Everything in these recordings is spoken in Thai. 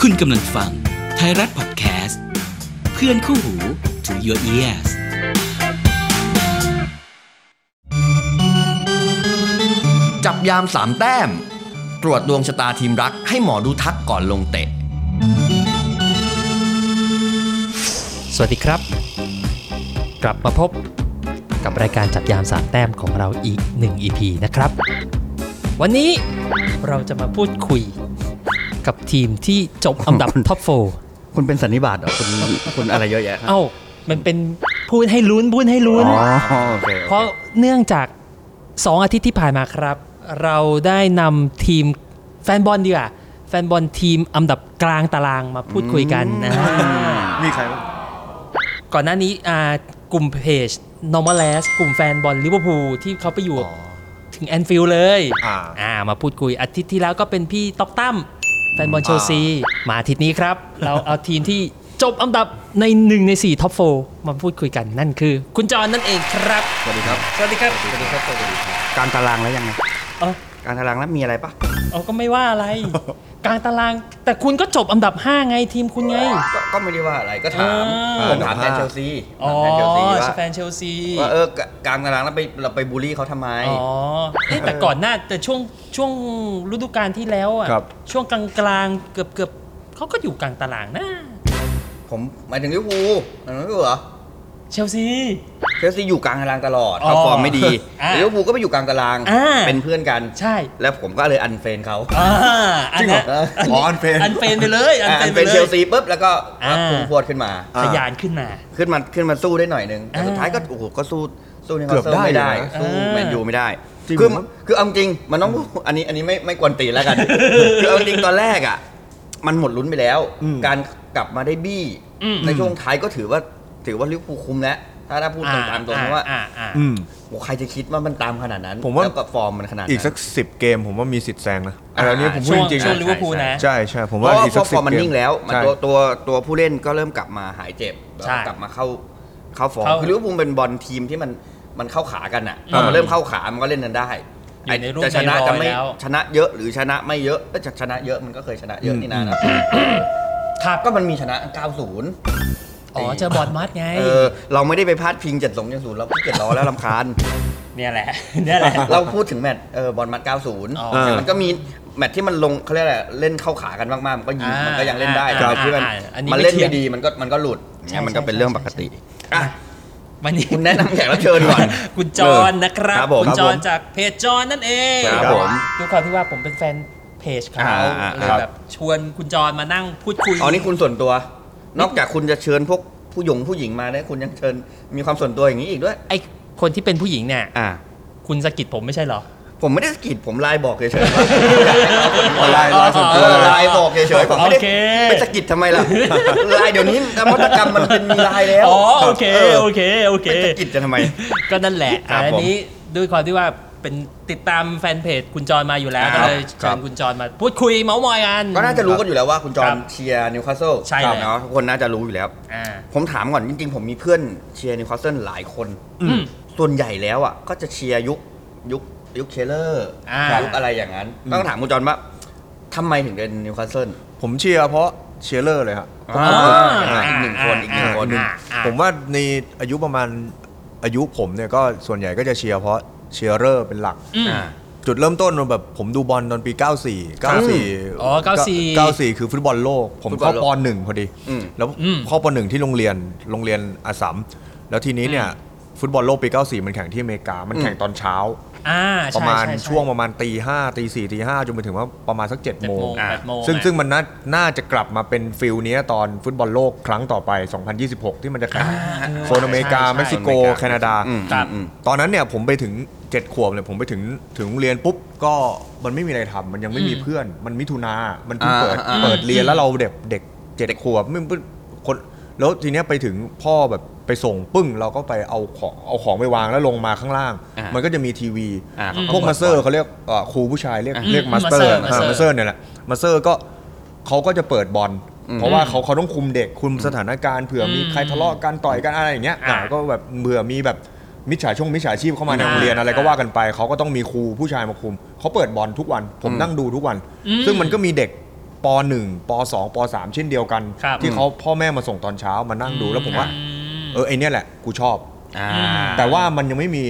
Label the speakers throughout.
Speaker 1: คุณกำลังฟังไทยรัฐพอดแคสต์เพื่อนคู่หู to your ears
Speaker 2: จับยามสามแต้ม ตรวจดวงชะตาทีมรักให้หมอดูทักก่อนลงเตะ
Speaker 3: สวัสดีครับ กลับมาพบกับรายการจับยามสามแต้มของเราอีก 1 EP นะครับ วันนี้เราจะมาพูดคุยกับทีมที่จบอันดับ ท็อป
Speaker 4: คุณเป็นสันนิบาตเหรอคุณคุณอะไรเยอะแยะ
Speaker 3: 4เอ้า มันเป็นพูดให้ลุ้นพูดให้ลุ้น
Speaker 4: อ๋อโอเค
Speaker 3: เพราะเนื่องจาก 2 อาทิตย์ที่ผ่านมาครับ เราได้นำทีมแฟนบอลดีกว่า แฟนบอลทีมอันดับกลางตารางมาพูดคุยกันนะ
Speaker 4: มีใครบ้าง
Speaker 3: ก่อนหน้านี้อ่ากลุ่มเพจ Normaless กลุ่มแฟนบอลลิเวอร์พูลที่เขาไปอยู่ถึงแอนฟิลด์เลย
Speaker 2: อ่า
Speaker 3: อ่ามาพูดคุยอาทิตย์ที่แล้วก็เป็นพี่ต๊อกตั้มแฟนบอลเชลซี มาอาทิตย์นี้ครับ เรา เอาทีมที่จบอันดับใน 1 ใน 4 ท็อป4มาพูดคุยกันนั่นคือ คุณจอห์นนั่นเองครับ
Speaker 2: สวัสดีครับ
Speaker 3: สวัสดีครับ สวัสดีครับสวัสดีครับ
Speaker 4: การตารางแล้วยังไง
Speaker 3: เออ
Speaker 4: การตารางแล้วมีอะไรปะ
Speaker 3: เอาก็ไม่ว่าอะไร กลางตารางแต่คุณก็จบอันดับ 5 ไงทีมคุณไง
Speaker 2: ก็ก็ไม่ได้ว่าอะไรก็ถาม
Speaker 3: อ่า
Speaker 2: ผมถามแทนเชลซี
Speaker 3: อ๋อ
Speaker 2: ถามแทนเชลซีว่า
Speaker 3: แฟนเชลซี
Speaker 2: ว่าเออกกลางตารางแล้วไปเราไปบูลลี่เขาทำไม
Speaker 3: อ๋อเอ๊ะแต่ก่อนหน้าแต่ช่วงช่วงฤดูกาลที่แล้วอ่ะ
Speaker 4: ครับ
Speaker 3: ช่วงกลางกลางๆเกือบเกือบเขาก็อยู่กลางตารางนะ
Speaker 2: ผมหมายถึงลิเวอร์พูลหมายถึงลิเวอร์พูลเหรอ
Speaker 3: เชลซี
Speaker 2: เชลซีอยู่กลางตารางตลอด
Speaker 3: อ๋อ
Speaker 2: เขาฟอร์มไม่ดี
Speaker 3: อ่า
Speaker 2: ลิเวอร์พูลก็ไปอยู่กลางตาราง
Speaker 3: อ่า
Speaker 2: เป็นเพื่อนกัน
Speaker 3: ใช่
Speaker 2: แล้วผมก็เลยอันเฟรนเขา
Speaker 3: อ่าอันนั้น
Speaker 2: จริงเหรออ๋ออันเฟรน
Speaker 3: อันเฟนไปเลยอัน
Speaker 2: อ่า
Speaker 3: เฟ
Speaker 2: อั
Speaker 3: น
Speaker 2: น
Speaker 3: ไป
Speaker 2: เป็น
Speaker 3: เล
Speaker 2: เช
Speaker 3: ย
Speaker 2: ลซีปุ๊บแล้วก็
Speaker 3: อ่า
Speaker 2: พุ่งพรวดขึ้นมา
Speaker 3: ทะยานขึ้นมา
Speaker 2: ขึ้นมาขึ้นมาสู้ได้หน่อยนึงแต่
Speaker 3: อ่า
Speaker 2: สุดท้ายก็โอ้โหก็สู้สู้นี่
Speaker 4: เกือบได้
Speaker 2: ไม่ได้
Speaker 4: อยู่นะ
Speaker 2: สู้
Speaker 3: อ่า
Speaker 2: แมนยูไม่ได้
Speaker 4: จริง
Speaker 2: คือ
Speaker 4: ผมว่า
Speaker 2: คือเอาจริงมันต้องอันนี้อันนี้ไม่ไม่กวนตีนแล้วกัน คือเอาจริงตอนแรกอ่ะ มันหมดลุ้นไปแล้ว การกลับมาได้บี้ ในช่วงท้ายก็ถือว่าถือว่าลิเวอร์พูลคุ้มแล้วถ้าถ้าพูดตามตรงๆเพราะว่า
Speaker 3: อ่าอ่า
Speaker 5: อืม
Speaker 2: โอ้ใครจะคิดว่ามันตามขนาดนั้น
Speaker 5: ผมว่า
Speaker 2: แล้วกับฟอร์มมันขนาดนั้น
Speaker 5: อีกสักสิบเกมผมว่ามีสิทธิ์แซงนะ
Speaker 2: อ่า
Speaker 5: อันนี้ผมพูด
Speaker 3: ช่วง
Speaker 5: จริงๆ
Speaker 3: ช่วง
Speaker 5: นะ
Speaker 3: ลิเวอร์พูลนะ
Speaker 5: ใช่ใช่ผม
Speaker 2: เพ
Speaker 5: ว่า
Speaker 2: ราะว่า
Speaker 5: อีกสัก
Speaker 2: ฟ
Speaker 5: สิบ
Speaker 2: อร์มมัน
Speaker 5: เกม
Speaker 2: นิ่งแล้วมัน
Speaker 5: ใช่
Speaker 2: ตัวตัวตัวผู้เล่นก็เริ่มกลับมาหายเจ็บแล้ว
Speaker 3: ใช่
Speaker 2: ก็กลับมาเข้าเข้าฟอร์ม
Speaker 3: เข้า
Speaker 2: คือลิเวอร์พูลเป็นบอลทีมที่มันมันเข้าขากันอ่ะพ
Speaker 3: อ่า
Speaker 2: อมันเริ่มเข้าขามันก็เล่นกันได้
Speaker 3: อยู่ในรูป
Speaker 2: จะชนะ
Speaker 3: ในรอย
Speaker 2: จะไม่
Speaker 3: แล้ว
Speaker 2: ชนะเยอะหรือชนะไม่เยอะแต่จะชนะเยอะมันก็เคยชนะเยอะนี่นานะ
Speaker 3: ครับ
Speaker 2: ก็มันมีชนะ 90
Speaker 3: อ๋อเจอบอลมัดไง
Speaker 2: เออเราไม่ได้ไปพาดพิงเจ็ดสองเจ็ดศูนย์เราเจ็ดล้อแล้วลำคาญ
Speaker 3: เนี่ยแหละ เนี่ยแหละ
Speaker 2: เราพูดถึงแมตช์เออบอลมัด 90
Speaker 3: อ๋อ
Speaker 2: แต่มันก็มีแมตช์ที่มันลงเขาเรียกอะไรเล่นเข้าขากันมากๆ มันก็ยิง
Speaker 3: อ่ามั
Speaker 2: มันก็ยังเล่นได้
Speaker 3: ค
Speaker 2: แต่
Speaker 3: รับ
Speaker 2: แมตช์ที่มัน
Speaker 3: อ่าอันนี้
Speaker 2: มันเล่น
Speaker 3: ไม่
Speaker 2: ไม่
Speaker 3: เถียง
Speaker 2: ดีมันก็มันก็หลุด
Speaker 3: ใช่
Speaker 2: เนี่ยมันก็เป็น
Speaker 3: ใช่
Speaker 2: เรื่อง
Speaker 3: ใช่
Speaker 2: ปกติอ่ะ
Speaker 3: วันนี้
Speaker 2: คุณแนะนำแขกรับเชิญก่อน
Speaker 3: คุณจอห์นนะครับ
Speaker 2: ครับผม
Speaker 3: คุณจอห์น
Speaker 2: ครับผม
Speaker 3: จากเพจจอห์นนั่นเอง
Speaker 2: ครับผม
Speaker 3: ด้วยความที่ว่าผมเป็นแฟนเพจเขา
Speaker 2: อ่าอ่า
Speaker 3: เลย
Speaker 2: ครับ
Speaker 3: แบบชวนคุณจอห์นมานั่งพูดคุย
Speaker 2: อ๋อนี่คุณส่วนตัว นอกจากคุณจะเชิญพวกผู้หญิงผู้หญิงมาได้คุณยังเชิญมีความส่วนตัวอย่างนี้อีกด้วย
Speaker 3: ไอคนที่เป็นผู้หญิงเนี่ย
Speaker 2: อ่า
Speaker 3: คุณสะกิดผมไม่ใช่เหรอ
Speaker 2: ผมไม่ได้สะกิดผมไลน์บอกเฉยๆไลน์ไลน์ส่วนตัว
Speaker 3: อ๋อ
Speaker 2: ไลน์บอกเฉยๆผมไม่ได้
Speaker 3: โอเค
Speaker 2: ไปสะกิดทำไมล่ะไลน์เดี๋ยวนี้นวัตกรรมมันเป็นมีไลน์แล้ว
Speaker 3: อ๋อโอเคโอเคโอเค
Speaker 2: ไปสะกิดจะทำไม
Speaker 3: ก็นั่นแหละ
Speaker 2: ครับ
Speaker 3: อัน
Speaker 2: ผม
Speaker 3: นี้ด้วยความที่ว่าเป็นติดตามแฟนเพจคุณจรมาอยู่แล้ว
Speaker 2: ค
Speaker 3: ก็
Speaker 2: รับ
Speaker 3: เลย
Speaker 2: ค
Speaker 3: เชิ
Speaker 2: รับ
Speaker 3: ญคุณจรมาพูดคุยเมาส์มอยกัน
Speaker 2: ก็น่าจะรู้กันอยู่แล้วว่าคุณจอห์
Speaker 3: ครั
Speaker 2: น
Speaker 3: บ
Speaker 2: เชียร์นิวคาสเซิล
Speaker 3: ใช่เลย
Speaker 2: เนาะทุกคนน่าจะรู้อยู่แล้ว
Speaker 3: อ่า
Speaker 2: ผมถามก่อนจริงๆ ผมมีเพื่อนเชียร์นิวคาสเซิลหลายคน
Speaker 3: อืม
Speaker 2: ส่วนใหญ่แล้วอ่ะก็จะเชียร์ยุคยุคยุคเคเลอร์
Speaker 3: อ่า
Speaker 2: ยุคอะไรอย่างนั้น ต้องถามคุณจอห์นว่าทำไมถึงเป็นนิวคาสเซิล
Speaker 5: ผมเชียร์เพราะเชียร์เลอร์เลยครับ
Speaker 2: อ่า
Speaker 3: อ่า
Speaker 2: อีกหนึ่งคนอีกหนึ่งคน
Speaker 3: อ่าอ่า
Speaker 5: ผมว่าในอายุประมาณอายุผมเนี่ยก็ส่วนใหญ่ก็จะเชียร์เพราะเชียร์เลอร์เป็นหลัก
Speaker 3: อืม
Speaker 5: จุดเริ่มต้นมันแบบผมดูบอลตอนปี 94 94
Speaker 3: อ๋อ94
Speaker 5: 94 คือฟุตบอลโลก ผม
Speaker 2: ฟุตบอ
Speaker 5: เข้า
Speaker 2: ลโลก
Speaker 5: ปหนึ่งพอดี
Speaker 2: อืม
Speaker 5: แล้ว
Speaker 3: อืม
Speaker 5: เข้าปหนึ่งที่โรงเรียนโรงเรียนอาสัมแล้วทีนี้เนี่ยฟุตบอลโลกปี 94 มันแข่งที่อเมริกา มันแข่งตอนเช้า
Speaker 3: อ่าใ
Speaker 5: ประมาณ
Speaker 3: ใใ
Speaker 5: ช่วงประมาณตีห้าตีสี่ตีห้าจนไปถึงว่าประมาณสักเจ็ด
Speaker 3: เจ็ด
Speaker 5: โมง
Speaker 3: โมงแปดโมง
Speaker 5: ซึ่ง
Speaker 3: อ่ะ
Speaker 5: ซึ่งมันน่าน่าจะกลับมาเป็นฟิลเนี้ยตอนฟุตบอลโลกครั้งต่อไป 2026 ที่มันจะแข่ง
Speaker 3: อ่าเออ
Speaker 5: โซนอเมริกา
Speaker 3: ใช่ใช่
Speaker 5: เม็กซิโก แคนาดา
Speaker 2: อืม
Speaker 3: ครับ
Speaker 2: อืม
Speaker 5: ตอนนั้นเนี่ยผมไปถึง 7 ขวบเลยผมไปถึงถึงโรงเรียนปุ๊บ ก็มันไม่มีอะไรทำมันยังไม่มีเพื่อน มันมิถุนามันเพิ่งเปิด
Speaker 2: อ่าอ่า
Speaker 5: เปิดเรียนแล้วเราเด็กเด็กเจ็ดขวบไม่คนแล้วทีเนี้ยไปถึงพ่อแบบไปส่งปึ้ง เราก็ไปเอาของเอาของไปวางแล้วลงมาข้างล่าง มันก็จะมีทีวี
Speaker 2: อ่าเขา
Speaker 5: พวกมาสเตอร์เขาเรียกเอ่อครูผู้ชายเรียกเรียกมาสเตอร์
Speaker 3: มาสเตอร์
Speaker 5: อ่ามาสเตอร์เนี่ยแหละมาสเตอร์ก็เขาก็จะเปิดบอลเพราะว่าเขาเขาต้องคุมเด็กคุมสถานการณ์เผื่อมีใครทะเลาะกันต่อยกันอะไรอย่างเงี้ย
Speaker 3: อ่า
Speaker 5: อ่าก็แบบเผื่อมีแบบมิจฉาช่วงมิจฉาชีพเข้ามาในโรงเรียนอะไรก็ว่ากันไปเขาก็ต้องมีครูผู้ชายมาคุมเขาเปิดบอลทุกวัน ผมนั่งดูทุกวัน ซึ่งมันก็มีเด็ก ปหนึ่งปสองปสามเช่นเดียวกัน
Speaker 3: ครับ
Speaker 5: ที่เขาพ่อแม่มาส่งตอนเช้ามานั่งดูแล้วผมว่า เออไอเนี้ยแหละกูชอบ
Speaker 2: อ่า
Speaker 5: แต่ว่ามันยังไม่มี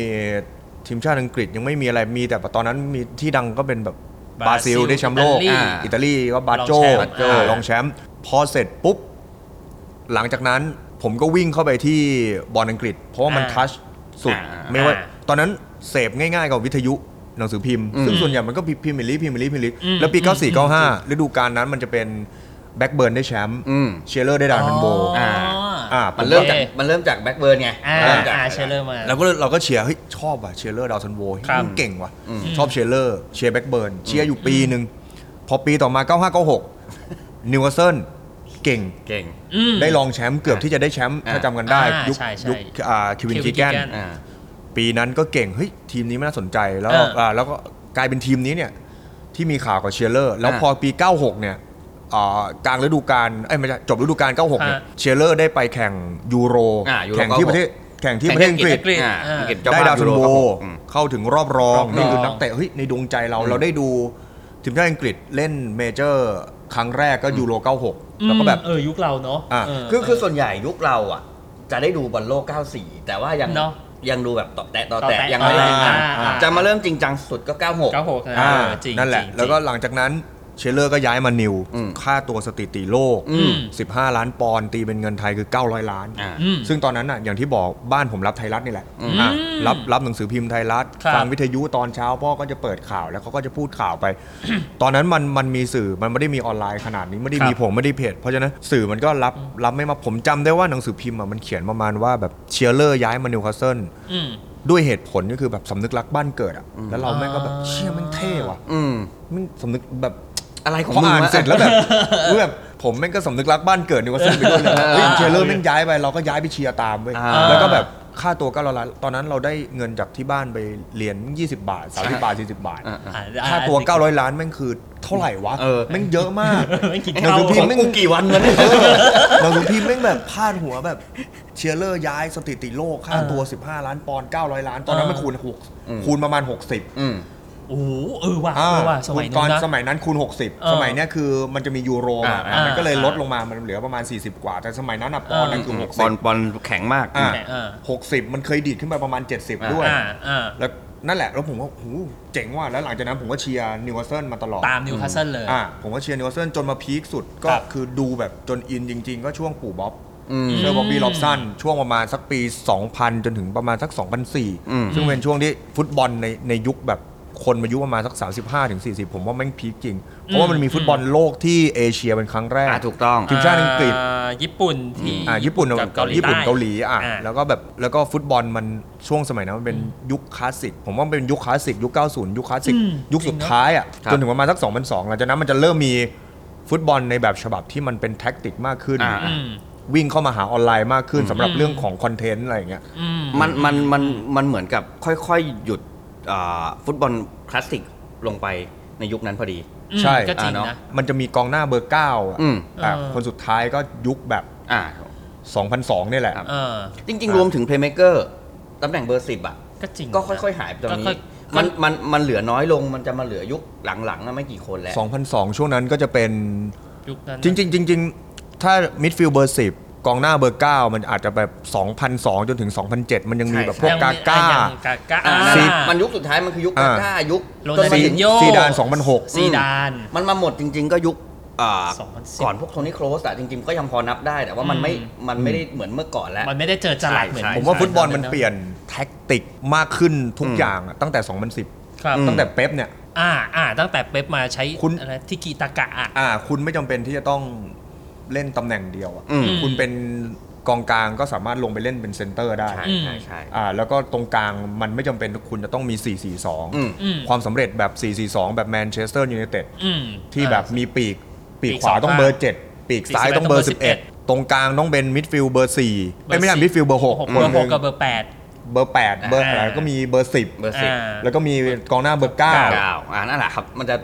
Speaker 5: ทีมชาติอังกฤษยังไม่มีอะไรมีแต่ตอนนั้นมีที่ดังก็เป็นแบบ
Speaker 3: บรา
Speaker 5: บรา
Speaker 3: ซิ
Speaker 5: ซิ
Speaker 3: ล
Speaker 5: ลได้แชมป์โลก
Speaker 3: อิตาลี
Speaker 5: อ่าอิตาลีก็บาโจ
Speaker 3: รองแชมป์
Speaker 5: บาโจ
Speaker 3: อ่า
Speaker 5: รองแชมป์พอเสร็จปุ๊บ หลังจากนั้นผมก็วิ่งเข้าไปที่บอลอังกฤษ เพราะว่ามันทัชสุด
Speaker 2: อ่า
Speaker 5: ไม่ว่า
Speaker 3: อ่า
Speaker 5: ตอนนั้นเสพง่ายๆกับวิทยุหนังสือพิมพ์
Speaker 2: อืม
Speaker 5: ซึ่งส่วนใหญ่มันก็พิมพ์พิมพ์ลีพิมพ์ลีพิมพ์ลี
Speaker 3: อืม
Speaker 5: แล้วปี
Speaker 3: อืม
Speaker 5: 94-95ฤดูกาลนั้นมันจะเป็นแบ็กเบิร์นได้แชมป์
Speaker 2: อืม
Speaker 5: เชียร์เลอร์ได้ดาวพันโบ
Speaker 3: อ๋ออา
Speaker 2: มันเริ่มจาก
Speaker 3: โอค
Speaker 2: มันเริ่มจากแบ็กเบิร์นไง
Speaker 3: อ่า
Speaker 2: เริ่มจาก
Speaker 3: อ่าเชลเลอร์มา
Speaker 5: แล้วก็เลยเราก็เชียร์เฮ้ยชอบว่ะเชียร์เลอร์ดาวซันโวเฮ้ย
Speaker 3: ครับ
Speaker 5: มันเก่งว่ะ
Speaker 2: อืม
Speaker 5: ชอบเชียร์เลอร์เชียร์แบ็กเบิร์นเชียร์อยู่ปีหนึ่งพอปีต่อมา 9596 นิวคาสเซิลเก่ง
Speaker 2: เก่ง
Speaker 5: ได้รองแชมป์เกือบที่จะได้แชมป์
Speaker 2: อ่า
Speaker 5: ถ้าจำกันได้
Speaker 3: อ่า
Speaker 5: ยุค
Speaker 3: ใช่ใช่
Speaker 5: ยุคอ่าคิวิน
Speaker 3: Kevin
Speaker 5: คีแกน
Speaker 3: Keegan
Speaker 2: อ่า
Speaker 5: ปีนั้นก็เก่ง เฮ้ย ทีมนี้ไม่น่าสนใจแล้ว
Speaker 3: เอออ่
Speaker 5: าแล้วก็กลายเป็นทีมนี้เนี่ยที่มีข่าวกับเชียร์เลอร์ แล้ว
Speaker 2: อ่า
Speaker 5: พอปี 96 เนี่ยอ่ากลางฤดูกาลเอ้ยไม่ใช่จบฤดูกาล 96 เนี่ย
Speaker 3: ฮะ
Speaker 5: เชียร์เลอร์ได้ไปแข่งยูโร
Speaker 2: อ่ายูโร
Speaker 5: แข่งที่ประเทศแข่งที่ประเทศอังกฤษ
Speaker 3: กฤษ
Speaker 2: อ่า
Speaker 3: อ่า
Speaker 2: อังกฤษเจ้
Speaker 5: ได้ดาว
Speaker 2: ภพ
Speaker 5: ซัน
Speaker 2: ยู
Speaker 5: โบ
Speaker 2: โรครับผมอืม
Speaker 5: เข้าถึงรอบรอง
Speaker 3: รอบรอง
Speaker 5: นี่คือนักเตะเฮ้ยในดวงใจเราเราได้ดูทีมชาติอังกฤษเล่นเมเจอร์ครั้งแรกก็ยูโร 96 แล้วก็แบบ
Speaker 3: เออยุคเราเนาะ
Speaker 5: อ่ะ
Speaker 3: เ
Speaker 2: คือคือส่วนใหญ่ยุคเราอ่ะ จะได้ดูบอลโลก 94 แต่ว่ายัง
Speaker 3: เนอะ
Speaker 2: ยังดูแบบต่อแตะต่อ
Speaker 3: ต่อ
Speaker 2: แตะ
Speaker 3: แตะ
Speaker 2: ยังไม่ได้จริงจัง
Speaker 3: อ่าอ่า
Speaker 2: จะมาเริ่มจริงจังสุดก็ 96
Speaker 3: เก้าหกนะ
Speaker 5: อ่า
Speaker 3: เออจริง
Speaker 5: นั่นแหละ
Speaker 3: จริง
Speaker 5: แล้วก็
Speaker 3: จริง
Speaker 5: หลังจากนั้นเชลเลอร์ก็ย้ายมานิว
Speaker 2: อืม
Speaker 5: ค่าตัวสถิติโลก
Speaker 3: อืม
Speaker 5: 15 ล้านปอนด์ตีเป็นเงินไทยคือ 900 ล้าน
Speaker 2: อ่า
Speaker 3: อืม
Speaker 5: ซึ่งตอนนั้นน่ะอย่างที่บอกบ้านผมรับไทยรัฐนี่แหละ
Speaker 2: อืม
Speaker 5: อ่ะรับรับหนังสือพิมพ์ไทยรัฐ
Speaker 3: ครับ
Speaker 5: ฟังวิทยุตอนเช้าพ่อก็จะเปิดข่าวแล้วเขาก็จะพูดข่าวไป ตอนนั้นมันมันมีสื่อมันไม่ได้มีออนไลน์ขนาดนี้ไม่ได้มี
Speaker 3: ครับ
Speaker 5: ผมไม่ได้เพจเพราะฉะนั้นสื่อมันก็รับรับไม่มาผมจำได้ว่าหนังสือพิมพ์อ่ะมันเขียนประมาณว่าแบบเชียร์เลอร์ย้ายมานิวคาสเซิล
Speaker 3: อืม
Speaker 5: ด้วยเหตุผลก็คือแบบสำนึกรักบ้านเกิดอ่ะแล้วเราแม่งก็แบบเชี่ยแมันเท่ว่ะ
Speaker 2: อืม
Speaker 5: แมันสำนึกแบบ
Speaker 2: อะไรของ
Speaker 5: พอ
Speaker 2: มึง
Speaker 5: อ่าน
Speaker 2: วะ
Speaker 5: เสร็จแล้วแบบ เพื่อแบบผมแม่งก็สำนึกรักบ้านเกิดนิวคาสเซิลไปด้วยเลยเฮ้ยเชลเลอร์แม่งย้ายไปเราก็ย้ายไปเชียร์ตามเว้ย
Speaker 2: อ่า
Speaker 5: แล้วก็แบบค่าตัวก็เราละตอนนั้นเราได้เงินจากที่บ้านไปเหรียญ20 บาท 30 บาท 40 บาท
Speaker 2: อ่า
Speaker 3: อ่ะ
Speaker 5: ค่าตัว
Speaker 3: อ่ะ
Speaker 5: 900 ล้านแม่งคือเท่าไหร่วะ
Speaker 2: เออ
Speaker 5: แม่งเยอะ มาก
Speaker 3: แม่งกี่
Speaker 5: หนั
Speaker 3: เท่า
Speaker 5: สือพิ
Speaker 2: ข
Speaker 5: ม
Speaker 2: อง
Speaker 5: พ์แม่ง
Speaker 2: กูกี่วันวะเนี่ย
Speaker 5: เออหนังสือพิมพ์แม่งแบบพาดหัวแบบเชียร์เลอร์ย้ายสถิติโลกค่าตัว 15 ล้านปอนด์900 ล้าน ตอนนั้นมันคูณหก
Speaker 2: อืม
Speaker 5: คูณประมาณ 60
Speaker 2: อืม
Speaker 3: โอ้โหเออว่ะเอ
Speaker 5: อ่า
Speaker 3: อว่ะสมัย
Speaker 5: ต
Speaker 3: นู้
Speaker 5: อน น
Speaker 3: นะ
Speaker 5: สมัยนั้นคูณ
Speaker 3: เออ
Speaker 5: 60 สมัยเนี้ยคือมันจะมียูโร
Speaker 2: อ่า
Speaker 5: อ่ะ
Speaker 2: อ่ามั
Speaker 5: มันก็เลย
Speaker 3: อ่า
Speaker 5: ลดลงมามันเหลือประมาณ 40 กว่า แต่สมัยนั้นอ่ะปอน
Speaker 3: เอ
Speaker 5: ด์
Speaker 3: อ
Speaker 5: นั่นคือ
Speaker 2: บอลบอลแข็งมาก
Speaker 5: 60อ่า
Speaker 3: เออ
Speaker 5: 60 มันเคยดีดขึ้นไปประมาณ 70 ด้วย
Speaker 3: อ่าอ่า
Speaker 5: แล้วนั่นแหละ แล้วผมก็หูเจ๋งว่ะแล้วหลังจากนั้นผมก็เชียร์นิวคาสเซิลมาตลอด
Speaker 3: ตามนิวคาสเซิลเลย
Speaker 5: อ่าผมก็เชียร์นิวคาสเซิลจนมาพีคสุดก็
Speaker 3: ครับ
Speaker 5: คือดูแบบจนอินจริง ๆ ก็ช่วงปู่บ๊อบ
Speaker 2: อืม
Speaker 5: เชอร์บ๊อบบี้
Speaker 3: อืม
Speaker 5: ลอบสันช่วงประมาณสักปี 2000 จนถึงประมาณสัก
Speaker 2: อืม
Speaker 5: 2004 ซึ่งเป็นช่วงที่ฟุตบอลในในยุคแบบคนมายุประมาณสัก 35ถึง40 ผมว่าแม่งพีคจริง เพราะว่ามันมีฟุตบอลโลกที่เอเชียเป็นครั้งแรก
Speaker 2: อ่าถูกต้อง
Speaker 5: ทีมชาติอังกฤษ
Speaker 3: าญี่ปุ่นที่
Speaker 5: อ่าญี่ปุ่น
Speaker 3: กับเกาหลี
Speaker 5: ญี่ปุ่น
Speaker 3: ใต้
Speaker 5: เกาหลีอ่ะ
Speaker 3: อ่า
Speaker 5: แล้วก็แบบแล้วก็ฟุตบอลมันช่วงสมัยนั้นมันเป็นยุคคลาสสิกผมว่ามันเป็นยุคคลาสสิกยุค 90 ยุคคลาสสิก
Speaker 3: อืม
Speaker 5: ยุคสุดท้ายอ่ะ
Speaker 2: ครับ
Speaker 5: จนถึงประมาณสัก 2002หลังจากนั้นมันจะเริ่มมีฟุตบอลในแบบฉบับที่มันเป็นแท็กติกมากขึ้น
Speaker 2: อ่า
Speaker 3: อืม
Speaker 5: วิ่งเข้ามาหาออนไลน์มากขึ้นสำหรับเรื่องของคอนเทนต์อะไรอย่างเงี้ย
Speaker 3: อืม
Speaker 2: มันมันมันมันเหมือนกับค่อยๆ หยุดอ่าฟุตบอลคลาสสิกลงไปในยุคนั้นพอดี
Speaker 5: ใช่
Speaker 3: ก็จริง
Speaker 2: อ่าเนอะ
Speaker 3: นะ
Speaker 5: มันจะมีกองหน้าเบอร์เก้าอ่ะ
Speaker 2: อืม
Speaker 5: อ่ะ
Speaker 3: เออ
Speaker 5: คนสุดท้ายก็ยุคแบบ
Speaker 2: อ่า
Speaker 5: 2002เนี่ยแหละ
Speaker 2: ครับ
Speaker 3: เออ
Speaker 2: จริง
Speaker 5: ครั
Speaker 2: ๆ
Speaker 5: บ
Speaker 2: รวมถึงเพลย์เมเกอร์ตำแหน่งเบอร์สิบอ่ะ
Speaker 3: ก็จริง
Speaker 2: ก็
Speaker 3: นะ
Speaker 2: ค่อยๆ หายไปตอนนี้
Speaker 3: ก็ค่อย
Speaker 2: มันมันมันเหลือน้อยลง มันจะมาเหลือยุคหลังๆอะไม่กี่คนแล้ว
Speaker 5: 2002 ช่วงนั้นก็จะเป็น
Speaker 3: ยุคนั้น
Speaker 5: จริงจริงจริงๆถ้ามิดฟิลด์เบอร์สิบกองหน้าเบอร์ 9 มันอาจจะแบบ 2002 จนถึง 2007 มันยังมีแบบพวก
Speaker 3: ยัง
Speaker 5: กา
Speaker 3: มี
Speaker 5: ก้า
Speaker 3: อ่ะยังกาก้า
Speaker 2: อ่า
Speaker 3: อ่า
Speaker 2: นั่นแหละมันยุคสุดท้ายมันคือยุคกา
Speaker 5: อ่า
Speaker 2: ก้ายุค
Speaker 3: โร
Speaker 2: จ
Speaker 3: นัล
Speaker 2: มา
Speaker 5: ซี
Speaker 2: ถึง
Speaker 3: โญ่
Speaker 5: ซีดาน
Speaker 3: ซีดาน
Speaker 2: มันมาหมดจริง ๆ ก็ยุคอ่า
Speaker 3: 2010
Speaker 2: ก่อนพวกโทนี่โครสอะจริง ๆ ก็ยังพอนับได้ แต่ว่ามันไม่มันไม่ได้เหมือนเมื่อก่อนแล้ว
Speaker 3: มันไม่ได้เจอจลัดเหมือน
Speaker 2: ใช่
Speaker 5: 2006 ผมว่าฟุตบอลมัน
Speaker 3: ะ
Speaker 5: เปลี่ยนแท็กติกมากขึ้นทุกอย่างอะตั้งแต่
Speaker 3: ครับ
Speaker 5: 2010 ตั้งแต่เป๊ปเนี่ย
Speaker 3: อ่าอ่าตั้งแต่เป๊ปมาใช้
Speaker 5: คุณ
Speaker 3: อะไรที่กีตากะอ่ะ
Speaker 5: อ่า คุณไม่จำเป็นที่จะต้องเล่นตำแหน่งเดียวอะ
Speaker 2: อืม
Speaker 5: คุณเป็นกองกลางก็สามารถลงไปเล่นเป็นเซนเตอร์ได้
Speaker 2: ใช่ใช่ใช่
Speaker 5: อ่าแล้วก็ตรงกลางมันไม่จำเป็นคุณจะต้องมี
Speaker 2: อืม
Speaker 3: อืม
Speaker 5: 442 ความสำเร็จแบบ 442 แบบแมนเชสเตอร์ยูไนเต็ด
Speaker 3: อืม
Speaker 5: ที่แบบมีปีก ปีก
Speaker 3: ปีก
Speaker 5: ขวาต้องเบอ
Speaker 3: สอ
Speaker 5: ร์
Speaker 3: ง
Speaker 5: 7 ปีก
Speaker 3: ปีก
Speaker 5: ซ้ายต้องเบอร์
Speaker 3: ซ้ายต้องเบอร์
Speaker 5: 11 ตรงกลางต้องเป็นมิดฟิลด์เบอร์4ไม่ไม่ใช่
Speaker 3: เบอร์สี่
Speaker 5: มิดฟิลด์เบอร์
Speaker 3: ห
Speaker 5: 6
Speaker 3: ก
Speaker 5: ค
Speaker 3: เบอน ร์
Speaker 5: ห
Speaker 3: ห
Speaker 5: นึ่
Speaker 3: ก
Speaker 5: ง
Speaker 3: กับเบอร์แปด
Speaker 5: เบอร์8เบอร์
Speaker 3: อ่า
Speaker 5: แล้วก็มีเบอร์
Speaker 2: เบอร์สิบ
Speaker 3: อ่า
Speaker 5: 10 แล้วก็มีกองหน้าเบอร์
Speaker 2: เก้า
Speaker 5: 9
Speaker 2: อ่านั่นแหละครับ มันจะ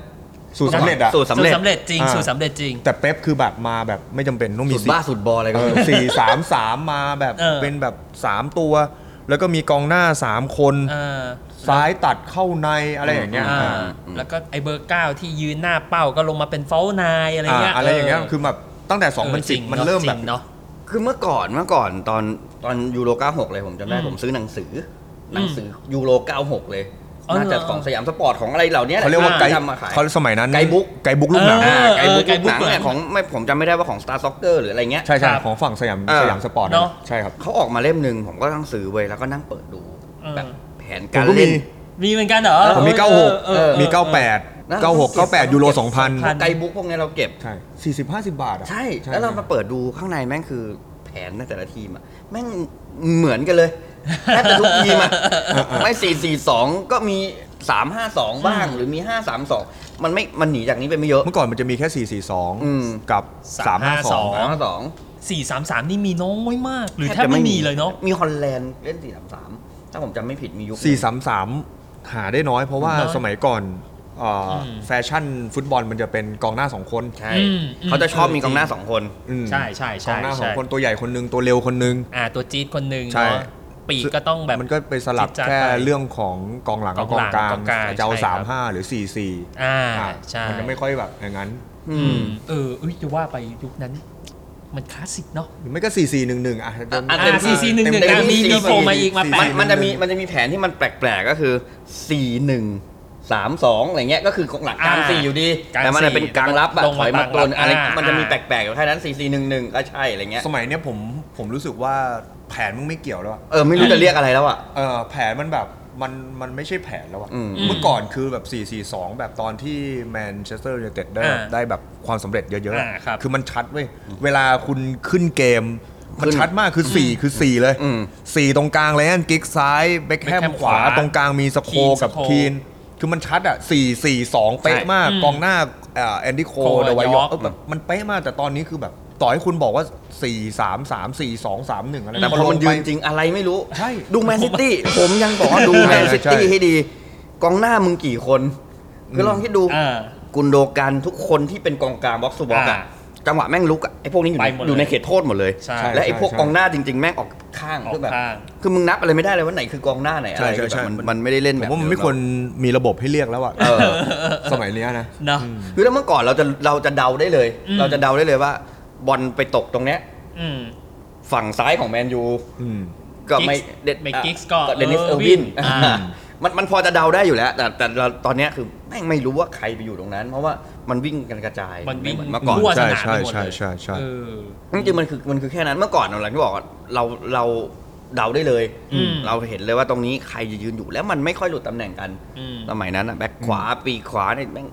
Speaker 5: สูตรสำเร็จอะ
Speaker 2: สูตรสำเร็จ
Speaker 3: สูตรสำเร็จจริง
Speaker 5: อ่า
Speaker 3: สูตรสำเร็จจริง
Speaker 5: แต่เป๊ปคือแบบมาแบบไม่จำเป็นต้องมี
Speaker 2: สูตรบ้าสูตรบออะไรก็ไม่รู้
Speaker 5: สี่สามสามมาแบบ
Speaker 3: เออ
Speaker 5: เป็นแบบ 3 ตัว แล้วก็มีกองหน้า 3 คน
Speaker 3: เออ
Speaker 5: ซ้ายตัดเข้าในอะไรอย่างเงี้ย
Speaker 3: อ่า
Speaker 5: อ่า
Speaker 3: แล้วก็ไอเบอร์เก้าที่ยืนหน้าเป้าก็ลงมาเป็นเฝ้านายอะไรเงี้ย
Speaker 5: อะไรอย่างเงี้ยคือแบบตั้งแต่ 2010 มันเริ่มแบบ
Speaker 3: เนาะ
Speaker 2: คือเมื่อก่อนเมื่อก่อนตอนตอนยูโร96 เลยผมจำได้
Speaker 3: อืม
Speaker 2: ผมซื้อหนังสือ หนังสือยูโร96 เลย
Speaker 3: อ๋อเหรอ
Speaker 2: น่าจะของสยามสปอร์ตของอะไรเหล่านี้แหละ
Speaker 5: เขาเรียกว่าไกด์
Speaker 2: ที่ทำมาขาย
Speaker 5: เขาสมัยนั้น
Speaker 2: ไกด์บุ๊ก
Speaker 5: ไกด์บุ๊กลูกหนัง
Speaker 3: เออ
Speaker 2: ไกด์บุ๊ก
Speaker 3: ไกด์
Speaker 2: ลูกหนัง
Speaker 3: บุ๊ก
Speaker 2: เนี่ยของไม่ผมจำไม่ได้ว่าของ Star Soccer หรืออะไรเงี้ย
Speaker 5: ใช่
Speaker 3: ครั
Speaker 5: ใช่
Speaker 3: บ
Speaker 5: ของฝั่งสยาม
Speaker 2: เออ
Speaker 5: สยามสปอร์ต
Speaker 3: เนอะ
Speaker 5: ใช่ครับ
Speaker 2: เขาออกมาเล่มหนึ่งผมก็ต้องซื้อเว้ยแล้วก็นั่งเปิดดู
Speaker 3: เออ
Speaker 2: แบบแผนการ
Speaker 5: ผมก็มี
Speaker 2: เล่น
Speaker 3: มีเหมือนกันเหรอ
Speaker 5: ผมมี
Speaker 3: เออเออเออ
Speaker 5: 96 มี
Speaker 2: นะ
Speaker 5: 98 96 98 ยูโร
Speaker 3: พัน
Speaker 5: 2000
Speaker 2: ไกด์บุ๊กพวกเนี้ยเราเก็บ
Speaker 5: ใช่ 40 50 บาทอะ
Speaker 2: ใช่ แล้วเรามาเปิดดูข้างในแม่งคือแผนในแต่ละทีมอะแม่งเหมือนกันเลยแทบจะทุกที มอะไม่สี่สี่สองก็มีสามห้าสองบ้าง หรือมีห้าสามสองมันไม่มันหนีจากนี้ไปไม่เยอะ
Speaker 5: เมื่อก่อนมันจะมีแค่
Speaker 2: อืม
Speaker 5: 442 กับ
Speaker 3: 352
Speaker 5: 352
Speaker 2: สามห้าสอง
Speaker 3: สี่สามสามนี่มีน้อยมาก หรือแทบไม่มีเลยเนาะ
Speaker 2: มีฮอลแลนด์เล่นสี่สามสามถ้าผมจำไม่ผิดมียุคหนึ่ง
Speaker 5: 433 หาได้น้อยเพราะว่า
Speaker 3: น้อย
Speaker 5: สมัยก่อนเอ่ออ
Speaker 3: ม
Speaker 5: แฟชั่นฟุตบอลมันจะเป็นกองหน้า 2 คน
Speaker 2: ใช่
Speaker 3: อืมอืม
Speaker 2: เขาจะชอบมีกองหน้าสองคน
Speaker 5: อืม
Speaker 3: ใช่ใช่
Speaker 5: กอ
Speaker 3: ใช่
Speaker 5: งหน้าสอ
Speaker 3: ใช่
Speaker 5: งคนตัวใหญ่คนหนึง ตัวเร็วคนหนึง
Speaker 3: อ่าตัวจี๊ดคนหนึ่ง
Speaker 5: ใช่
Speaker 3: เนาะปีกก็ต้องแบบ
Speaker 5: มันก็ไปสลับ
Speaker 3: จิตจะ
Speaker 5: แค่
Speaker 3: ไป
Speaker 5: เรื่องของกองหลังกับ
Speaker 3: ก
Speaker 5: ก
Speaker 3: อ
Speaker 5: อง ง
Speaker 3: ห
Speaker 5: ก
Speaker 3: ลัง
Speaker 5: ลาง
Speaker 3: กองกลาง
Speaker 5: จะเอา
Speaker 3: ใช่ครับ
Speaker 5: 35 หรือ 44
Speaker 3: อ่า
Speaker 5: อ่ะ
Speaker 3: ใช่
Speaker 5: มันจะไม่ค่อยแบบอย่างนั้น
Speaker 2: อื
Speaker 3: อื
Speaker 2: ม
Speaker 3: มเออเอ้ยจะว่าไปยุคนั้น มันคลาสสิกเนาะ
Speaker 5: หรือไม่ก็ 4 4 1 1อ่ะจะ
Speaker 2: อ่ะ
Speaker 3: อ่า
Speaker 2: เต็มที่
Speaker 3: ซีซีหนึ่งหนึ่ง
Speaker 2: เต็มที่
Speaker 3: มีมีโฟมาอีกมา
Speaker 5: สี่
Speaker 3: แปะ
Speaker 2: มันมันจะมีมันจะมีแผนที่มันแปลกๆก็คือสี่หนึ่งสามสองอะไรเงี้ยก็คือกองหลังกลาง
Speaker 3: อ่า
Speaker 2: สี่อยู่ดี
Speaker 3: กลาง
Speaker 2: แต่มัน
Speaker 3: สี่
Speaker 2: จะเป็นกลางรับอะ
Speaker 3: ลง
Speaker 2: ถ
Speaker 3: มา
Speaker 2: อยมากลน
Speaker 3: กลางรับ
Speaker 2: อะไร
Speaker 3: อ่ามั
Speaker 2: มันจะมีแปลกๆอยู่แค่นั้นสี่สี่หนึ่งหนึ่งก็ใช่อะไรเงี้ย
Speaker 5: สมัยเนี้ยผมผมรู้สึกว่าแผนมึงไม่เกี่ยวแล้วอะ
Speaker 2: เออไม่รู้จะเรียกอะไรแล้วอ่ะ
Speaker 5: เออแผนมันแบบมันมันไม่ใช่แผนแล้วอะ
Speaker 2: อืม
Speaker 5: เมื่อก่อนคือแบบ 4 4 2 แบบตอนที่แมนเชสเตอร์ยูไนเต็ดได้
Speaker 3: อ่า
Speaker 5: ได้แบบความสำเร็จเยอะๆอะ
Speaker 3: อ่าครับ
Speaker 5: อมันชัดเว้ย เวลาคุณขึ้นเกม มันชัดมากคือ 4 คือ 4 เลย
Speaker 2: อืม
Speaker 5: 4 ตรงกลางเลยอันกิกซ้ายเบคแฮม
Speaker 3: Beckham
Speaker 5: ข
Speaker 3: ข
Speaker 5: วา
Speaker 3: วา
Speaker 5: ตรงกลางมีสโค
Speaker 3: คีน
Speaker 5: กับ
Speaker 3: สโค
Speaker 5: คีน คือมันชัดอ่ะ 4 4 2 เป๊ะมาก
Speaker 3: อืม
Speaker 5: กองหน้าเอ่อแอนดี้โค
Speaker 3: โค
Speaker 5: เดวาย
Speaker 3: ย
Speaker 5: อ
Speaker 3: อร์
Speaker 5: ก
Speaker 3: ก
Speaker 5: แบบมันเป๊ะมากแต่ตอนนี้คือแบบต่อให้คุณบอกว่า 4 3 3 4 2 3 1 อะไร
Speaker 2: แต่พอ
Speaker 5: ล
Speaker 2: ล
Speaker 5: ง
Speaker 2: ง
Speaker 5: ไป
Speaker 2: ยืนจริงอะไรไม่รู้
Speaker 5: ใช่
Speaker 2: ดูแมนซิตี้ ผมยังบอกว่าดูแมนซิตี้
Speaker 5: ใช่
Speaker 2: ให้ดี กองหน้ามึงกี่คนคือลองคิดดู
Speaker 3: อ่า
Speaker 2: กุนโดกันทุกคนที่เป็นกองกลางบ็อกซ์ทูบ็อกซ์อะ
Speaker 3: อ่า
Speaker 2: จังหวะแม่งลุกอะไอ้พวกนี้อยู่
Speaker 3: ไป
Speaker 2: ใน
Speaker 3: หมดเลย
Speaker 2: อยู่ในเขตโทษหมดเลย
Speaker 3: ใช่
Speaker 2: และไอ้พวก
Speaker 5: ใช่
Speaker 2: กองหน้าจริง ๆ แม่งออกข้าง
Speaker 3: ออก
Speaker 2: คือแบบ
Speaker 3: ข้าง
Speaker 2: คือมึงนับอะไรไม่ได้เลยว่าไหนคือกองหน้าไหนอะไร
Speaker 5: ใช่
Speaker 2: คือ
Speaker 5: ใช่
Speaker 2: แบบมัน
Speaker 5: ใช่
Speaker 2: มันไม่ได้เล่น
Speaker 5: ผ
Speaker 2: แบบ
Speaker 5: มว่ามันไม่ควรมีระบบให้เรียกแล้วอะ
Speaker 2: เออ
Speaker 5: สมัยเนี้ยนะ
Speaker 3: เนาะ
Speaker 2: คือแล้วเมื่อก่อนเราจะเราจะเดาได้เลย
Speaker 3: อืม
Speaker 2: เราจะเดาได้เลยว่า บอลไปตกตรงเนี้ย
Speaker 3: อืม
Speaker 2: ฝั่งซ้ายของแมนยู
Speaker 5: อืม
Speaker 2: ก็ไม่
Speaker 3: Giggs
Speaker 2: เด็ด
Speaker 3: ไม่
Speaker 2: อ่ะ
Speaker 3: Giggs ก็
Speaker 2: เดนิสเออร์
Speaker 3: Irvin
Speaker 2: วิ
Speaker 3: อ
Speaker 2: น
Speaker 3: ่า
Speaker 2: มันมันพอจะเดาได้อยู่แล้ว แต่แต่เราตอนเนี้ยคือแม่งไม่รู้ว่าใครไปอยู่ตรงนั้น เพราะว่ามันวิ่งกันกระจาย
Speaker 3: มันวิ่ง
Speaker 2: ไเหอเมื่อก่อน
Speaker 3: ทั่ว
Speaker 5: ใช่
Speaker 3: สนามไปหมดเลย
Speaker 5: ใช่ใช่ใช่
Speaker 3: เออ
Speaker 2: จริงๆมันคือมันคือแค่นั้นเมื่อก่อนหลังที่บอกอะเราเราเดาได้เลย
Speaker 3: อืม
Speaker 2: เราเห็นเลยว่าตรงนี้ใครจะยืนอยู่แล้วมันไม่ค่อยหลุดตำแหน่งกัน
Speaker 3: อืม
Speaker 2: สมัยนั้นอะแบ็คขวาปีกขวาเนี่ยแม่ง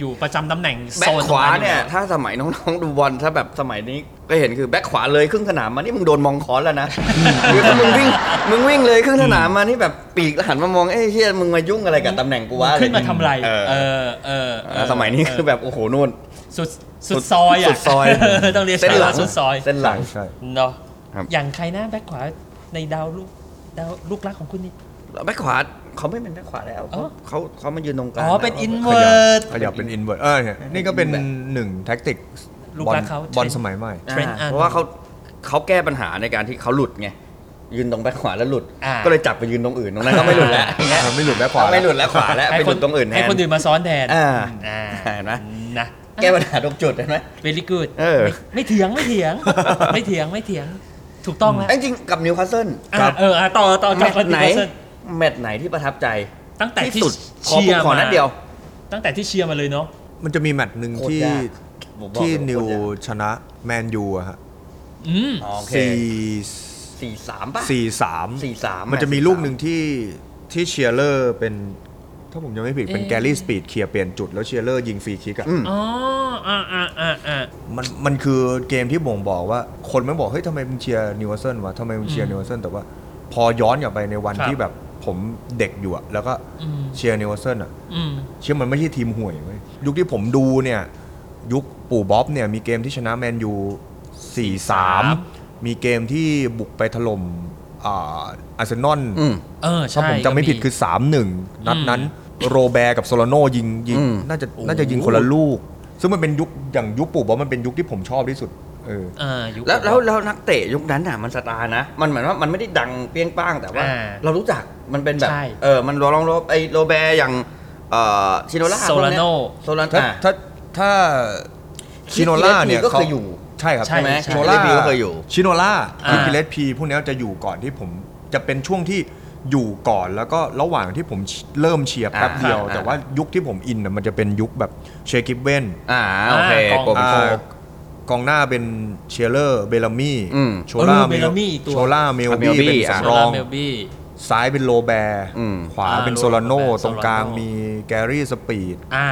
Speaker 3: อยู่ประจำตำแหน่ง
Speaker 2: แบ็
Speaker 3: โซ
Speaker 2: คน ขวา
Speaker 3: ตรง
Speaker 2: เนี่ยถ้าสมัยน้องๆดูบอลถ้าแบบสมัยนี้ก็เห็นคือแบ็คขวาเลยครึ่งสนามมานี่มึงโดนมองคอน แล้วนะคือถ้ามึงวิ่งมึงวิ่งเลยครึ่งสนามมานี่แบบปีกหันมามองเอ้ยเชี่ยมึงมายุ่งอะไรกับตำแหน่งกูวะอะร
Speaker 3: ขึ้นมาทำไร
Speaker 2: เออ
Speaker 3: เออเออเออ
Speaker 2: สมัยนี้คือแบบโอ้โหนู่น
Speaker 3: สุดสุดซอยอ่ะ
Speaker 2: สุดซอย
Speaker 3: ต้องเรียก
Speaker 2: เส้นหลั
Speaker 3: ว่าสุดซอย
Speaker 2: เส้นหลัง
Speaker 5: ใช่
Speaker 3: เนาะ
Speaker 2: ครับ
Speaker 3: อย่างใครนะแบ็คขวาในดาวลูกดาวลูกรักของคุณนี่
Speaker 2: แบ็คขวาเขาไม่เป็นแบ็คขวาแล้ว
Speaker 3: อ๋
Speaker 2: เขา
Speaker 3: อ
Speaker 2: เขาเขามายืนตรงกลาง
Speaker 3: อ๋อ เป็น
Speaker 2: แล้ว
Speaker 3: อินเวอร์ต
Speaker 5: ขยับเป็นอินเวอร์เออเนี่ยนี่ก็เป็นหนึ่งแท็กติก
Speaker 3: ลูก
Speaker 5: บอ
Speaker 3: รั
Speaker 5: ล
Speaker 3: กเขา
Speaker 5: บอลสมัยใหม่
Speaker 2: อ่า
Speaker 3: Trent
Speaker 2: เพราะว่าเขาเขาแก้ปัญหาในการที่เขาหลุดไงยืนตรงแบ็คขวาแล้วหลุด
Speaker 3: อ่า
Speaker 2: ก็เลยจับไปยืนตรงอื่นตรงนั้นก็ไม่หลุด แล้ว
Speaker 5: ไม่หลุดแล้วขวา
Speaker 2: ไม่หลุดแล้วขวาแล้วไปหลุดตรงอื่นแท
Speaker 3: ให้
Speaker 2: น
Speaker 3: คนอื่นมาซ้อนแทน
Speaker 2: อ่า
Speaker 3: อ่า
Speaker 2: เห็นไหม
Speaker 3: นะ
Speaker 2: แก้ปัญหาตรงจุดเห็นไหม
Speaker 3: เวลี่กูด
Speaker 2: เออ
Speaker 3: ไม่เถียงไม่เถี ยง ไม่เถียงไม่เถียง ถูกต้องแล้ว
Speaker 2: เอ้ยจริงกับนิวคาสเซิล
Speaker 3: อ่าเอออ่ะต่อต่อ
Speaker 2: แม
Speaker 3: จาก
Speaker 2: ต
Speaker 3: คน
Speaker 2: ช์ไหน
Speaker 3: ที่เซน
Speaker 2: แมตช์ไหนที่ประทับใจ
Speaker 3: ตั้งแต่ที่
Speaker 2: ที่สุดขอ
Speaker 3: เชี
Speaker 2: ผ
Speaker 3: ย
Speaker 2: ม
Speaker 3: ร์
Speaker 2: ขอนัดเดียว
Speaker 3: ตั้งแต่ที่เชียร์มาเลยเนาะ
Speaker 5: มันจะมีแมตช์หนึ่ง
Speaker 2: โคตร
Speaker 5: ที่
Speaker 2: ยากผมบอกเลย
Speaker 5: ที่
Speaker 2: ว่านิ
Speaker 5: นิว
Speaker 2: โคตรยาก
Speaker 5: ชนะแมนยูอะฮะ
Speaker 3: อืม
Speaker 2: อ๋อโอเค
Speaker 5: สี่
Speaker 2: สี่สามป่ะ
Speaker 5: สี่สาม
Speaker 2: 43
Speaker 5: มันจะมี
Speaker 2: 43
Speaker 5: ลูกหนึ่งที่ที่เชียร์เลอร์เป็น ถ้าผมยังไม่ผิดเป็น
Speaker 3: เอ๊ะ
Speaker 5: แกลลี่สปีดเคลียร์เปลี่ยนจุดแล้วเชียร์เลอร์ยิงฟรีคิกอะ
Speaker 2: อืม
Speaker 3: อ๋ออ่าอ่าอ่าอ่า
Speaker 5: มันมันคือเกมที่บ่งบอกว่า คนไม่บอกเฮ้ยทำไมมึงเชียร์นิวคาสเซิลวะทำไมมึงเชียร์นิวคาสเซิลแต่ว่าพอย้อนกลับไปในวัน
Speaker 3: ครับ
Speaker 5: ที่แบบผมเด็กอยู่อะแล้วก็
Speaker 3: อืม
Speaker 5: เชียร์นิวคาสเซิลอะ
Speaker 3: อืม
Speaker 5: เชื่อมันไม่ใช่ทีมห่วยเว้ยยุคที่ผมดูเนี่ย ยุคปู่บ๊อบเนี่ยมีเกมที่ชนะแมนยู4-3 มีเกมที่บุกไปถล่มอาอาร์เซนอล
Speaker 2: อืม
Speaker 3: เออ
Speaker 5: ถ้า
Speaker 3: ใช่
Speaker 5: ผมจำไม่ผิดคือ 3-1 นัดนั้น โรแบร์กับโซลาโนยิงยิง
Speaker 2: อืม
Speaker 5: น่าจะน่าจะยิงคนละลูก ซึ่งมันเป็นยุคอย่างยุคปู่บ๊อบมันเป็นยุคที่ผมชอบที่สุด เออ
Speaker 3: อ่ายุค
Speaker 2: แล้วแล้วแล้วนักเตะยุคนั้นน่ะมันสตาร์นะ มันเหมือนว่ามันไม่ได้ดังเปรี้ยงป้างแต่ว่า
Speaker 3: อ่า
Speaker 2: เรารู้จักมันเป็นแบบ
Speaker 3: ใช่
Speaker 2: เออมันรองรบไอโรแบร์อย่างเอ่อชิโนล่า
Speaker 3: โซลาโน
Speaker 2: โซลาน
Speaker 5: ถ้า
Speaker 2: อ่ะ
Speaker 5: ถ้าถ้าชิโนล่าเนี่ย
Speaker 2: ก็เคยอยู่
Speaker 5: ใช่ครับ
Speaker 3: ใช่
Speaker 2: ไหม
Speaker 3: ใช่
Speaker 2: ชิ
Speaker 5: ชิ
Speaker 2: โน
Speaker 5: โน
Speaker 2: ล่า
Speaker 5: ล่า
Speaker 2: ก็เคยอยู่
Speaker 5: ชิโนล่า
Speaker 3: อ่า
Speaker 5: กิเลสพีพวกเนี้ยจะอยู่ก่อนที่ผมจะเป็นช่วงที่อยู่ก่อนแล้วก็ระหว่างที่ผมเริ่มเชียร์แป๊บ
Speaker 2: อ่า
Speaker 5: เดียว
Speaker 2: อ่า
Speaker 5: แต่ว่ายุคที่ผมอินน่ะมันจะเป็นยุคแบบเชยร์กิฟเว่น
Speaker 2: อ่าโอเค
Speaker 3: อ่ากอง
Speaker 2: กลม
Speaker 5: อ่า
Speaker 2: โค
Speaker 5: กองหน้าเป็นเชียร์เลอร์เบลามี่
Speaker 2: อืม
Speaker 5: โชล่า
Speaker 3: เออเบลามี่อีกตัว
Speaker 5: โชล่าเมล
Speaker 2: อ่ะเมล
Speaker 5: บี้
Speaker 2: บี้
Speaker 5: เป็น
Speaker 2: อ่ะ
Speaker 5: สำร
Speaker 3: โร
Speaker 5: อง
Speaker 3: เมลบี้
Speaker 5: ซ้ายเป็นโลแบร์
Speaker 2: อืม
Speaker 5: ขวา
Speaker 3: อ่า
Speaker 5: เป็น
Speaker 3: โร
Speaker 5: โซลาโน
Speaker 3: โรแบร์
Speaker 5: ตรงกลาง
Speaker 3: โซลาโน่
Speaker 5: มีแกรี่สปีด
Speaker 3: อ่า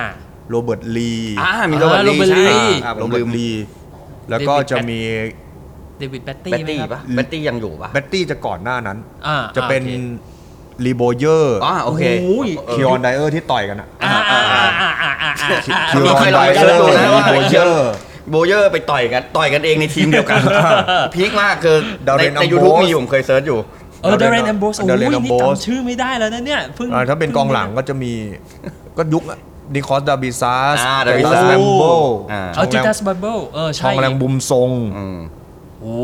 Speaker 5: โรเบิร์ตลี
Speaker 2: อ่ามี
Speaker 3: อ่า
Speaker 2: โรเบิร์ตลี
Speaker 3: โรเบิร์ตลี
Speaker 2: ใช่
Speaker 5: อ่า
Speaker 2: อ่า
Speaker 5: โร
Speaker 2: ผม
Speaker 5: เบิ
Speaker 2: ลื
Speaker 5: ร์
Speaker 2: ม
Speaker 5: ตลี แล้วก็จะมี
Speaker 3: เดวิดแบตตี้ไหม
Speaker 2: แบตตี้
Speaker 3: ครับ
Speaker 2: ปะแบตตี้ยังอยู่ปะ
Speaker 5: แบตตี้จะก่อนหน้านั้น
Speaker 3: อ่า
Speaker 5: จะเป็น
Speaker 3: โอค
Speaker 5: รีโบเยอร์
Speaker 2: อ๋อโอเค
Speaker 3: โอ้ย
Speaker 5: คิออนไดเออร์ที่ต่อยกันอะ
Speaker 3: อ่าอ่าอ่าอ่าอ่าอ่าอ่า
Speaker 5: คิอ
Speaker 2: มี
Speaker 5: อ
Speaker 2: ใคร
Speaker 5: น
Speaker 2: ล
Speaker 5: ได
Speaker 2: อยกั
Speaker 5: เอน อ
Speaker 2: แล้ว
Speaker 5: ร์
Speaker 2: ดูนะว่า
Speaker 5: รีโบเยอร์
Speaker 2: โบเยอร์ไปต่อยกันต่อยกันเองในทีมเดียว กัน พีคมากคือ
Speaker 5: ดาวเรน
Speaker 2: ในใน
Speaker 5: Ambrose
Speaker 2: ยูทูบมีอยู่ผมเคยเซิร์ชอยู่
Speaker 3: เออเดเรนแอมโบสโอ้ย
Speaker 5: Darren
Speaker 3: นี่
Speaker 5: Ambrose
Speaker 3: จำชื่อไม่ได้แล้วนะเนี่ยเพิ่ง
Speaker 5: อ่าถ้าเป็นกองหลังก็จะมี ก็ยุคนิคอสดาบิซัส
Speaker 2: อ่า Davisas
Speaker 5: แมโบ
Speaker 2: อ่า
Speaker 5: ช่
Speaker 3: เอา
Speaker 5: อง
Speaker 3: จิ
Speaker 5: แรง
Speaker 3: ตัสบับเบิลเออ
Speaker 5: ช่
Speaker 3: ใช่
Speaker 5: องแรงบุมทรง
Speaker 2: อืม
Speaker 3: โอ้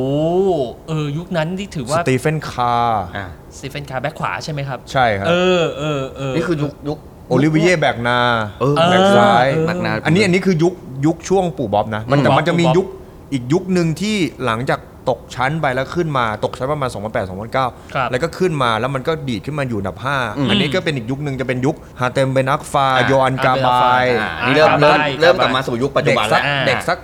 Speaker 3: เออ ยุคนั้นที่ถือ
Speaker 5: ส
Speaker 3: ว่า
Speaker 5: ตีเฟนคาร์
Speaker 2: อ่า
Speaker 3: สตีเฟนคาร์แบ็คขวาใช่ไหมครับ
Speaker 5: ใช่ครับ
Speaker 3: เออเออเออ
Speaker 2: นี่คือยุคยุค
Speaker 5: โอลิเวียแบกนา
Speaker 2: เออ
Speaker 5: แบกซ้าย
Speaker 3: เออ
Speaker 2: มักนา
Speaker 5: อันนี้อันนี้คือยุคยุคช่วงปู่บ๊อบนะ มันแต่
Speaker 3: ปู่บ๊อบ
Speaker 5: มันจะมี
Speaker 3: ปู่บ๊อบ
Speaker 5: ยุคอีกยุคหนึ่งที่หลังจากตกชั้นไปแล้วขึ้นมาตกชั้นประมาณ 2008
Speaker 3: ครับ
Speaker 5: 2009 แล้วก็ขึ้นมาแล้วมันก็ดีดขึ้นมาอยู่อันดับ 5 อันนี้ก็เป็นอีกยุคหนึ่งจะเป็นยุคฮาเต็มเบนักฟาโยอันกาบาย
Speaker 2: อ่านี่เริ่มเริ่ม
Speaker 3: กาบาย
Speaker 2: เริ่ม
Speaker 3: กาบาย
Speaker 2: กลับมาสู่ยุคปัจจุ
Speaker 5: เด็ก
Speaker 2: บัน
Speaker 5: สั
Speaker 2: แล้
Speaker 5: ก
Speaker 2: ว
Speaker 3: อ่า
Speaker 5: เด็กสัก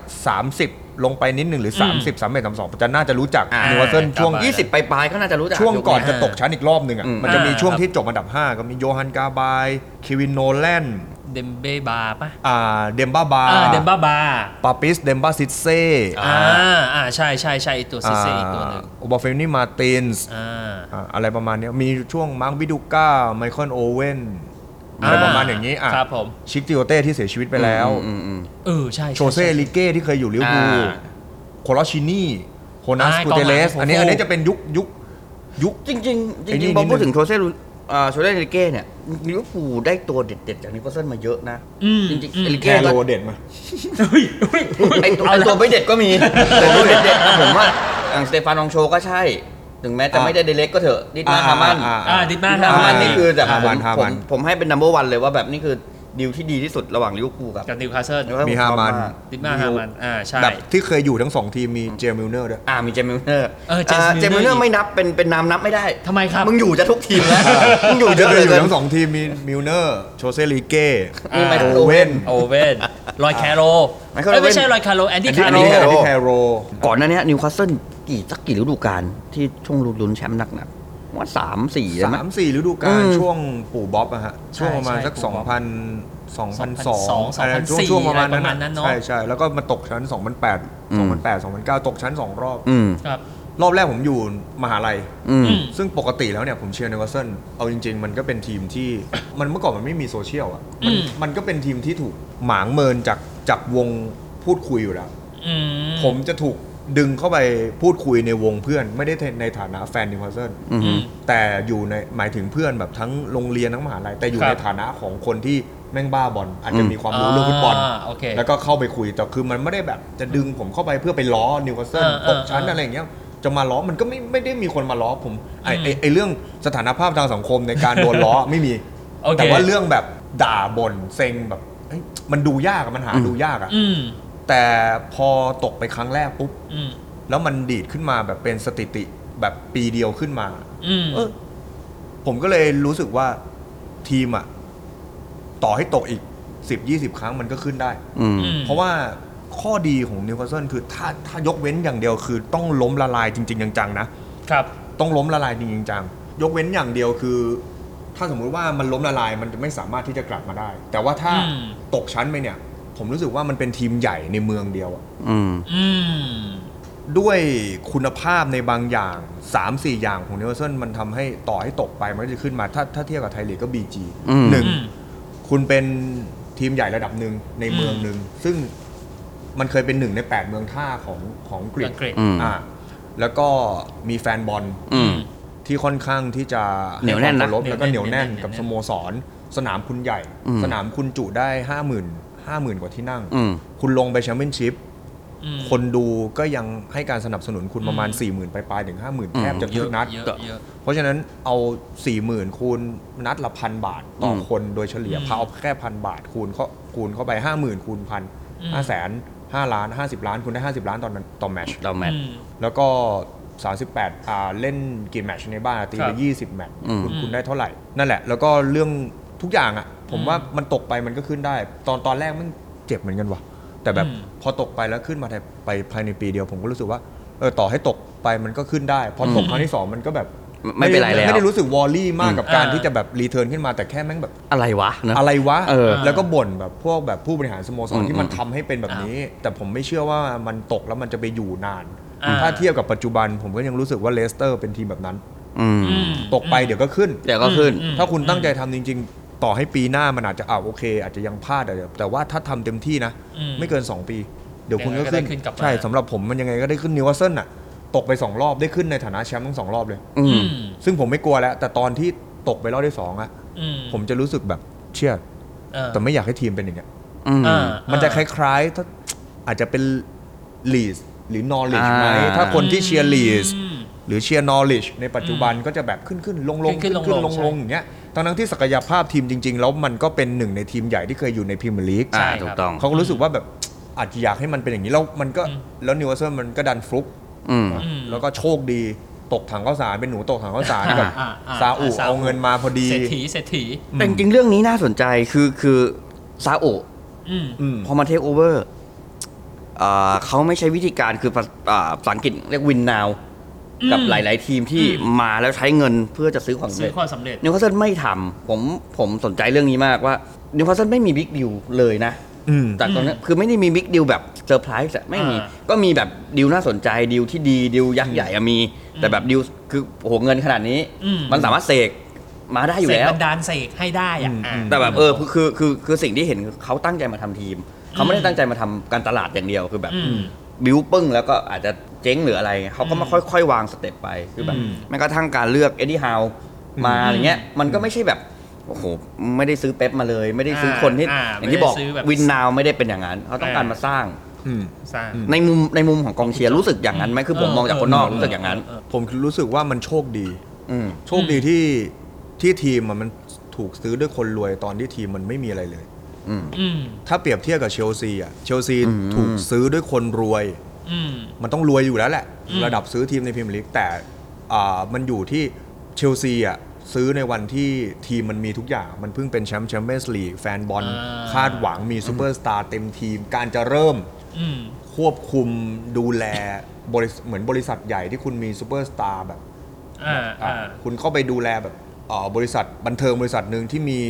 Speaker 5: 30 ลงไปนิดหนึ่งหรือ 30 31 32จะน่าจะรู้จัก
Speaker 2: อ่า
Speaker 5: นิวเซิลช่วง
Speaker 3: กาบาย
Speaker 2: ยี่สิบปลายๆก็น่าจะรู้จัก
Speaker 5: ช่วงก่อน
Speaker 2: ยุค
Speaker 5: จะตกชั้นอีกรอบหนึ่งอ่ะ
Speaker 2: อืม
Speaker 5: มันจะมี
Speaker 3: อ่า
Speaker 5: ช่วง
Speaker 3: ครับ
Speaker 5: ที่จบอันดับห้าก็มีโยฮันกาบายเควินโนแลน
Speaker 3: เดมเบ้บาป่ะ
Speaker 5: อ่าเดมบ้าบา
Speaker 3: อ่าเดมบ้าบา
Speaker 5: ปาปิสเดมบ้าซิเซ่
Speaker 3: อ่าอ่าใช่ใช่ใช่ไอ้ตัวซิเซอีกตัวหนึ่ง
Speaker 5: โอบาเฟนนี่มาตินส์
Speaker 3: อ่า
Speaker 5: อะไรประมาณเนี้ยมีช่วงมาร์ควิดูก้าไมเคิลโอเว่นอะไรประมาณอย่างนี้อ่ะ
Speaker 3: ครับผม
Speaker 5: ชิคติโอเต้ที่เสียชีวิตไปแล้ว
Speaker 2: อืมอืม
Speaker 3: เออใช่ใช่
Speaker 5: โชเซ่
Speaker 3: ใช่
Speaker 5: ลิเก้ที่เคยอยู่ลิเวอร์พูล
Speaker 2: อ่า
Speaker 5: โคลอชินี่โฮนัส
Speaker 3: อ่า
Speaker 5: กูเตเลส
Speaker 3: กองหลัง
Speaker 5: อันนี้อันนี้จะเป็นยุคยุคยุค
Speaker 2: จริงๆจริง
Speaker 5: ไอ้นี่
Speaker 2: จริงๆพอ
Speaker 5: นิดนึง
Speaker 2: พูดถึงโทเซ่ลูอ่าโชเล่เอลิเก้เนี่ยลิเวอร์พูลได้ตัวเด็ดๆจากนิโคลเซนมาเยอะนะ
Speaker 3: อืม
Speaker 2: จริง
Speaker 3: อืม
Speaker 2: ๆเอลิเก้ก็
Speaker 5: เด่นมา
Speaker 3: เฮ้ยเฮ้ยเฮ้ย
Speaker 2: ไอตัวไอ้ตัวไม่เด็ดก็มี แต่ตัวเด็ดๆผมว่าอย่างสเตฟานองโชก็ใช่ ถึงแม้จะ
Speaker 5: อ่า
Speaker 2: ไม่ได้เดเล็กก็เถอะดิทมา
Speaker 5: อ่า
Speaker 2: ฮามัน
Speaker 5: อ่า
Speaker 3: อ่าดิดมา
Speaker 2: ดิท
Speaker 3: ฮา
Speaker 2: มาฮา
Speaker 3: มั
Speaker 2: มัน น
Speaker 3: นี่
Speaker 2: นี่
Speaker 3: คื
Speaker 2: คือ อแบบ
Speaker 5: ฮา
Speaker 2: ผ
Speaker 5: มัน
Speaker 2: ม
Speaker 5: ฮา
Speaker 2: ผ
Speaker 5: มั
Speaker 2: ม
Speaker 5: น
Speaker 2: ผมให้เป็นนัมเบอร์วันเลยว่าแบบนี่คือดีลที่ดีที่สุดระหว่างลิเวอร์พูลกับ
Speaker 3: กับนิวคาสเซิล
Speaker 5: มีฮามัน
Speaker 3: ดิดมาฮามันอ่าใช่
Speaker 5: แบบที่เคยอยู่ทั้งสองทีมมีเจมิลเนอร์ด้วย
Speaker 2: อ่ามีเจมิลเนอร์
Speaker 3: เออเจมส์
Speaker 2: าเจมิลเนอ
Speaker 3: Milner
Speaker 2: ร์ไม่นับเป็นเป็นนามนับไม่ได้
Speaker 3: ทำไมครับ
Speaker 2: มึงอยู่จะทุกทีมแล้วมึงอยู่เย
Speaker 5: จะ
Speaker 2: อะ
Speaker 5: เค
Speaker 2: เลย ย
Speaker 5: อ
Speaker 2: เกิ
Speaker 5: ยู่
Speaker 2: น
Speaker 5: ทั้งสองทีมมีมิลเนอร์โชเซลิเก้
Speaker 2: มีไมเคิล
Speaker 5: โอ
Speaker 2: โอ
Speaker 5: เว่
Speaker 2: เว่
Speaker 5: น
Speaker 2: น
Speaker 3: โอเว่นลอยแคโร
Speaker 2: ไมเคิล
Speaker 3: เอ้ยไม่ใช่
Speaker 2: โอเว่น
Speaker 3: ลอยคาโรแอนดี้
Speaker 2: แอนดี้
Speaker 3: คา
Speaker 5: อัน
Speaker 3: โร
Speaker 5: นี้
Speaker 2: แค
Speaker 5: แค
Speaker 2: โร่
Speaker 5: ร์แคโร
Speaker 2: ก่อนหน้านี้นิวคาสเซิลกี่สักกี่ฤดูกาลที่ช่วงลุ้นแชมป์หนักๆผมว่าสามสี่ใช่ไหม
Speaker 5: สามสี่ฤดูกาล
Speaker 2: อืม
Speaker 5: ช่วงปู่บ๊อบอะฮะ ช่วงประมาณ
Speaker 3: ใช่
Speaker 5: สัก
Speaker 3: ปู่
Speaker 5: ส
Speaker 3: บ๊
Speaker 5: อง
Speaker 3: อบ
Speaker 5: พันสองพันสอง
Speaker 3: 2002
Speaker 5: อะไรช่วง
Speaker 3: 2004
Speaker 5: ช่วงประมาณนั้
Speaker 3: อะไรประมาณ
Speaker 5: น
Speaker 3: นั้
Speaker 5: อะ
Speaker 3: นเนอะ
Speaker 5: ใช่ใช่แล้วก็มาตกชั้น 2008 2008 2009 ตกชั้น 2 รอบ
Speaker 2: อืม
Speaker 3: ครับ
Speaker 5: รอบแรกผมอยู่มหาลัย
Speaker 2: อืม
Speaker 3: อืม
Speaker 5: ซึ่งปกติแล้วเนี่ยผมเชียร์นิวคาสเซิลเอาจริง ๆ มันก็เป็นทีมที่ มันเมื่อก่อนมันไม่มีโซเชียลอะมัน
Speaker 3: อืม
Speaker 5: มันก็เป็นทีมที่ถูกหมางเมินจากจากวงพูดคุยอยู่แล้ว
Speaker 3: อืม
Speaker 5: ผมจะถูกดึงเข้าไปพูดคุยในวงเพื่อน ไม่ได้ในฐานะแฟนนิวคาสเซิล
Speaker 2: อืม
Speaker 5: แต่อยู่ในหมายถึงเพื่อนแบบทั้งโรงเรียนทั้งมหาลัยแต่อยู่
Speaker 3: ครับ
Speaker 5: ในฐานะของคนที่แม่งบ้าบอลอาจจะ
Speaker 2: อืม
Speaker 5: มีความรู้เรื่องฟุตบอล
Speaker 3: อ่าโอเค
Speaker 5: แล้วก็เข้าไปคุยแต่คือมันไม่ได้แบบจะดึงผมเข้าไปเพื่อไปล้อนิวคาสเซิล
Speaker 3: เออเออ
Speaker 5: ตกชั้น
Speaker 3: เอออ
Speaker 5: อะไรอย่างเงี้ยจะมาล้อมันก็ไม่ไม่ได้มีคนมาล้อผมไอไอ้
Speaker 3: อืม
Speaker 5: ไอเรื่องสถานภาพทางสังคมในการโดนล้อ ไม่มี
Speaker 3: โอเค
Speaker 5: แต่ว่าเรื่องแบบด่าบ่นเซ็งแบบเอ้ยมันดูยากอะมันหาดูยากอะ
Speaker 3: อืม
Speaker 5: แต่พอตกไปครั้งแรกปุ๊บ
Speaker 3: อืม
Speaker 5: แล้วมันดีดขึ้นมาแบบเป็นสถิติแบบปีเดียวขึ้นมา
Speaker 3: อืม
Speaker 5: เออผมก็เลยรู้สึกว่าทีมอะต่อให้ตกอีก 10 20 ครั้งมันก็ขึ้นได้
Speaker 2: อืม
Speaker 5: เพราะว่าข้อดีของนิวคาสเซิลคือถ้าถ้ายกเว้นอย่างเดียวคือต้องล้มละลายจริง ๆ จังๆนะ
Speaker 3: ครับ
Speaker 5: ต้องล้มละลายจริงๆจังๆยกเว้นอย่างเดียวคือ ถ้าสมมุติว่ามันล้มละลายมันจะไม่สามารถที่จะกลับมาได้ แต่ว่าถ้า
Speaker 3: อืม
Speaker 5: ตกชั้นไปเนี่ย ผมรู้สึกว่ามันเป็นทีมใหญ่ในเมืองเดียวอะ
Speaker 2: อืม
Speaker 3: อืม
Speaker 5: ด้วยคุณภาพในบางอย่าง 3 4 อย่างของเนลสันมันทำให้ต่อให้ตกไป มันก็จะขึ้นมาถ้าถ้าเทียบกับไทยลีกก็บีจี
Speaker 2: อืม
Speaker 5: หนึ่ง
Speaker 3: อืม
Speaker 5: คุณเป็นทีมใหญ่ระดับหนึ่งในเมืองหนึ่ง ซึ่งมันเคยเป็นหนึ่งใน 8 เมืองท่าของของอังกฤษ
Speaker 3: อังกฤษ
Speaker 2: อืม
Speaker 5: อ่าแล้วก็มีแฟนบอล
Speaker 2: อืม
Speaker 5: ที่ค่อนข้างที่จะ
Speaker 2: เหนียวแน่นนะ
Speaker 5: ให้ความเคารพแล้วก็
Speaker 3: เห
Speaker 5: เห
Speaker 3: นี
Speaker 5: นี
Speaker 3: ย
Speaker 5: ยว ว
Speaker 3: แน่
Speaker 5: แน่
Speaker 3: น
Speaker 5: นกับ
Speaker 3: เหนี
Speaker 5: ส
Speaker 3: ยวแน่น
Speaker 5: โมสร สนามคุณใหญ่
Speaker 2: อืม
Speaker 5: สนามคุณจุได้ 5 0,000 50,000 กว่าที่นั่ง
Speaker 2: อืม
Speaker 5: คุณลงไปแชมเปี้ยนชิพ
Speaker 3: อืม
Speaker 5: คนดูก็ยังให้การสนับสนุนคุณประมาณ 4 0,000 ไปปลายๆถึง 50,000 แทบจะทุกนัด
Speaker 3: เยอะเยอะ
Speaker 5: เพราะฉะนั้นเอา 4 0,000 คูณนัดละพันบาทต่ออ
Speaker 2: ม
Speaker 5: คนโดยเฉลี่ย
Speaker 3: อืม
Speaker 5: พาเอาแค่พันบาทคูณเข้าคูณเข้าไป 50,000 คูณพัน
Speaker 3: อืม
Speaker 5: ห้าแสนห้าล้านห้าสิบล้านคุณได้ห้าสิบล้านตอนนั้นต่อแมตช
Speaker 2: เราแมท
Speaker 3: อืม
Speaker 5: แล้วก็ 38อ่าเล่นกี่แมตชในบ้านตี
Speaker 3: ค
Speaker 5: ไป
Speaker 3: รับ
Speaker 5: 20 แมตช์
Speaker 2: อืม
Speaker 5: คุณคุณได้เท่าไหร่ นั่นแหละ แล้วก็เรื่องทุกอย่างอ่ะ ผม
Speaker 3: อืม
Speaker 5: ว่ามันตกไปมันก็ขึ้นได้ ตอนตอนแรกมันเจ็บเหมือนกันว่ะ แต่แบบ
Speaker 3: อืม
Speaker 5: พอตกไปแล้วขึ้นมาแต่ไปภายในปีเดียวผมก็รู้สึกว่าเออต่อให้ตกไปมันก็ขึ้นได้ พอตกครั้งที่สองมันก็แบบ
Speaker 2: ไม่เป็นไรแล้ว
Speaker 5: ไม่ได้รู้สึกวอลลี่มากกับการ
Speaker 3: อ่า
Speaker 5: ที่จะแบบรีเทิร์นขึ้นมาแต่แค่แม่งแบบ
Speaker 2: อะไรวะนะ
Speaker 5: อะไรวะ
Speaker 2: เออ
Speaker 5: แล้วก็บ่นแบบพวกแบบผู้บริหารสโมส
Speaker 2: อื
Speaker 5: ร
Speaker 2: ม
Speaker 5: ที่มัน
Speaker 2: อืม
Speaker 5: ทำให้เป็นแบบนี้ แต่ผมไม่เชื่อว่ามันตกแล้วมันจะไปอยู่นาน
Speaker 3: อ่า
Speaker 5: ถ้าเทียบกับปัจจุบัน ผมก็ยังรู้สึกว่าเลสเตอร์เป็นทีมแบบนั้น
Speaker 2: อืม
Speaker 3: อืม
Speaker 5: ตกไปเดี๋ยวก็ขึ้น
Speaker 2: เดี๋ยวก็ขึ้น
Speaker 3: อืม
Speaker 5: ถ้าคุณตั้งใจทำจริง ๆ ต่อให้ปีหน้ามันอาจจะอ่าโอเค อาจจะยังพลาดแต่แต่ว่าถ้าทำเต็มที่นะ
Speaker 3: อืม
Speaker 5: ไม่เกิน 2 ปี เดี๋ยวคุณก็ขึ้น
Speaker 3: เดี๋ยวก็ได้ขึ้นกลับมา
Speaker 5: ใช่สำหรับผมมันยังไงก็ได้ขึ้นนิวคาสเซิลน่ะตกไปสองรอบได้ขึ้นในฐานะแชมป์ทั้งสองรอบเลย
Speaker 2: อื
Speaker 3: อื
Speaker 2: ม
Speaker 3: ม
Speaker 5: ซึ่งผมไม่กลัวแล้ว แต่ตอนที่ตกไปรอบที่สองอะ
Speaker 3: อืม
Speaker 5: ผมจะรู้สึกแบบเชื่อ
Speaker 3: เออ
Speaker 5: แต่ไม่อยากให้ทีมเป็นอย่างเงี้ย
Speaker 2: อืม
Speaker 3: อ่า
Speaker 5: มันจะคล้ายๆถ้าอาจจะเป็น leads หรือ knowledge
Speaker 2: อ่า
Speaker 5: ไหม ถ้าคนที่เชียร์ leads
Speaker 3: อืม
Speaker 5: หรือเชียร์ knowledge ในปัจจุบันก็จะแบบขึ้นขึ้นลงลง
Speaker 3: ขึ้นๆลงๆ
Speaker 5: ลง
Speaker 3: ใช่
Speaker 5: ลงอย่างเงี้ยทั้งๆที่ศักยภาพทีมจริง ๆ แล้วมันก็เป็นหนึ่งในทีมใหญ่ที่เคยอยู่ในพรีเมียร์ลีก
Speaker 3: ใช่
Speaker 2: อ่า
Speaker 3: ครับ
Speaker 2: ถูกต้อง
Speaker 5: เขาก็รู้สึกว่าแบบอาจจะอยากให้มันเป็นอย่างนี้ แล้วมันก็
Speaker 3: อืม
Speaker 5: แล้วนิวคาสเซิลมันก็ดันฟลุก
Speaker 2: อืม
Speaker 3: อืม
Speaker 5: แล้วก็โชคดีตกถังข้าวสารเป็นหนูตกถังข้าวสารแบบ
Speaker 3: อ่าอ่า
Speaker 5: ซาอุ
Speaker 3: อ่าซาอุ
Speaker 5: เอาเงินมาพอดี
Speaker 3: เศรษฐีเศรษฐี
Speaker 2: แต่จริงๆเรื่องนี้น่าสนใจคือคือซาอุ
Speaker 3: อืม
Speaker 5: อืม
Speaker 2: พอมาเทคโอเวอร์เขาไม่ใช้วิธีการคือภาอ่าภาษาอังกฤษเรียกวินนาว
Speaker 3: อืม
Speaker 2: กับหลาย ๆ ทีมที่
Speaker 3: อืม
Speaker 2: มาแล้วใช้เงินเพื่อจะซื้อความสำ
Speaker 3: ซื้
Speaker 2: เร็
Speaker 3: อ
Speaker 2: จ
Speaker 3: ความสำเร็จ
Speaker 2: นิวคาสเซิลไม่ทำผมผมสนใจเรื่องนี้มากว่านิวคาสเซิลไม่มีบิ๊กดิวเลยนะ
Speaker 5: อืม
Speaker 2: จากตอนนี้นคือไม่ได้มีบิ๊กดิวแบบเซอร์ไพรส์อะไม่มี
Speaker 3: อ่า
Speaker 2: ก็มีแบบดิวน่าสนใจดิวที่ดีดิวยักษ์ใหญ่อะมี แต่แบบดิวคือโอ้โหเงินขนาดนี้
Speaker 3: อืม
Speaker 2: มันสามารถเสกมาได้อยู่
Speaker 3: เสก
Speaker 2: แล้ว
Speaker 3: บันดาลเสกให้ได้อ่ะ
Speaker 5: อืม
Speaker 3: อ่า
Speaker 5: อืม
Speaker 2: แต่แบบเออคือคือคือคือสิ่งที่เห็นคือเขาตั้งใจมาทำทีม เขาไม่ได้ตั้งใจมาทำการตลาดอย่างเดียวคือแบบ
Speaker 3: อืม
Speaker 2: บิวปึ้งแล้วก็อาจจะเจ๊งหรืออะไรเขาก็มาค่อยๆ วางสเต็ปไปคือแบบ
Speaker 5: อืม
Speaker 2: แม้กระทั่งการเลือกเอ็ดดี้ฮาวมา
Speaker 3: อืม
Speaker 2: อย่างเงี้ยมันก็ไม่ใช่แบบโอ้โหไม่ได้ซื้อเป๊ปมาเลย ไม่ได้ซื้อคนที่
Speaker 3: อ่า
Speaker 2: อย่างที่บอก
Speaker 3: ไม่ได้ซื้อแบบ
Speaker 2: วินนาวไม่ได้เป็นอย่างนั้นเขาต้องการมาสร้าง
Speaker 5: อืม
Speaker 3: สร้าง
Speaker 2: ในมุมในมุมของกองเชียร์รู้สึกอย่างนั้นไหมคือผม
Speaker 3: เออ
Speaker 2: มองจากคนนอก
Speaker 3: เออ
Speaker 2: รู้สึกอย่างนั้น
Speaker 3: เออ
Speaker 5: ผมรู้สึกว่ามันโชคดี
Speaker 2: อืม
Speaker 5: โชคดีที่ที่ทีมอะมันถูกซื้อด้วยคนรวยตอนที่ทีมมันไม่มีอะไรเลย
Speaker 2: อืม
Speaker 3: อืม
Speaker 5: ถ้าเปรียบเทียบกับเชลซีอ่ะเชลซี
Speaker 2: อืม
Speaker 5: ถูกซื้อด้วยคนรวย
Speaker 3: อืม
Speaker 5: มันต้องรวยอยู่แล้วแหละ
Speaker 3: อืม
Speaker 5: ระดับซื้อทีมในพรีเมียร์ลีกแต่อ่ามันอยู่ที่เชลซีอ่ะซื้อในวันที่ทีมมันมีทุกอย่าง มันเพิ่งเป็นแชมป์แชมเปี้ยนส์ลีกแฟนบอลคาดหวังมีซูเปอร์สตาร์เต็มทีม การจะเริ่ม
Speaker 3: อืม
Speaker 5: ควบคุมดูแล บริษัทเหมือนบริษัทใหญ่ที่คุณมีซูเปอร์สตาร์แบบ
Speaker 3: อ่าอ่า
Speaker 5: คุณเข้าไปดูแลแบบเอ่อบริษัทบันเทิงบริษัทหนึ่งที่มี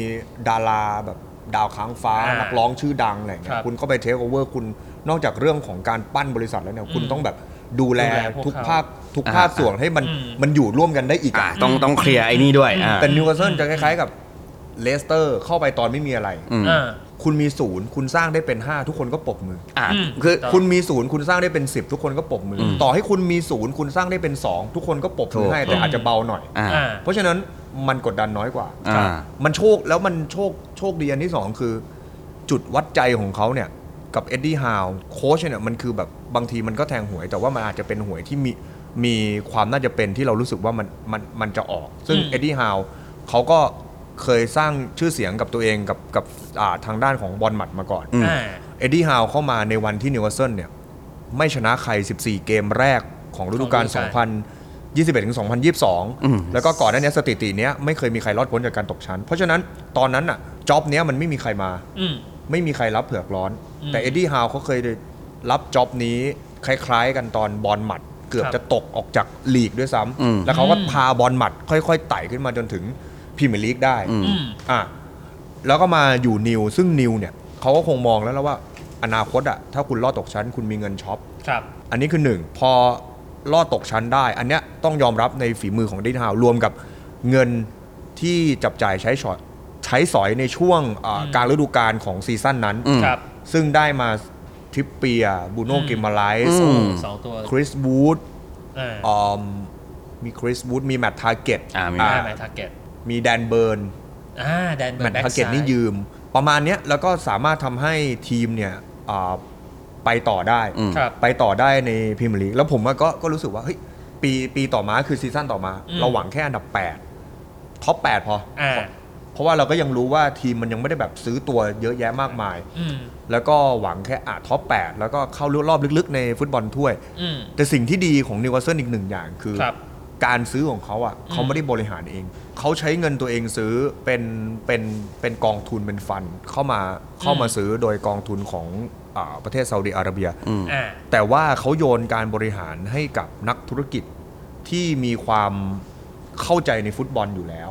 Speaker 5: ดาราแบบดาวค้างฟ้า
Speaker 3: อ่านั
Speaker 5: นักร้องชื่อดังอะไรอย่าง
Speaker 3: ค
Speaker 5: เงี้
Speaker 3: รั
Speaker 5: ย
Speaker 3: บ
Speaker 5: คุณเข้าไปเทคโอเวอร์คุณนอกจากเรื่องของการปั้นบริษัทแล้วเนี่ยคุณต้องแบบดูแล
Speaker 3: ดูแลพวก
Speaker 5: ทุก
Speaker 3: เขา
Speaker 5: ภาคทุก
Speaker 2: อ่า
Speaker 5: ภาคส่วนให้มัน
Speaker 3: อืม
Speaker 5: มันอยู่ร่วมกันได้อีก
Speaker 2: อ่ะ
Speaker 5: อะ
Speaker 2: ต้องต้องเคลียร์ไอ้นี่ด้วยอ่า
Speaker 5: แต่นิวคาสเซิลจะคล้ายๆกับเลสเตอร์เข้าไปตอนไม่มีอะไร
Speaker 2: อืม
Speaker 3: อ่า
Speaker 5: คุณมีศูนย์คุณสร้างได้เป็น 5 ทุกคนก็ปรบมือ
Speaker 2: อ่ะ
Speaker 3: อืม
Speaker 2: คือ
Speaker 3: ครับ
Speaker 5: คุณมีศูนย์คุณสร้างได้เป็น 10 ทุกคนก็ปรบมืออ
Speaker 2: ม
Speaker 5: ต่อให้คุณมีศูนย์คุณสร้างได้เป็น 2 ทุกคนก็ปรบมื
Speaker 2: ถู
Speaker 5: อก ให้แต่อาจจะเบาหน่อย
Speaker 2: อ่า
Speaker 3: อ่า
Speaker 5: เพราะฉะนั้นมันกดดันน้อยกว่า
Speaker 2: อ่า
Speaker 5: มันโชคแล้วมันโชคโชคดีอันที่สองคือ จุดวัดใจของเขาเนี่ย กับเอ็ดดี้ฮาวโค้ชเนี่ยมันคือแบบบางทีมันก็แทงหวย แต่ว่ามันอาจจะเป็นหวยที่มีมีความน่าจะเป็นที่เรารู้สึกว่ามันมันมันจะออก ซึ่ง
Speaker 3: อืม
Speaker 5: เอ็ดดี้ฮาวเขาก็เคยสร้างชื่อเสียงกับตัวเองกับกับอ่าทางด้านของบอลหมัดมาก่อน
Speaker 2: อืม
Speaker 3: อ่า
Speaker 5: เอ็ดดี้ฮาวเข้ามาในวันที่นิวคาสเซิลเนี่ย ไม่ชนะใคร 14 เกมแรกของฤดูกา
Speaker 3: ขอ
Speaker 5: ล
Speaker 3: งฤดูกาล
Speaker 5: 2021ถึง
Speaker 2: อืม
Speaker 5: 2022 แล้วก็ก่อนหน้านี้สถิติเนี้ยไม่เคยมีใครรอดพ้นจากการตกชั้น เพราะฉะนั้นตอนนั้นอ่ะจ็อบเนี้ยมันไม่มีใครมา
Speaker 3: อืม
Speaker 5: ไม่มีใครรับเผือกร้อน
Speaker 3: อืม
Speaker 5: แต่เอ็ดดี้ฮาวเขาเคยรับจ็อบนี้คล้าย ๆ กันตอนบอลหมัด เกือบ
Speaker 3: ครับ
Speaker 5: จะตกออกจากลีกด้วยซ้ำ
Speaker 2: อืม
Speaker 5: แล้วเขาก็
Speaker 3: อืม
Speaker 5: พาบอลหมัด ค่อยๆไต่ขึ้นมาจนถึงพรีเมียร์ลีกได้
Speaker 2: อืม
Speaker 3: อืม
Speaker 5: อ่ะแล้วก็มาอยู่นิว ซึ่งนิวเนี่ยเขาก็คงมองแล้วแล้วว่าอนาคตอะถ้าคุณลอดตกชั้น คุณมีเงินช็อป
Speaker 3: ครับ
Speaker 5: อันนี้คือหนึ่งพอลอดตกชั้นได้ อันเนี้ยต้องยอมรับในฝีมือของเดินฮาวรวมกับเงินที่จับจ่ายใช้สอยใช้สอยในช่วงอ่า
Speaker 3: อืม
Speaker 5: กลางฤดูกาลของซีซั่นนั้น
Speaker 2: อืม
Speaker 3: ครับ
Speaker 5: ซึ่งได้มาทริปเปียบูโน
Speaker 3: อืม
Speaker 5: กิมมาไล
Speaker 2: อื
Speaker 5: ส์
Speaker 2: ม
Speaker 3: สองตัว
Speaker 5: คริสบูธ
Speaker 3: อ่า
Speaker 5: อืมมีคริสบูธมีแมตต์ทาร์เก็ต
Speaker 2: อ่ามี
Speaker 3: ได้ไหมทาร์เก็ต
Speaker 5: มีแดนเบิร์น
Speaker 3: อ่าแดนเบิ
Speaker 5: แม
Speaker 3: ร์น
Speaker 5: ตต์
Speaker 3: แบ็ก
Speaker 5: ทาร์เก็ต
Speaker 3: ซ้าย
Speaker 5: นี่ยืม ประมาณเนี้ยแล้วก็สามารถทำให้ทีมเนี่ยอ่า ไปต่อได้
Speaker 2: อืม
Speaker 3: ครับ
Speaker 5: ไปต่อได้ในพรีเมียร์ลีกแล้วผมอะก็ก็รู้สึกว่าเฮ้ยปีปีต่อมาคือซีซั่นต่อมา
Speaker 3: อืม
Speaker 5: เราหวังแค่อันดับ 8 ท็อป 8 พอ
Speaker 3: อ่า
Speaker 5: เพราะว่าเราก็ยังรู้ว่าทีมมันยังไม่ได้แบบซื้อตัวเยอะแยะมากมาย
Speaker 3: อืม
Speaker 5: แล้วก็หวังแค่อ่ะท็อป 8 แล้วก็เข้ารอบลึกๆ ในฟุตบอลถ้วย
Speaker 3: อืม
Speaker 5: แต่สิ่งที่ดีของนิวคาสเซิลอีกหนึ่งอย่างคือ
Speaker 3: ครับ
Speaker 5: การซื้อของเขาอ่ะเขาไม่ได้บริหารเอง เขาใช้เงินตัวเองซื้อเป็นเป็นเป็นกองทุนเป็นฟันเข้ามาเข้ามา
Speaker 3: อืม
Speaker 5: ซื้อโดยกองทุนของอาประเทศซาอุดิอาระเบีย
Speaker 3: อ่า
Speaker 5: แต่ว่าเขาโยนการบริหารให้กับนักธุรกิจที่มีความเข้าใจในฟุตบอลอยู่แล้ว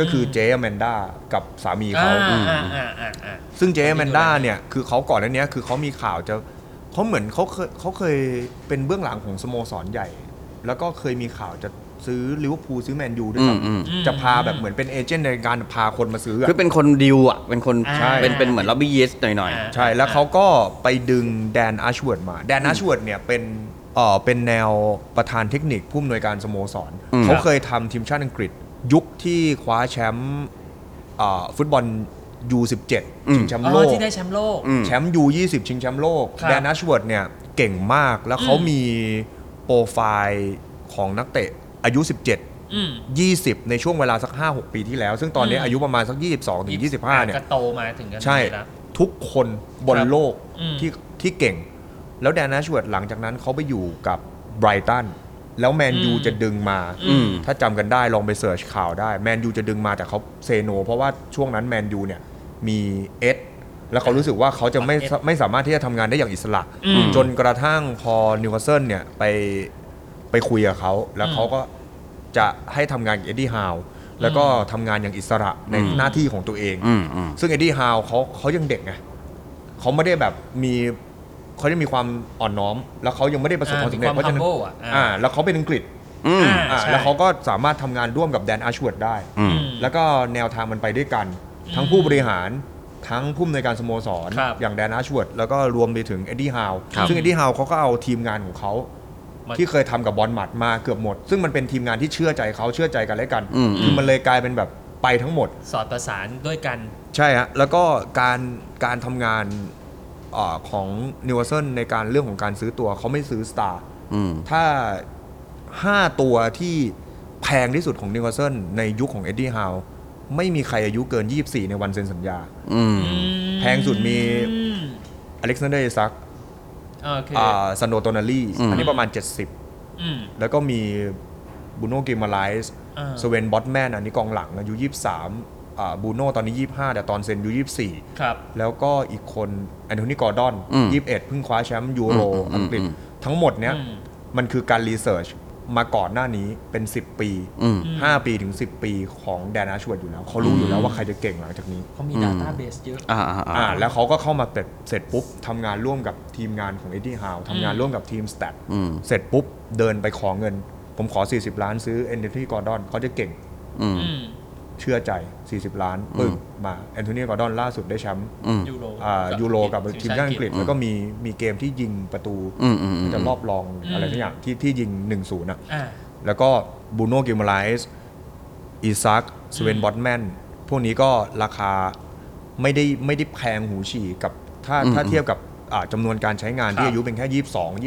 Speaker 5: ก็คือ
Speaker 3: ม
Speaker 5: เจอแมนด้ากับสามีเขา
Speaker 3: อ่าอ่าอ่าอ่าอ่า
Speaker 5: ซึ่งเจแมนด้าเนี่ยคือเขาก่อนหน้านี้คือเขามีข่าวจะเขาเหมือนเขาเคยเขาเคยเป็นเบื้องหลังของสโมสรใหญ่ แล้วก็เคยมีข่าวจะซื้อลิเวอร์พูลซื้อแมนยูด้วย
Speaker 2: อืม
Speaker 3: อืม
Speaker 5: ซ้ำจะพาแบบเหมือนเป็นเอเจนต์ในการพาคนมาซื้ออะ
Speaker 2: คือเป็นคนดิวอ่ะ เป็นคน
Speaker 3: ใช่
Speaker 2: เป็นเป็นเหมือนล็อบบี้ยิสหน่อย
Speaker 3: อ่า
Speaker 5: ใช่ แล้วเขาก็ไปดึงแดนอาชเวิร์ดมา แดนอาชเวิร์ดเนี่ยเป็นเอ่อเป็นแนวประธานเทคนิคผู้อำนวยการสโมสร เขาเคยทำทีมชาติอังกฤษ ยุคที่คว้าแชมป์เอ่อฟุตบอล U17 ชิงแชมป์
Speaker 3: อ๋
Speaker 5: โล
Speaker 3: อก ที่ได้แชมป์โลก
Speaker 2: ๆอืม
Speaker 5: แชมป์ U20 ชิงแชมป์โลก
Speaker 3: ครับ
Speaker 5: แดนอาชเวิร์ดเนี่ยเก่งมาก แล้วเขา
Speaker 3: อืม
Speaker 5: มีโปรไฟล์ของนักเตะอายุ 17
Speaker 3: อืม
Speaker 5: 20 ในช่วงเวลาสัก 5-6 ปีที่แล้ว ซึ่งตอนนี้
Speaker 3: อืม
Speaker 5: อายุประมาณสัก 22ถึง25เนี่ย
Speaker 3: ก็โตมาถึงกัน
Speaker 5: ใช่
Speaker 3: แล้ว
Speaker 5: ทุกคนบน
Speaker 3: ครับ
Speaker 5: โลก
Speaker 3: อืม
Speaker 5: ที่ที่เก่ง แล้วแดนนัชเวิร์ดหลังจากนั้นเขาไปอยู่กับไบรตันแล้วแมนยูจะดึงมา
Speaker 2: อืม
Speaker 5: ถ้าจำกันได้ลองไปเสิร์ชข่าวได้แมนยูจะดึงมาแต่เขาเซโน เพราะว่าช่วงนั้นแมนยูเนี่ยมีเอสแล้วเขารู้สึกว่าเขาจะไม่
Speaker 3: เอส
Speaker 5: ไม่สามารถที่จะทำงานได้อย่างอิสระ
Speaker 3: อืม
Speaker 5: จนกระทั่งพอนิวคาสเซิลเนี่ยไปไปคุยกับเขา แล้ว
Speaker 3: อืม
Speaker 5: เขาก็จะให้ทำงานกับเอ็ดดี้ฮาวแล้วก็ทำงานอย่างอิสระในหน้าที่ของตัวเอง
Speaker 2: อืมอืม
Speaker 5: ซึ่งเอ็ดดี้ฮาวเขาเขายังเด็กไงเขาไม่ได้แบบมีเขาได้มีความอ่อนน้อม แล้วเขายังไม่ได้ประสบความสำเร็จ
Speaker 3: อ่ามีความ
Speaker 5: เพราะฉะนั้น
Speaker 3: humble อ่ะอ่า
Speaker 5: อ่า แล้วเขาเป็นอังกฤษ
Speaker 2: อืม
Speaker 5: อ่า
Speaker 3: ใช่
Speaker 5: แล้วเขาก็สามารถทำงานร่วมกับแดนอาชเวิร์ดได้
Speaker 2: อืม
Speaker 3: อืม
Speaker 5: แล้วก็แนวทางมันไปด้วยกัน
Speaker 3: อืม
Speaker 5: ทั้งผู้บริหารทั้งผู้อำนวยการสโมสร
Speaker 3: ครับ
Speaker 5: อย่างแดนอาชเวิร์ดแล้วก็รวมไปถึงเอ็ดดี้ฮาว
Speaker 2: ครับ
Speaker 5: ซึ่งเอ็ดดี้ฮาวเขาก็เอาทีมงานของเขา
Speaker 3: มัน
Speaker 5: ที่เคยทำกับบอลหมัดมาเกือบหมด ซึ่งมันเป็นทีมงานที่เชื่อใจเขาเชื่อใจกันและกัน
Speaker 2: อืม
Speaker 5: คือมันเลยกลายเป็นแบบไปทั้งหมด
Speaker 3: สอดประสานด้วยกัน
Speaker 5: ใช่ฮะ แล้วก็การการทำงานเออของนิวเซนในการเรื่องของการซื้อตัวเขาไม่ซื้อสตาร์
Speaker 2: อืม
Speaker 5: ถ้า 5 ตัวที่แพงที่สุดของนิวเซนในยุคของเอ็ดดี้ฮาวไม่มีใครอายุเกิน 24 ในวันเซ็นสัญญา
Speaker 2: อืม
Speaker 5: แพงสุดมี
Speaker 3: อืม
Speaker 5: อเล็กซานเดอร์เอซัก
Speaker 3: โอเค
Speaker 5: ซันโดโตนาลี
Speaker 2: อืม
Speaker 5: อันนี้ประมาณ
Speaker 3: อืม
Speaker 5: 70 แล้วก็มีบูโน่กิมมาไลส์
Speaker 3: อ่า
Speaker 5: สเวนบอตแมนอันนี้กองหลังอายุ 23อ่าบูโน่ตอนนี้ 25 แต่ตอนเซ็นอายุ 24
Speaker 3: ครับ
Speaker 5: แล้วก็อีกคนแอนโทนีกอร์ดอน
Speaker 2: อืม
Speaker 5: ยี่สิบเอ็ดเพิ่งคว้าแชมป์ยูโร
Speaker 2: อืมอืม
Speaker 5: อังกฤษ
Speaker 2: อืม
Speaker 5: ทั้งหมดเนี้ย
Speaker 3: อืม
Speaker 5: มันคือการรีเสิร์ชมาก่อนหน้านี้เป็น 10 ปี
Speaker 2: อืม
Speaker 5: 5 ปีถึง 10 ปีของแดนอาชเวร์ดอยู่แล้ว เขารู้อยู่แล้วว่าใครจะเก่งหลังจากนี้
Speaker 3: เขามี
Speaker 2: อืม
Speaker 3: d a ต a าเบสเยอะ
Speaker 2: อ่าอ่าอ่า
Speaker 5: อ่าแล้วเขาก็เข้ามาเสร็จเสร็จปุ๊บทำงานร่วมกับทีมงานของเอ็ดดี้ฮาวทำงานร่วมกับทีมสแตท
Speaker 2: อืม
Speaker 5: เสร็จปุ๊บเดินไปขอเงิน ผมขอ 40 ล้านซื้อแอนโทนีกอร์ดอนเขาจะเก่ง
Speaker 2: อืม
Speaker 3: อืม
Speaker 5: เชื่อใจ 40 ล้านปึ้งมาแอนโทนีกอร์ดอนล่าสุดได้แชมป์
Speaker 2: อืม
Speaker 3: ยูโร
Speaker 5: อ่ายูโรกับทีมชาติอังกฤษแล้วก็มีมีเกมที่ยิงประตู
Speaker 2: อืมอืมอืม
Speaker 5: จะรอบรองอะไรทุกอย่างที่ที่ยิง 1-0น่ะ
Speaker 3: อ่า
Speaker 5: แล้วก็บูโน่กิมไลส์อีซักสเวนบอตแมนพวกนี้ก็ราคาไม่ได้ไม่ได้แพงหูฉี่กับถ้าถ้าเทียบกับอ่าจำนวนการใช้งานที่อายุเป็นแค่ 22
Speaker 3: อืม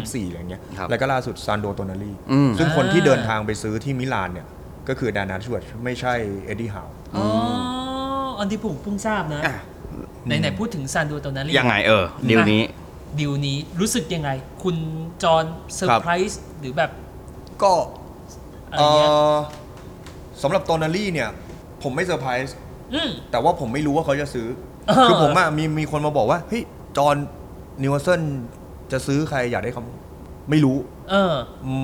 Speaker 5: 23 24 อะไรอย่างเงี้ย
Speaker 2: ครับ
Speaker 5: แล้วก็ล่าสุดซานโดโตนาลี
Speaker 2: อืม
Speaker 5: ซึ่งคนที่เดินทางไปซื้อที่มิลานเนี่ย ก็คือดานาชเวิร์ดไม่ใช่เอ็ดดี้ฮาว
Speaker 3: อ๋ออันที่ผมเพิ่งทราบนะ ไหนไหนๆพูดถึงซานโดโตนาลี
Speaker 2: ยังไงเออดีลนี้
Speaker 3: ดิวนี้รู้สึกยังไง คุณจอห์นเซอ
Speaker 5: ครั
Speaker 3: ร์
Speaker 5: บ
Speaker 3: ไพรส์หรือแบบ
Speaker 5: ก็
Speaker 3: อะไร
Speaker 5: เอ่
Speaker 3: เงี้ย
Speaker 5: อสำหรับโตนาลี่เนี่ย ผมไม่เซอร์ไพรส์
Speaker 3: อืม
Speaker 5: แต่ว่าผมไม่รู้ว่าเขาจะ ซื้อ
Speaker 3: เออ
Speaker 5: คือผมอะมีมีคนมาบอกว่า เฮ้ย จอห์นนิวเซนจะซื้อใครอยากได้คำไม่รู้
Speaker 3: เออ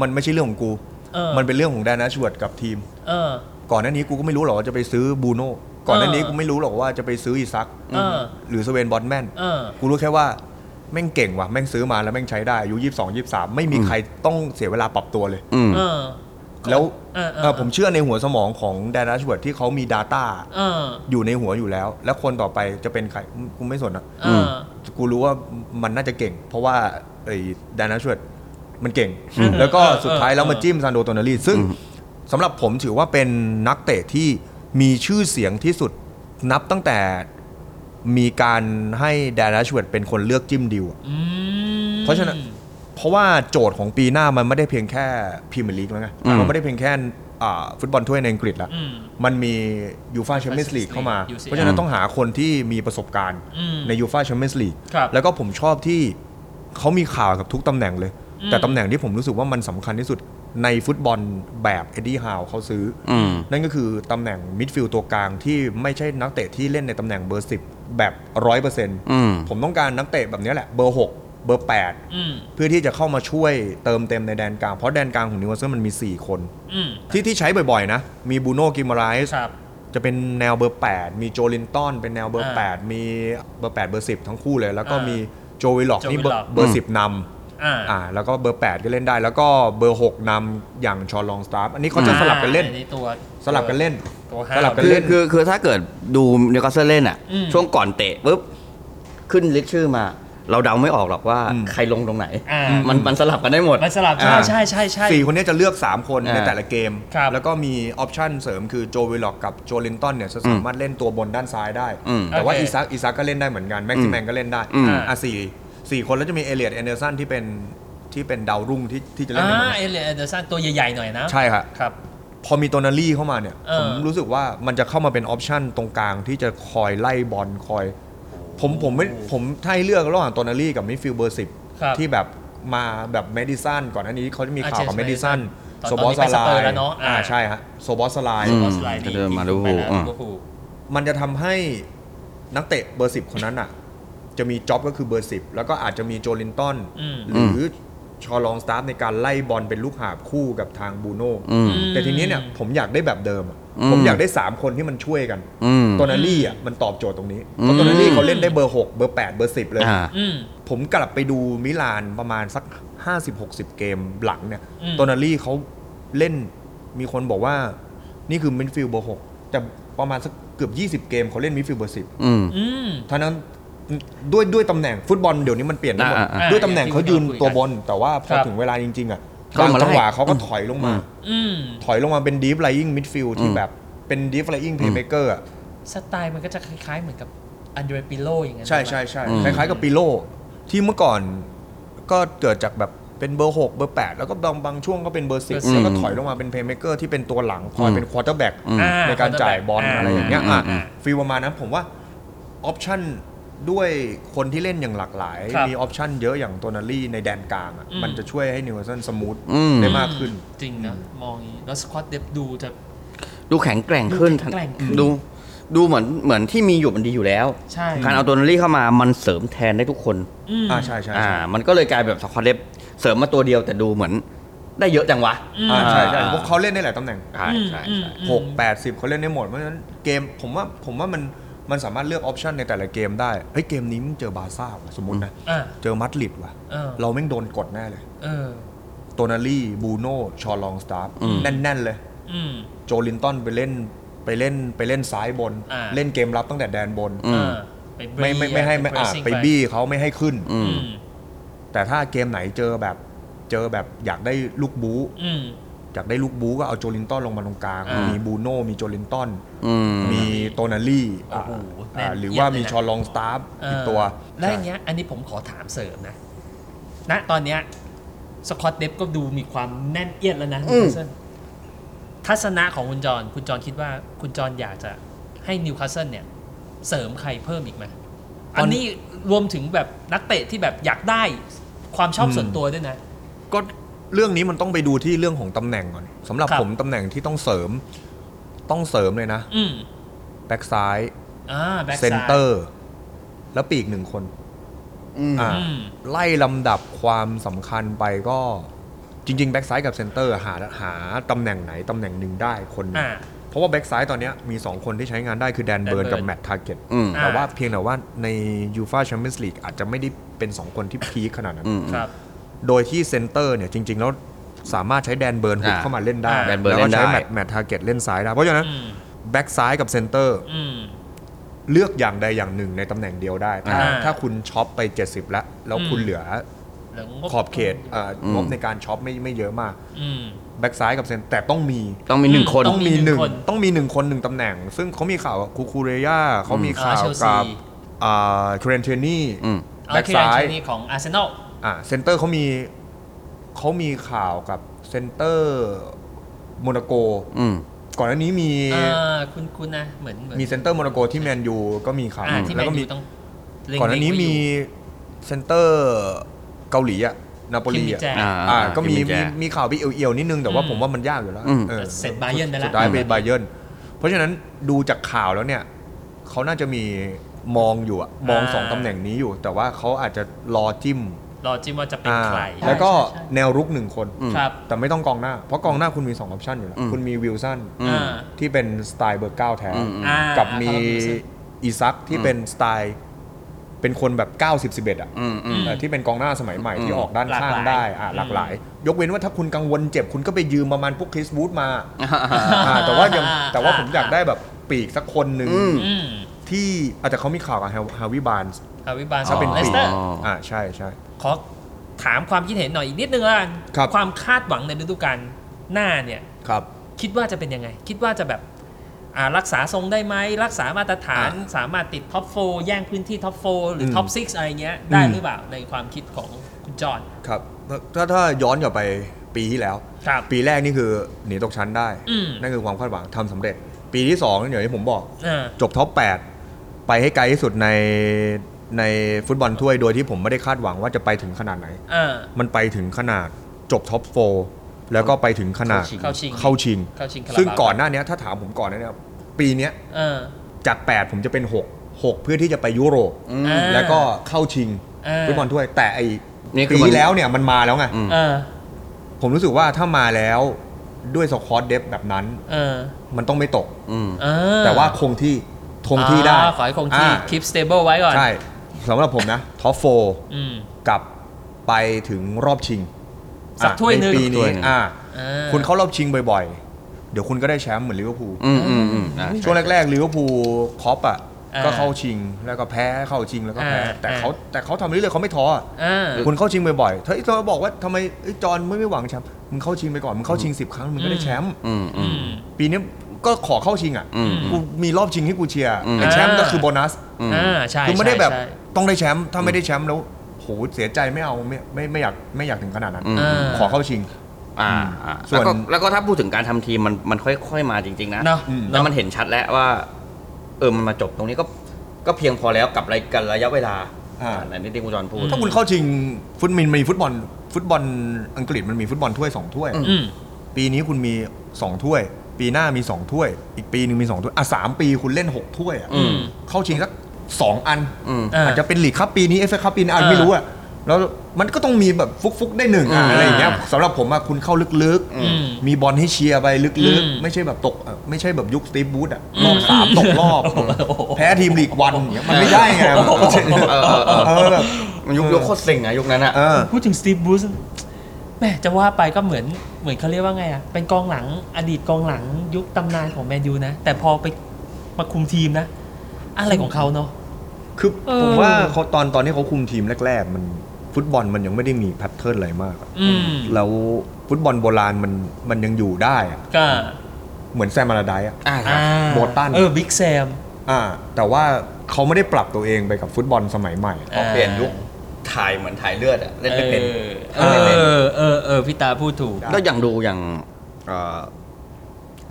Speaker 5: มันไม่ใช่เรื่องของกู
Speaker 3: เออ
Speaker 5: มันเป็นเรื่องของแดนนัชเวิร์ดกับทีม
Speaker 3: เออ
Speaker 5: ก่อนหน้านี้กูก็ไม่รู้หรอกว่าจะไปซื้อบูโน่ก่อนหน้านี้
Speaker 3: เออ
Speaker 5: กูไม่รู้หรอกว่าจะไปซื้ออีซัก
Speaker 3: เออ
Speaker 5: หรือสเวนบอตแมน
Speaker 3: เออ
Speaker 5: กูรู้แค่ว่าแม่งเก่งว่ะแม่งซื้อมาแล้วแม่งใช้ได้อายุ22 23 ไม่มีใครต้องเสียเวลาปรับตัวเลย
Speaker 2: อืม
Speaker 3: เออ
Speaker 5: แล้ว
Speaker 3: เออเออ
Speaker 5: เอ่อผมเชื่อในหัวสมองของแดน a ัชเวิร์ดที่เขามี Data
Speaker 3: เออ
Speaker 5: อยู่ในหัวอยู่แล้ว แล้วคนต่อไปจะเป็นใครอืมกูไม่สนนะ
Speaker 3: เออ
Speaker 5: กูรู้ว่ามันน่าจะเก่ง เพราะว่าไอ้แดน a ัชเวิร์ดมันเก่ง
Speaker 3: อืม
Speaker 5: แล้วก็
Speaker 3: เออเออ
Speaker 5: สุดท้ายแล้วมา
Speaker 3: เออ
Speaker 5: จิ้มซานโดโตนาลีซึ่งสำหรับผมถือว่าเป็นนักเตะที่มีชื่อเสียงที่สุดนับตั้งแต่ มีการให้แดนแอชเวดเป็นคนเลือกจิ้มดิวอะ
Speaker 3: อืม
Speaker 5: เพราะฉะนั้น เพราะว่าโจทย์ของปีหน้ามันไม่ได้เพียงแค่พรีเมียร์ลีกแล้วไง
Speaker 2: อืม
Speaker 5: มันไม่ได้เพียงแค่อ่าฟุตบอลถ้วยในอังกฤษแล้ว
Speaker 3: อืม
Speaker 5: มันมียูฟาแชมเปี้ยนส์ลีกเข้ามา
Speaker 3: UCL
Speaker 5: เพราะฉะนั้นต้องหาคนที่มีประสบการณ์
Speaker 3: อืม
Speaker 5: ในยูฟาแชมเปี้ยนส์ลีก
Speaker 3: ครับ
Speaker 5: แล้วก็ผมชอบที่เขามีข่าวกับทุกตำแหน่งเลย
Speaker 3: อืม
Speaker 5: แต่ตำแหน่งที่ผมรู้สึกว่ามันสำคัญที่สุดในฟุตบอลแบบเอ็ดดี้ฮาวเขาซื้ออ
Speaker 2: อืม
Speaker 5: นั่นก็คือตำแหน่งมิดฟิลด์ตัวกลางที่ไม่ใช่นักเตะที่เล่นในตำแหน่งเบอร์สิบแบบร้อยเปอร์เซ็นต์
Speaker 2: อืม
Speaker 5: ผมต้องการนักเตะแบบเนี้ยแหละเบอร์หกเบอร์แปด
Speaker 3: อืม
Speaker 5: เพื่อที่จะเข้ามาช่วยเติมเต็มในแดนกลาง เพราะแดนกลางของนิวคาสเซิลมันมี 4 คน
Speaker 3: อืม
Speaker 5: ที่ที่ใช้บ่อยๆนะ มีบูโน่กิมมาไรส์
Speaker 3: ครับ
Speaker 5: จะเป็นแนวเบอร์ 8 มีโจลินตันเป็นแนวเบอร์
Speaker 3: อ่า
Speaker 5: 8 มีเบอร์ 8 เบอร์ 10 ทั้งคู่เลย แล้วก็
Speaker 3: อ่ามี
Speaker 5: มีโจวิลล็อก
Speaker 3: Joe
Speaker 5: นี่เบอร์
Speaker 3: Willock
Speaker 5: เบอร์ 10น
Speaker 3: อ่า
Speaker 5: ำอ่าแล้วก็เบอร์ 8 ก็เล่นได้ แล้วก็เบอร์ 6นำอย่างชอลองสตาร์อันนี้เขาจะ
Speaker 3: อ่า
Speaker 5: สลับกันเล่น
Speaker 3: อัตัว
Speaker 5: สลับกันเล่น
Speaker 3: ตัวห้า
Speaker 5: สลับกั
Speaker 2: คือ
Speaker 5: เล่น
Speaker 2: คือคือถ้าเกิดดูนิวคาสเซิลเล่นอ่ะ
Speaker 3: อืม
Speaker 2: ช่วงก่อนเตะปุ๊บขึ้นลิสต์ชื่อมา เราเดาไม่ออกหรอกว่า
Speaker 5: อืม
Speaker 2: ใครลงตรงไหน
Speaker 3: อ่ามั
Speaker 2: มันมันสลับกันได้หมด
Speaker 3: มันสลับใช่
Speaker 5: อ่า
Speaker 3: ใช่ใช่ใช่
Speaker 5: สี่คนเนี้ยจะเลือก 3 คน
Speaker 2: อ่า
Speaker 5: ในแต่ละเกม
Speaker 3: ครับ
Speaker 5: แล้วก็มีออปชันเสริมคือโจวิลล็อกกับโจลินตันเนี่ยจะสามารถเล่นตัวบนด้านซ้ายได้
Speaker 2: อืม
Speaker 5: แต่ว่า
Speaker 3: โอเค
Speaker 5: อีซักอีซักก็เล่นได้เหมือนกัน แม็กซิแมนก็เล่นได้ อ่ะสี่สี่คนแล้วจะมีเอเลียดแอนเดอร์สันที่เป็นที่เป็นดาวรุ่งที่ที่จะเล่น
Speaker 3: อ่า
Speaker 5: ในหนัง
Speaker 3: เอเลนเดอร์สันตัวใหญ่ๆหน่อยนะ
Speaker 5: ใช่ครับ
Speaker 3: ครับ
Speaker 5: พอมีโตนาลี่เข้ามาเนี่ย
Speaker 3: เออ
Speaker 5: ผมรู้สึกว่ามันจะเข้ามาเป็นออปชันตรงกลางที่จะคอยไล่บอลคอย ผมผมไม่ผมถ้าให้เลือกระหว่างโตนาลี่กับมิดฟิลด์เบอร์สิบ
Speaker 3: ครับ
Speaker 5: ที่แบบมาแบบเมดิซันก่อนอันนี้เขาจะมีข่าวกับ
Speaker 3: อ่ะ
Speaker 5: เมดิซัน
Speaker 3: ตอน
Speaker 5: โซบอส
Speaker 3: ตอนนี้ไปส
Speaker 5: ลา
Speaker 3: เปอร์
Speaker 5: ย
Speaker 3: แล้วเนอะอ่ะ
Speaker 5: อ่าใช่ฮะโซบอสลาย
Speaker 2: อืม
Speaker 3: บอสไลน์นี่
Speaker 2: จะเดินมาลิเวอร์พูล
Speaker 3: ไป
Speaker 2: อืม
Speaker 3: แลิเวอร์พูล
Speaker 5: มันจะทำให้นักเตะเบอร์สิบคนนั้นอ่ะ จะมีจ็อบก็คือเบอร์สิบแล้วก็อาจจะมีโจลินตัน
Speaker 3: อืม
Speaker 5: หรือชอลองสตาร์ฟในการไล่บอลเป็นลูกหาบคู่กับทางบูโน่
Speaker 2: อืม
Speaker 5: แต่ทีนี้เนี่ยผมอยากได้แบบเดิมอะ
Speaker 2: อืม
Speaker 5: ผมอยากได้ 3 คนที่มันช่วยกัน
Speaker 2: อืม
Speaker 5: โตนาลี่อ่ะมันตอบโจทย์ตรงนี้
Speaker 2: อืม
Speaker 5: เพราะโตนาลี่เขาเล่นได้เบอร์ 6 เบอร์ 8 เบอร์ 10 เลย
Speaker 2: อ่า
Speaker 3: อืม
Speaker 5: ผมกลับไปดูมิลานประมาณสัก 50-60 เกมหลังเนี่ย
Speaker 3: อืม
Speaker 5: โตนาลี่เขาเล่นมีคนบอกว่านี่คือมิดฟิลด์เบอร์6แต่ประมาณสักเกือบ20 เกมเขาเล่นมิดฟิลด์เบอร์10
Speaker 2: อืม
Speaker 3: อืม
Speaker 5: ทั้งนั้นด้วยด้วยตำแหน่งฟุตบอลเดี๋ยวนี้มันเปลี่ยนไปหมด
Speaker 2: อ่าอ่า
Speaker 5: ด้วยตำแหน่งเขายืนตัวบน แต่ว่าพ
Speaker 3: ครั
Speaker 5: อบ ถึงเวลาจริง ๆ อ่ะ
Speaker 2: ก็
Speaker 5: บาง
Speaker 2: มาไล่
Speaker 5: จังหวะเขาก็ถอยลงมา
Speaker 2: อืม
Speaker 3: อืม
Speaker 5: ถอยลงมาเป็นดีฟไลอิงมิดฟิล
Speaker 2: อื
Speaker 5: ที่
Speaker 2: ม
Speaker 5: แบบเป็นดีฟไลอิงเพย์เมเกอร์อ่ะ
Speaker 3: สไตล์มันก็จะคล้ายๆเหมือนกับอันเดรปิโลอย่างนั้น
Speaker 5: ใช่ใช่ใช่
Speaker 2: อืม
Speaker 5: คล้ายๆกับปิโลที่เมื่อก่อนก็เกิดจากแบบเป็นเบอร์ 6 เบอร์ 8 แล้วก็บางบางช่วงก็เป็นเบอร์ 10 แล้วก็ถอยลงมาเป็นเพย์เมเกอร์ที่เป็นตัวหลังคอยเป็นควอเตอร์แบ็ก
Speaker 2: อืม
Speaker 3: อ่
Speaker 5: ในการจ่ายบอลอะไรอย่างเงี้ย
Speaker 2: อ่า
Speaker 5: อ่ะ
Speaker 2: อืม
Speaker 5: ฟีลประมาณนั้นผมว่าออปชันด้วยคนที่เล่นอย่างหลากหลาย
Speaker 3: ครับ
Speaker 5: มีออปชันเยอะอย่างตัวนารี่ในแดนกลางอ่ะ
Speaker 3: อืม
Speaker 5: มันจะช่วยให้นิวคาสเซิลสมูท
Speaker 2: อืม
Speaker 5: ได้มากขึ้น
Speaker 3: จริงนะมองอย่างนี้แล้วสควอตเดฟดูจะ
Speaker 2: ดูแข็งแกร่งขึ้น
Speaker 3: ดูแข็งแกร่งขึ้น
Speaker 2: ดูดูเหมือนเหมือนที่มีอยู่มันดีอยู่แล้ว
Speaker 3: ใช่
Speaker 2: การเอาตัวนารี่เข้ามามันเสริมแทนได้ทุกคน
Speaker 3: อืม
Speaker 5: อ่าใช่ใช่
Speaker 2: อ่า
Speaker 5: ใช่
Speaker 2: มันก็เลยกลายแบบสควอตเล็บเสริมมาตัวเดียวแต่ดูเหมือนได้เยอะจังวะ
Speaker 3: อืม
Speaker 5: อ่าใช่ใช่
Speaker 2: อ่
Speaker 5: พวกเขาเล่นได้หลายตำแหน่ง
Speaker 2: ใช่ใช่
Speaker 3: อืม
Speaker 2: ใช่
Speaker 3: อืม
Speaker 5: หกแปดสิบเขาเล่นได้หมด เพราะฉะนั้นเกมผมว่าผมว่ามันมันสามารถเลือกออปชันในแต่ละเกมได้ เฮ้ยเกมนี้มึงเจอบาร์ซ่าว่ะสมมตินะ
Speaker 3: อ่า
Speaker 5: เจอมัดริดว่ะ
Speaker 3: เออ
Speaker 5: เราแม่งโดนกดแน่เลย
Speaker 3: เออ
Speaker 5: โตนารี่บูโน่ชอลองสตาร์ฟ
Speaker 2: อืม
Speaker 5: แน่นๆเลย
Speaker 3: อืม
Speaker 5: โจลินตันไปเล่นไปเล่นไปเล่นซ้ายบน
Speaker 3: อ่า
Speaker 5: เล่นเกมรับตั้งแต่แดนบน
Speaker 2: อืม
Speaker 3: อ่าปบ
Speaker 5: ไม่
Speaker 3: รี
Speaker 5: ไม่ไม่ให้ไม่
Speaker 3: ป
Speaker 5: อ่า
Speaker 3: pressing
Speaker 5: ไปบี้เขาไม่ให้ขึ้น
Speaker 2: อื
Speaker 3: อื
Speaker 2: ม
Speaker 3: ม
Speaker 5: แต่ถ้าเกมไหนเจอแบบเจอแบบอยากได้ลูกบู๊
Speaker 3: อืม
Speaker 5: อยากได้ลูกบู๊ก็เอาโจลินตันลงมาตรงกลาง
Speaker 3: อ่ามี
Speaker 5: มีบูโน่มีโจลินตัน
Speaker 2: อืม
Speaker 5: มีโตนาลี่
Speaker 3: โอ้โห
Speaker 5: อ่า
Speaker 3: แน่น
Speaker 5: หรือ
Speaker 3: เอียด
Speaker 5: ว่า
Speaker 3: เลย
Speaker 5: มี
Speaker 3: นะ
Speaker 5: ชอลองสตาร์ฟอีกตัว
Speaker 3: แล้วอย่างเงี้ย อันนี้ผมขอถามเสริมนะ ณ ตอนเนี้ยสกอตเดฟก็ดูมีความแน่นเอียดแล้วนะ
Speaker 2: อืม
Speaker 3: นิวคาสเซิลทัศนะของคุณจร คุณจรคิดว่าคุณจรอยากจะให้นิวคาสเซิลเนี่ย เสริมใครเพิ่มอีกไหมอันนี้รวมถึงแบบนักเตะที่แบบอยากได้ความชอบส่วนตัวด้วยนะ
Speaker 5: ก็เรื่องนี้มันต้องไปดูที่เรื่องของตำแหน่งก่อนสำหรับ
Speaker 3: ครับ
Speaker 5: ผมตำแหน่งที่ต้องเสริมต้องเสริมเลยนะ
Speaker 3: อืม
Speaker 5: แบ็กซ้าย
Speaker 3: อ่าแบ็ก
Speaker 5: เซนเตอร์ แล้วปีกหนึ่งคน
Speaker 2: อืม
Speaker 5: อ่า
Speaker 3: อืม
Speaker 5: ไล่ลำดับความสำคัญไปก็จริงๆแบ็กซ้ายกับเซนเตอร์หาหาตำแหน่งไหน ตำแหน่งหนึ่งได้คนหนึ่ง
Speaker 3: อ่า
Speaker 5: เพราะว่าแบ็กซ้ายตอนเนี้ยมี 2 คนที่ใช้งานได้คือแดนเบิร์นกับแมตต์ทาร์เก็ต
Speaker 2: อืม
Speaker 5: แต่ว่าเพียงแต่ว่าในยูฟาแชมเปี้ยนส์ลีกอาจจะไม่ได้เป็น 2 คนที่พีคขนาดนั้น
Speaker 2: อืม
Speaker 3: ครับ
Speaker 5: โดยที่เซนเตอร์เนี่ยจริงๆ แล้วสามารถใช้แดนเบิร์นหุบ
Speaker 2: อ่า
Speaker 5: เข้ามาเล่นได้
Speaker 3: อ่า
Speaker 2: แดนเบิร์น
Speaker 5: แล้วก็ใช้
Speaker 2: เล่น
Speaker 5: แม
Speaker 2: ได้
Speaker 5: ตต์แมตต์ทาร์เก็ตเล่นซ้ายได้เพราะฉะนั้น
Speaker 3: อืม
Speaker 5: แบ็กซ้ายกับเซนเตอร์
Speaker 3: อืม
Speaker 5: เลือกอย่างใดอย่างหนึ่งในตำแหน่งเดียวได้ถ้า
Speaker 3: อ่า
Speaker 5: ถ้าคุณช็อปไป 70 แล้วแล้วคุณ
Speaker 3: อืม
Speaker 5: เหลือ
Speaker 3: หลืงบ
Speaker 5: ขอบเขตเอ่อ
Speaker 2: อืม
Speaker 5: งบในการช็อปไม่ไม่เยอะมาก
Speaker 3: อืม
Speaker 5: แบ็กซ้ายกับเซนแต่ต้องมี
Speaker 2: ต้องมีหนึ่งคน
Speaker 3: ต้อง มีหนึ่งคน
Speaker 5: ต้องมีหนึ่งคนหนึ่งตำแหน่ง ซึ่งเขามีข่าวกับคูคูเรย่าเขามีข่า
Speaker 3: อ่า
Speaker 5: ว
Speaker 3: เชลซี
Speaker 5: กับ เทรนเทนี่
Speaker 2: อืม
Speaker 5: แบ็กซ้า
Speaker 3: เท
Speaker 5: ย
Speaker 3: รนี่ของอาร์เซนอล
Speaker 5: อ่าเซนเตอร์เขามีเขามีข่าวกับเซนเตอร์โมนาโก
Speaker 2: อืม
Speaker 5: ก่อนหน้านี้มี
Speaker 3: อ่า คุณคุณนะ เหมือนเหมือน
Speaker 5: มีเซนเตอร์โมนาโกที่แมนยูก็มีข่าว
Speaker 3: อ่าที่แม
Speaker 5: แล้ว
Speaker 3: น
Speaker 5: ก็มี
Speaker 3: ยูต้องเล็งๆ
Speaker 5: ก่อนหน้านี้
Speaker 3: ไว้
Speaker 5: มี
Speaker 3: ยู่
Speaker 5: เซนเตอร์เกาหลีอะนาโป
Speaker 3: คิ
Speaker 5: ลี
Speaker 3: มมิ
Speaker 5: อะ
Speaker 3: แจ
Speaker 2: อ่า
Speaker 5: อ่าก็มี
Speaker 2: คิมมิแจ
Speaker 5: มีมีข่าวบีเอียวๆนิดนึงแต่ว่า
Speaker 3: อืม
Speaker 5: ผมว่ามันยากอยู่แล้ว
Speaker 2: อืม
Speaker 5: ออ
Speaker 3: เสร็จ Bayern ไปแล้ว
Speaker 5: สุดท้ายไปบาเยิร์นเพราะฉะนั้นดูจากข่าวแล้วเนี่ยเขาน่าจะมีมองอยู่อะมองสองตำแหน่งนี้อยู่ แต่ว่าเขาอาจจะรอจิ้ม
Speaker 3: รอจิมว่าจะเป็น
Speaker 5: อ่า
Speaker 3: ใคร
Speaker 5: แล้วก็
Speaker 3: ใช่
Speaker 5: แนวรุกหนึ่งคน
Speaker 3: ใช่ครับ
Speaker 5: แต่ไม่ต้องกองหน้า เพราะกองหน้าคุณมี2องออปชันอยู่แล้ว
Speaker 2: อืม
Speaker 5: คุณมีวิลสัน
Speaker 2: อืม
Speaker 3: อ่า
Speaker 5: ที่เป็นสไตล์เบอร์เก้าแท้
Speaker 2: อืมอืม
Speaker 3: อ่ากั
Speaker 5: กับมี
Speaker 3: อ่าครับ
Speaker 5: อีซักที่เป็นสไตล์ เป็นคนแบบ 90 11 อ่ะ
Speaker 2: อืมอืม
Speaker 5: เออที่เป็นกองหน้าสมัยใหม่
Speaker 2: อืม
Speaker 5: ที่ออกด้านข้างได้อ่ะหลากหลาย ยกเว้นว่าถ้าคุณกังวลเจ็บคุณก็ไปยืมประมาณพวกคริสวูดมาอ่าแต่ว่ายังแต่ว่าผมอยากได้แบบปีกสักคนหนึ่ง
Speaker 2: อืม
Speaker 3: อืม
Speaker 5: ที่อาจจะเขามีข่าวกับฮาวิบานส์
Speaker 3: คาวิบาล
Speaker 5: ถ้าเป็น
Speaker 3: เลสเตอร์
Speaker 2: อ๋อ
Speaker 5: อ่าใช่ใช่
Speaker 3: ขอถามความคิดเห็นหน่อยอีกนิดนึงละกัน
Speaker 5: ครับ
Speaker 3: ความคาดหวังในฤดูกาลหน้าเนี่ย
Speaker 5: ครับ
Speaker 3: คิดว่าจะเป็นยังไง คิดว่าจะแบบอ่ารักษาทรงได้ไหม รักษามาตรฐานสามารถติดท็อปโฟแย่งพื้นที่ท็อปโฟหรือ
Speaker 5: ม
Speaker 3: ท็อปซิกอะไรเงี้ย ได้
Speaker 5: อืม
Speaker 3: หรือเปล่าในความคิดของคุณจอห์น
Speaker 5: ครับถ้าถ้าย้อนกลับไปปีที่แล้ว
Speaker 3: ครับ
Speaker 5: ปีแรกนี่คือหนีตกชั้นได้
Speaker 3: อืม
Speaker 5: นั่นคือความคาดหวังทำสำเร็จ ปีที่2เนี่ยอย่างที่ผมบอก
Speaker 3: อ่า
Speaker 5: จบท็อป 8 ไปให้ไกลที่สุดในในฟุตบอลถ้วยโดยที่ผมไม่ได้คาดหวังว่าจะไปถึงขนาดไหน
Speaker 3: อ่า
Speaker 5: มันไปถึงขนาดจบท็อป4แล้วก็ไปถึงขนาด
Speaker 3: เข้าชิง
Speaker 5: เข้าชิง
Speaker 3: เข้าชิงคาราบาว
Speaker 5: ซึ่งก่อนหน้าเนี้ยถ้าถามผมก่อนหนาเนี้ยปีเนี้ย
Speaker 3: เออ
Speaker 5: จาก 8 ผมจะเป็น 6 6 เพื่อที่จะไปยุโรป
Speaker 3: อ่า
Speaker 5: แล้วก็เข้าชิง
Speaker 3: อ่า
Speaker 5: ฟุตบอลถ้วยแต่ไอ
Speaker 2: นี่คือ
Speaker 5: ปี
Speaker 2: มัน
Speaker 5: ที่แล้วเนี่ยมันมาแล้วไง
Speaker 3: เออ
Speaker 5: ผมรู้สึกว่าถ้ามาแล้วด้วยสควอตเดฟแบบนั้น
Speaker 3: เออ
Speaker 5: มันต้องไม่ตก
Speaker 2: อืม
Speaker 3: เออ
Speaker 5: แต่ว่าคงที่คงที่ได้
Speaker 3: อ่าขอให้คงที่
Speaker 5: า
Speaker 3: keep stable ไว้ก่อน
Speaker 5: ใช่สำหรับผมนะท็อปโฟ
Speaker 3: อืม
Speaker 5: กลับไปถึงรอบชิง
Speaker 3: สักถ้วยหนึ่ง
Speaker 5: อ่ะใปี
Speaker 2: ถ้
Speaker 5: นี้
Speaker 2: วยหนึ่ง
Speaker 5: อ่า
Speaker 3: เออ
Speaker 5: คุณเข้ารอบชิงบ่อยๆ เดี๋ยวคุณก็ได้แชมป์เหมือนลิเวอร์พูล
Speaker 2: อืมอืมอืมอ่ะ
Speaker 5: ช่วงแรกๆลิเวอร์พูลคอปอ่ะ
Speaker 3: อ่า
Speaker 5: ก็เข้าชิงแล้วก็แพ้เข้าชิงแล้วก็แพ้
Speaker 3: อ่า
Speaker 5: แต่
Speaker 3: อ่า
Speaker 5: เขาแต่เขาทำเรื่อยๆเขาไม่ท้ออ่ะ
Speaker 3: อ่า
Speaker 5: คุณเข้าชิงบ่อยๆเฮ้ยเธอบอกว่าทำไมเอ้ยจอห์นไม่ไม่หวังแชมป์มึงเข้าชิงไปก่อนมึงเข้าชิงสิบครั้งมึงก็ได้
Speaker 3: อืม
Speaker 5: แชมป์
Speaker 2: อืมอื
Speaker 3: อื
Speaker 2: ม
Speaker 3: ม
Speaker 5: ปีนี้ก็ขอเข้าชิงอ่ะ
Speaker 2: อืม
Speaker 5: กูมีรอบชิงให้กูเชียร์
Speaker 2: อืม
Speaker 5: ไอ้แชมป์ก็คือโบนัส
Speaker 2: อืม
Speaker 3: อ่าใช่
Speaker 5: คือไม่ได้
Speaker 3: ใช่
Speaker 5: แบบ
Speaker 3: ใช่
Speaker 5: ต้องได้แชมป์ ถ้าไม่ได้แชมป์แล้วโหเสียใจไม่เอาไม่ไม่ไม่อยากไม่อยากถึงขนาดนั้น
Speaker 2: อืม
Speaker 5: ขอเข้าชิง
Speaker 2: อ่าอ่า
Speaker 5: ส่
Speaker 2: แล้ววน ก็แล้วก็ถ้าพูดถึงการทำทีมมันมันค่อย ๆ มาจริง ๆ นะ
Speaker 3: เนอะ
Speaker 2: แล้วมันเห็นชัดแล้วว่า เออมันมาจบตรงนี้ก็ก็เพียงพอแล้วกับระยะกันระยะเวลา
Speaker 5: อ่า
Speaker 2: อันนี้ที่คุณจอนพูด
Speaker 5: ถ้าคุณเข้าชิงฟุตมินมีฟุตบอลฟุตบอลอังกฤษมันมีฟุตบอลถ้วยสองถ้วย
Speaker 2: อื
Speaker 3: อืม
Speaker 5: ปีนี้คุณมีสองถ้วย ปีหน้ามีสองถ้วย อีกปีหนึ่งมีสองถ้วย อ่ะสามปีคุณเล่นหกถ้วยอ่ะ
Speaker 2: อืม
Speaker 5: เข้าชิงสักสองอัน
Speaker 2: อืม
Speaker 3: อ่า
Speaker 5: อาจจะเป็นหลีกครับปีนี้เอฟเอคัพปีหนี้อาจ
Speaker 3: อ่า
Speaker 5: ไม่รู้อ่ะแล้วมันก็ต้องมีแบบฟุกๆได้หนึ่งอะ
Speaker 2: อ่า
Speaker 5: อะไรอย่างเงี้ย
Speaker 3: อ่า
Speaker 5: สำหรับผมอะคุณเข้าลึก
Speaker 3: อืม
Speaker 5: มีบอลให้เชียร์ไป
Speaker 3: อื
Speaker 5: ลึก
Speaker 3: ม
Speaker 5: ๆ ไม่ใช่แบบตกเอ่อไม่ใช่แบบยุคสตีฟบูธอะ
Speaker 3: อืม
Speaker 5: รอบสามตกรอบ
Speaker 3: โอ้โห
Speaker 5: แพ้ทีมลีกวันอย่างเงี้ยมันไม่ได้ไงมัน
Speaker 2: เออเออเออ
Speaker 5: เออแบบ
Speaker 2: มันยุคยุคโคตรเซ็งอะยุคนั้นอะ
Speaker 5: เออ
Speaker 3: พูดถึงสตีฟบูสแหม่จะว่าไปก็เหมือนเหมือนเขาเรียกว่าไงอะเป็นกองหลังอดีตกองหลังยุคตำนานของแมนยูนะ แต่พอไปมาคุมทีมนะ อะไรของเขาเนาะ
Speaker 5: คือ
Speaker 3: เออ
Speaker 5: ผมว่าเขาตอนตอนที่เขาคุมทีมแรก ๆ มันฟุตบอลมันยังไม่ได้มีแพทเทิร์นอะไรมากอะ
Speaker 3: อืม
Speaker 5: แล้วฟุตบอลโบราณมันมันยังอยู่ได้อะ
Speaker 3: ก็
Speaker 5: เหมือนแซมมาราไดซ์อะ
Speaker 2: อ่าค
Speaker 3: อ่า
Speaker 2: รับ
Speaker 5: โบตัน
Speaker 3: เออบิ๊กแซม
Speaker 5: อ่าแต่ว่าเขาไม่ได้ปรับตัวเองไปกับฟุตบอลสมัยใหม่
Speaker 2: พอเปลี่ยนยุคถ่ายเหมือนถ่ายเลือดอะเล่นไม่เป็น
Speaker 3: เออเออเออเออพี่ตาพูดถูก
Speaker 2: ก็อย่างดูอย่างเอ่อ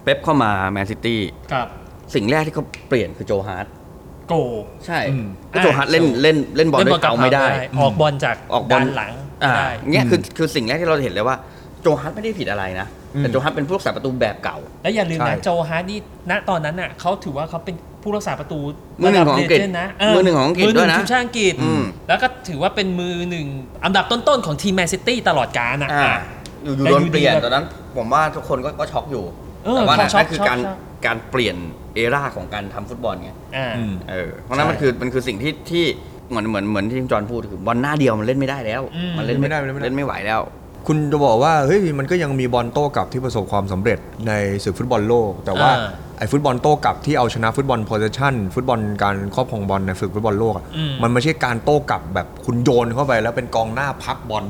Speaker 2: เป๊ปเข้ามาแมนซิตี้
Speaker 3: กับ
Speaker 2: สิ่งแรกที่เขาเปลี่ยนคือโจฮาร์ด
Speaker 3: โก
Speaker 2: ใช่
Speaker 5: อืม
Speaker 2: ก็โจฮาร์ดเล่นเล่นเล่นบอลด้วยเท้าไม่ได้
Speaker 3: ออกบอลจาก
Speaker 2: ออกบอล
Speaker 3: ด้านหลัง
Speaker 2: อ่า
Speaker 3: ได้
Speaker 2: เนี่ยคือคือสิ่งแรกที่เราเห็นเลยว่าโจฮัตไม่ได้ผิดอะไรนะ
Speaker 5: อืม
Speaker 2: แต่โจฮัตเป็นผู้รักษาประตูแบบเก่า
Speaker 3: แล้วอย่าลืม
Speaker 5: ใช่
Speaker 3: นะโจฮาร์ดี้ณตอนนั้นน่ะเขาถือว่าเขาเป็นผู้รักษาประตู
Speaker 2: มือหนึ่งของอังกฤษ
Speaker 3: ระดับเลเจนด์นะเ
Speaker 2: มือหนึ่งของอังกฤษ
Speaker 3: มืห
Speaker 2: ด้วยนะ
Speaker 3: ทีมชาติอังกฤษ
Speaker 2: อืม
Speaker 3: แล้วก็ถือว่าเป็นมือหนึ่งอันดับต้นๆของทีมแมนซิตี้ตลอดกาลนะ
Speaker 2: อยู่อยู่
Speaker 3: แต่
Speaker 2: โดน
Speaker 3: อยู่ดี
Speaker 2: เปลี่ยน
Speaker 3: แบบ
Speaker 2: ตอนนั้น ผมว่าทุกคนก็ก็ช็อกอยู่
Speaker 3: เออ
Speaker 2: แต่ว่า
Speaker 3: ช็
Speaker 2: นั่
Speaker 3: อน กช็อก
Speaker 2: นั่นคือ
Speaker 3: ช็อก
Speaker 2: การ
Speaker 3: ช็อก
Speaker 2: การเปลี่ยนเอราของการทำฟุตบอลไง
Speaker 3: อ่า
Speaker 5: อืม
Speaker 2: เออเพราะนั้นมันคือมันคือสิ่งที่ที่เหมือนเหมือนเหมือนที่คุณจอห์นพูดคือบอลหน้าเดียวมันเล่นไม่ได้แล้ว
Speaker 3: อืม
Speaker 2: มันเล่นไม่ได้
Speaker 5: เล่นไม่ได้
Speaker 2: เล่นไม่ไหวแล้ว
Speaker 5: คุณจะบอกว่าเฮ้ยมันก็ยังมีบอลโต้กลับที่ประสบความสำเร็จในศึกฟุตบอลโลก แต่ว่า
Speaker 3: อ่า
Speaker 5: ไอ้ฟุตบอลโต้กลับที่เอาชนะฟุตบอลโพสชั่นฟุตบอลการครอบครองบอลในศึกฟุตบอลโลกอะ
Speaker 3: อืม
Speaker 5: มันไม่ใช่การโต้กลับแบบคุณโยนเข้าไปแล้วเป็นกองหน้าพักบอล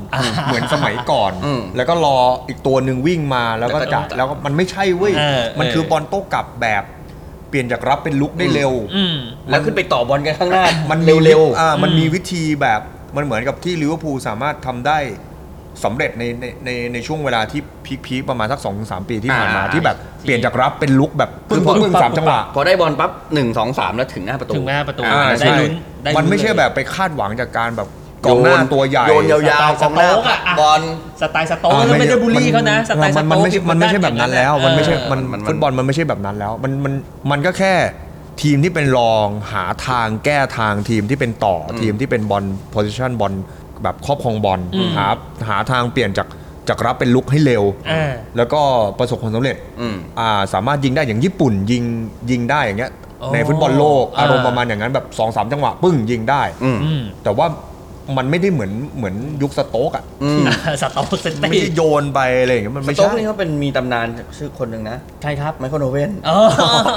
Speaker 5: เหมือนสมัยก่อน
Speaker 2: อืม
Speaker 5: แล้วก็รออีกตัวหนึ่งวิ่งมาแล้วก็
Speaker 2: แล้วก็
Speaker 5: จัดแล้วก็มันไม่ใช่เว้ย
Speaker 3: เออ
Speaker 5: มัน
Speaker 3: เออ
Speaker 5: คือบอลโต้กลับแบบ เปลี่ยนจากรับเป็นลุกได้เร็ว
Speaker 3: อืม
Speaker 2: แล้วขึ้นไปต่อบอลกันข้างหน้า มั
Speaker 5: มันน
Speaker 2: เร็ว
Speaker 5: ๆอ่ามัน
Speaker 3: อืม
Speaker 5: มีวิธีแบบมันเหมือนกับที่ลิเวอร์พูลสามารถทำได้สำเร็จในในในในช่วงเวลาที่พีคๆประมาณสักสองสามปีที่ผ่านมาที่แบบเปลี่ยนจากรับเป็นลุกแบบปึ้งปึ้งสามจังหวะ
Speaker 2: ๆพอได้บอลปั๊บหนึ่งสองสามแล้วถึงหน้าประตู
Speaker 3: ถึงหน้าประตู
Speaker 2: อ่
Speaker 5: อ่า
Speaker 3: ได้
Speaker 5: ใช่
Speaker 3: ลุ้นได้ลุ้น
Speaker 5: มันไม่ใช่แบบไปคาดหวังจากการแบบกองหน้าตัวใหญ่
Speaker 2: โยนยาวๆ
Speaker 3: ส
Speaker 2: กองห
Speaker 3: ไตล์ส
Speaker 2: น้า
Speaker 3: โต๊กอะ
Speaker 2: บอล
Speaker 3: สไตล์สโต๊กแล้วไม่ได้บูลลี่เขานะสไตล์ส
Speaker 5: มัน
Speaker 3: โต๊ก
Speaker 5: มันไม่ใช่มันไม่ใช่แบบนั้นแล้ว มันไม่ใช่มัน
Speaker 2: มันมัน
Speaker 5: ฟุตบอลมันไม่ใช่แบบนั้นแล้ว มันมันมันก็แค่ทีมที่เป็นรองหาทางแก้ทางทีมที่เป็นต่ออทีมที่เป็นบอลโพซิชันบอลแบบครอบครองบอลหาหาทางเปลี่ยนจากจากรับเป็นลุกให้เร็ว
Speaker 3: อ่า
Speaker 5: แล้วก็ประสบความสำเร็จ
Speaker 2: อืม
Speaker 5: อ่าสามารถยิงได้อย่างญี่ปุ่นยิงยิงได้อย่างเงี้ย
Speaker 3: อ๋อ
Speaker 5: ในฟุตบอลโลก
Speaker 3: อ่า
Speaker 5: อารมณ์ประมาณอย่างนั้นแบบสองสามจังหวะปึ้งยิงได้
Speaker 2: อืม
Speaker 3: อืม
Speaker 5: แต่ว่ามันไม่ได้เหมือนเหมือนยุคสโต๊กอ่ะ
Speaker 2: อืม
Speaker 3: สโต๊กเซน
Speaker 5: ไม่
Speaker 3: ตี้
Speaker 5: ได้โยนไปอะไรอย่างเงี้ยมัน
Speaker 2: ส
Speaker 5: ไม่
Speaker 2: โต๊ก
Speaker 5: ใช่
Speaker 2: นี่เขาเป็นมีตำนานชื่อคนหนึ่งนะ
Speaker 3: ใครครับ
Speaker 2: ไมเคิลโอเว่น
Speaker 3: เออ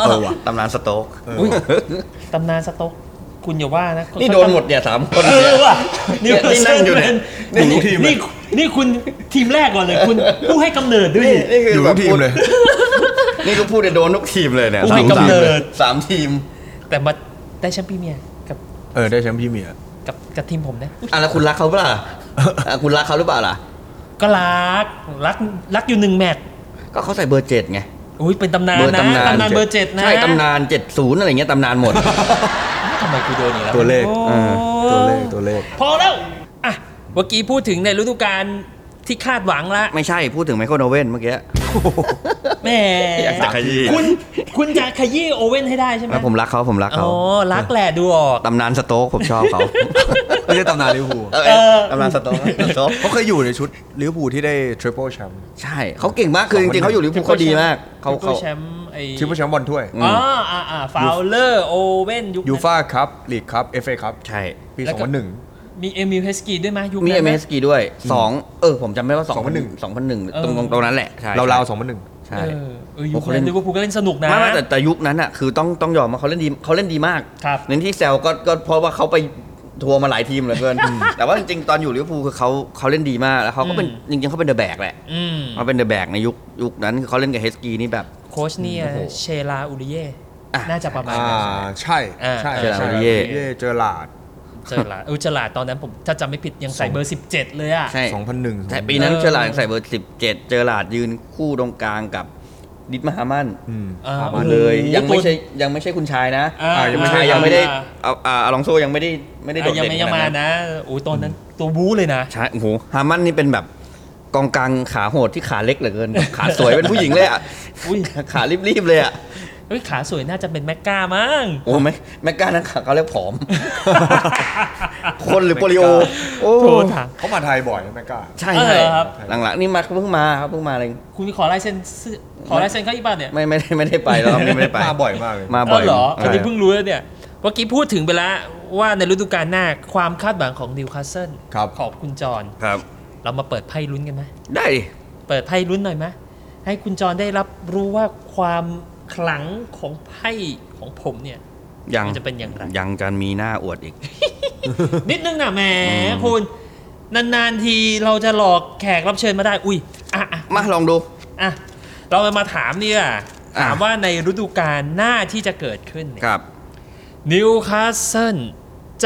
Speaker 2: เออว่ะตำนานสโต๊ก
Speaker 3: อุ๊ยตำนานสโต๊กคุณอย่าว่านะ
Speaker 2: นี่โดนหมดเนี่ยสามคน
Speaker 3: เอ
Speaker 2: เนี่
Speaker 3: อย ว่ะ
Speaker 2: เนี่ยที่นั่งอยู่เนี่ย
Speaker 3: นี่
Speaker 2: อยู่ทุกทีมเลย
Speaker 3: นี่นี่คุณทีมแรกก่อนเลย คุณผู้ให้กำเนิดด้วย
Speaker 2: นี่
Speaker 3: ดิ
Speaker 2: นี่คือ
Speaker 5: อยู่
Speaker 2: แบ
Speaker 5: ทุ
Speaker 2: บ
Speaker 5: กทีม
Speaker 2: พูด
Speaker 5: เลย
Speaker 2: นี่ลูกพูดเนี่ยโดนทุกทีมเลยเนี่ย
Speaker 3: ผู้ให้กำเนิด
Speaker 2: สามทีม
Speaker 3: แต่มาได้แชมป์พรีเมียร์กับ
Speaker 5: เออ ได้แชมป์พรี่เมียร์
Speaker 3: กับกับทีมผมนะ
Speaker 2: อ่ะแล้วคุณรักเขาเปล่าล่ะอ่ะคุณรักเขาหรือเปล่าล่ะ
Speaker 3: ก็รักรักรักอยู่หนึ่งแมตช์
Speaker 2: ก็เขาใส่เบอร์เจ็ดไง
Speaker 3: อุ้ยเป็นตำนาน
Speaker 2: เบอร์
Speaker 3: นะ
Speaker 2: ตำนาน
Speaker 3: ตำนานเบอร์เจ็ดนะ
Speaker 2: ใช่ตำนานเจ็ดศูนย์อะไรเงี้ยตำนาน หมด
Speaker 3: ทำไมกูโดนอีกแล้ว
Speaker 5: ตัวเลข
Speaker 3: โอ้
Speaker 5: เออตัวเลขตัวเลข
Speaker 3: พอแล้วอ่ะเมื่อกี้พูดถึงในฤดูกาลที่คาดหวังละ
Speaker 2: ไม่ใช่พูดถึงไมเคิลโอเว่นเมื่อกี้
Speaker 3: แหม
Speaker 2: อยากจะขยี้
Speaker 3: คุณคุณจะขยี้โอเว่นให้ได้ใช่ไหม
Speaker 2: แล้วผมรักเขาผมรัก
Speaker 3: อ๋
Speaker 2: เขา
Speaker 3: อรักแหละดูออก
Speaker 2: ตำนานสโต๊กผมชอบเขา
Speaker 5: ไม่ใช่ตำนานลิเวอร์พูล
Speaker 2: เออ
Speaker 3: เออ
Speaker 2: ตำนานสโต๊กสโต๊ก
Speaker 5: เขาเคยอยู่ในชุดลิเวอร์พูลที่ได้ Triple Champ
Speaker 2: ใช่เขาเก่งมากคือจริงๆเขาอยู่ลิเวอร์พูลเขาดีมากเขา
Speaker 3: เขา
Speaker 2: เขา
Speaker 3: แชมป์ไอ
Speaker 5: Triple Champ บอลถ้วย
Speaker 2: อืม
Speaker 3: อ๋ออ่าอ่าฟาวเลอร์โอเว่นยุคนั้น
Speaker 5: ยูฟ่าครับลีกครับเอฟเอครับ
Speaker 2: ใช่
Speaker 5: ปี 2001
Speaker 3: มีเอมิลเฮสกีด้วยไหมยยุค
Speaker 2: มี
Speaker 3: นั้
Speaker 2: เอนเม
Speaker 3: ไห
Speaker 2: สกีด้วยสองเออผมจำไม่ว่าสองพันหนึ่ง
Speaker 5: 2001
Speaker 2: สองพันหนึ่ง
Speaker 3: เออ
Speaker 2: ตรงตรงนั้นแหละใช่
Speaker 5: ราวๆ
Speaker 2: ๆใช่
Speaker 3: เออเออ
Speaker 2: โอ้
Speaker 3: ยุค
Speaker 2: เขาเล่
Speaker 3: นั้น
Speaker 2: น
Speaker 3: ลิเวอร์พูลก็เล่นสนุกนะ
Speaker 2: ไม่ไม่แต่แต่ยุคนั้นอ่ะคือต้องต้องยอมว่าเขาเล่นดีเขาเล่นดีมาก
Speaker 3: ครับ
Speaker 2: ในที่แซวก็ก็เพราะว่าเขาไปทัวร์มาหลายทีมเหลือเกิน แต่ว่าจริงๆตอนอยู่ลิเวอร์พูลคือเขาเขาเล่นดีมากแล้วเขาก็เป็นจริงๆเขาเป็นเดอะแบกแหละ
Speaker 3: อืม
Speaker 2: เขาเป็นเดอะแบกในยุคยุคนั้นคือเขาเล่นกับเฮสกีนี่แบบ
Speaker 3: โค้ชเนี่ยเชลาอูริเย่
Speaker 2: อ่ะ
Speaker 3: น่าจะประมาณ
Speaker 5: อ่า
Speaker 3: นั้น
Speaker 5: ใช่
Speaker 3: อ่า
Speaker 5: ใช่
Speaker 2: เจอร์รา
Speaker 5: ใช่
Speaker 2: ร์โรเย่
Speaker 5: เย่เจอร์ลาร์ด
Speaker 3: เจอหลาดเออเจอหลาดตอนนั้นผมถ้าจำไม่ผิดยังใส่เบอร์ 17 เลยอ่ะ
Speaker 2: ใช่
Speaker 5: 2001
Speaker 2: แต่ปีนั้น
Speaker 3: เออ
Speaker 2: เจอหลาดใส่เบอร์ 17 เจอหลาดยืนคู่ตรงกลางกับดิดมาฮามัน
Speaker 3: อ่
Speaker 5: ประมา
Speaker 2: มา
Speaker 5: ณ
Speaker 2: เลย
Speaker 3: โอ้โห
Speaker 2: ยังไม่ใช่ยังไม่ใช่คุณชายนะ
Speaker 3: อ่า
Speaker 5: อ่ายังไม่ใช่
Speaker 2: คุณชายยังไม่ได้
Speaker 3: อ่า
Speaker 2: เอาอ่าอลองโซยังไม่ได้ไม่ได้โดด
Speaker 3: ยัง
Speaker 2: เด่น
Speaker 3: ไม่ยัง
Speaker 2: ข
Speaker 3: มา
Speaker 2: นาดนั้น
Speaker 3: นะโอ้ยตอนนั้นตัวบู๊เลยนะ
Speaker 2: ใช่โอ้โหฮามันนี่เป็นแบบกองกลางขาโหดที่ขาเล็กเหลือเกิน ขาสวยเป็นผู้หญิงเลยอ่ะ
Speaker 3: อุ้ย
Speaker 2: ขารีบๆเลยอ่ะ
Speaker 3: เฮ้ยขาสวยน่าจะเป็นแมกก้ามั้ง
Speaker 2: โอ้ไม่แม็กกล้านะขาเขาเรียกผอม คนหรือโปลิโอโอ้
Speaker 3: โทษค่ะ
Speaker 5: เขามาไทยบ่อยนะแม่กล้า
Speaker 2: ใช่
Speaker 3: เออ
Speaker 2: ใช่
Speaker 3: ครับ
Speaker 2: หลังๆนี่มาเพิ่งมาครับเพิ่งมาเอง
Speaker 3: คุณมีขอลายเซ็นเสื้อขอลายเซ็นเขาอีกป่ะเนี่ย
Speaker 2: ไม่ไม่ได้ไม่ได้ไปแล้วครับนี่ไม่ได้ไป
Speaker 5: มาบ่อยมากเลย
Speaker 2: มาบ่อย
Speaker 3: เเหรอ อันนี้
Speaker 2: ใช่
Speaker 3: เพิ่งรู้แล้วเนี่ย เมื่อกี้พูดถึงไปแล้วว่าในฤดูกาลหน้าความคาดหวังของนิวคาสเซิล
Speaker 5: ครับ
Speaker 3: ของคุณจร
Speaker 2: ครับ
Speaker 3: เรามาเปิดไพ่ลุ้นกันไหม
Speaker 2: ได้ดิ
Speaker 3: เปิดไพ่ลุ้นหน่อยไหมให้คุณจรได้รับรู้ว่าความขลังของไพ่ของผมเนี่ย
Speaker 2: ยัง
Speaker 3: มันจะเป็นอย่างไร
Speaker 2: ยังจะมีหน้าอวดอีก
Speaker 3: นิดนึงนะแหมคุณ นานๆทีเราจะหลอกแขกรับเชิญมาได้ อุ้ย อ่ะอ่ะ
Speaker 2: มาลองดู
Speaker 3: อ่ะเรามาถามเนี่ยถาม
Speaker 2: อ่ะ
Speaker 3: ว่าในฤดูกาลหน้าที่จะเกิดขึ้นเนี่ย
Speaker 2: ครับ
Speaker 3: นิวคาสเซิล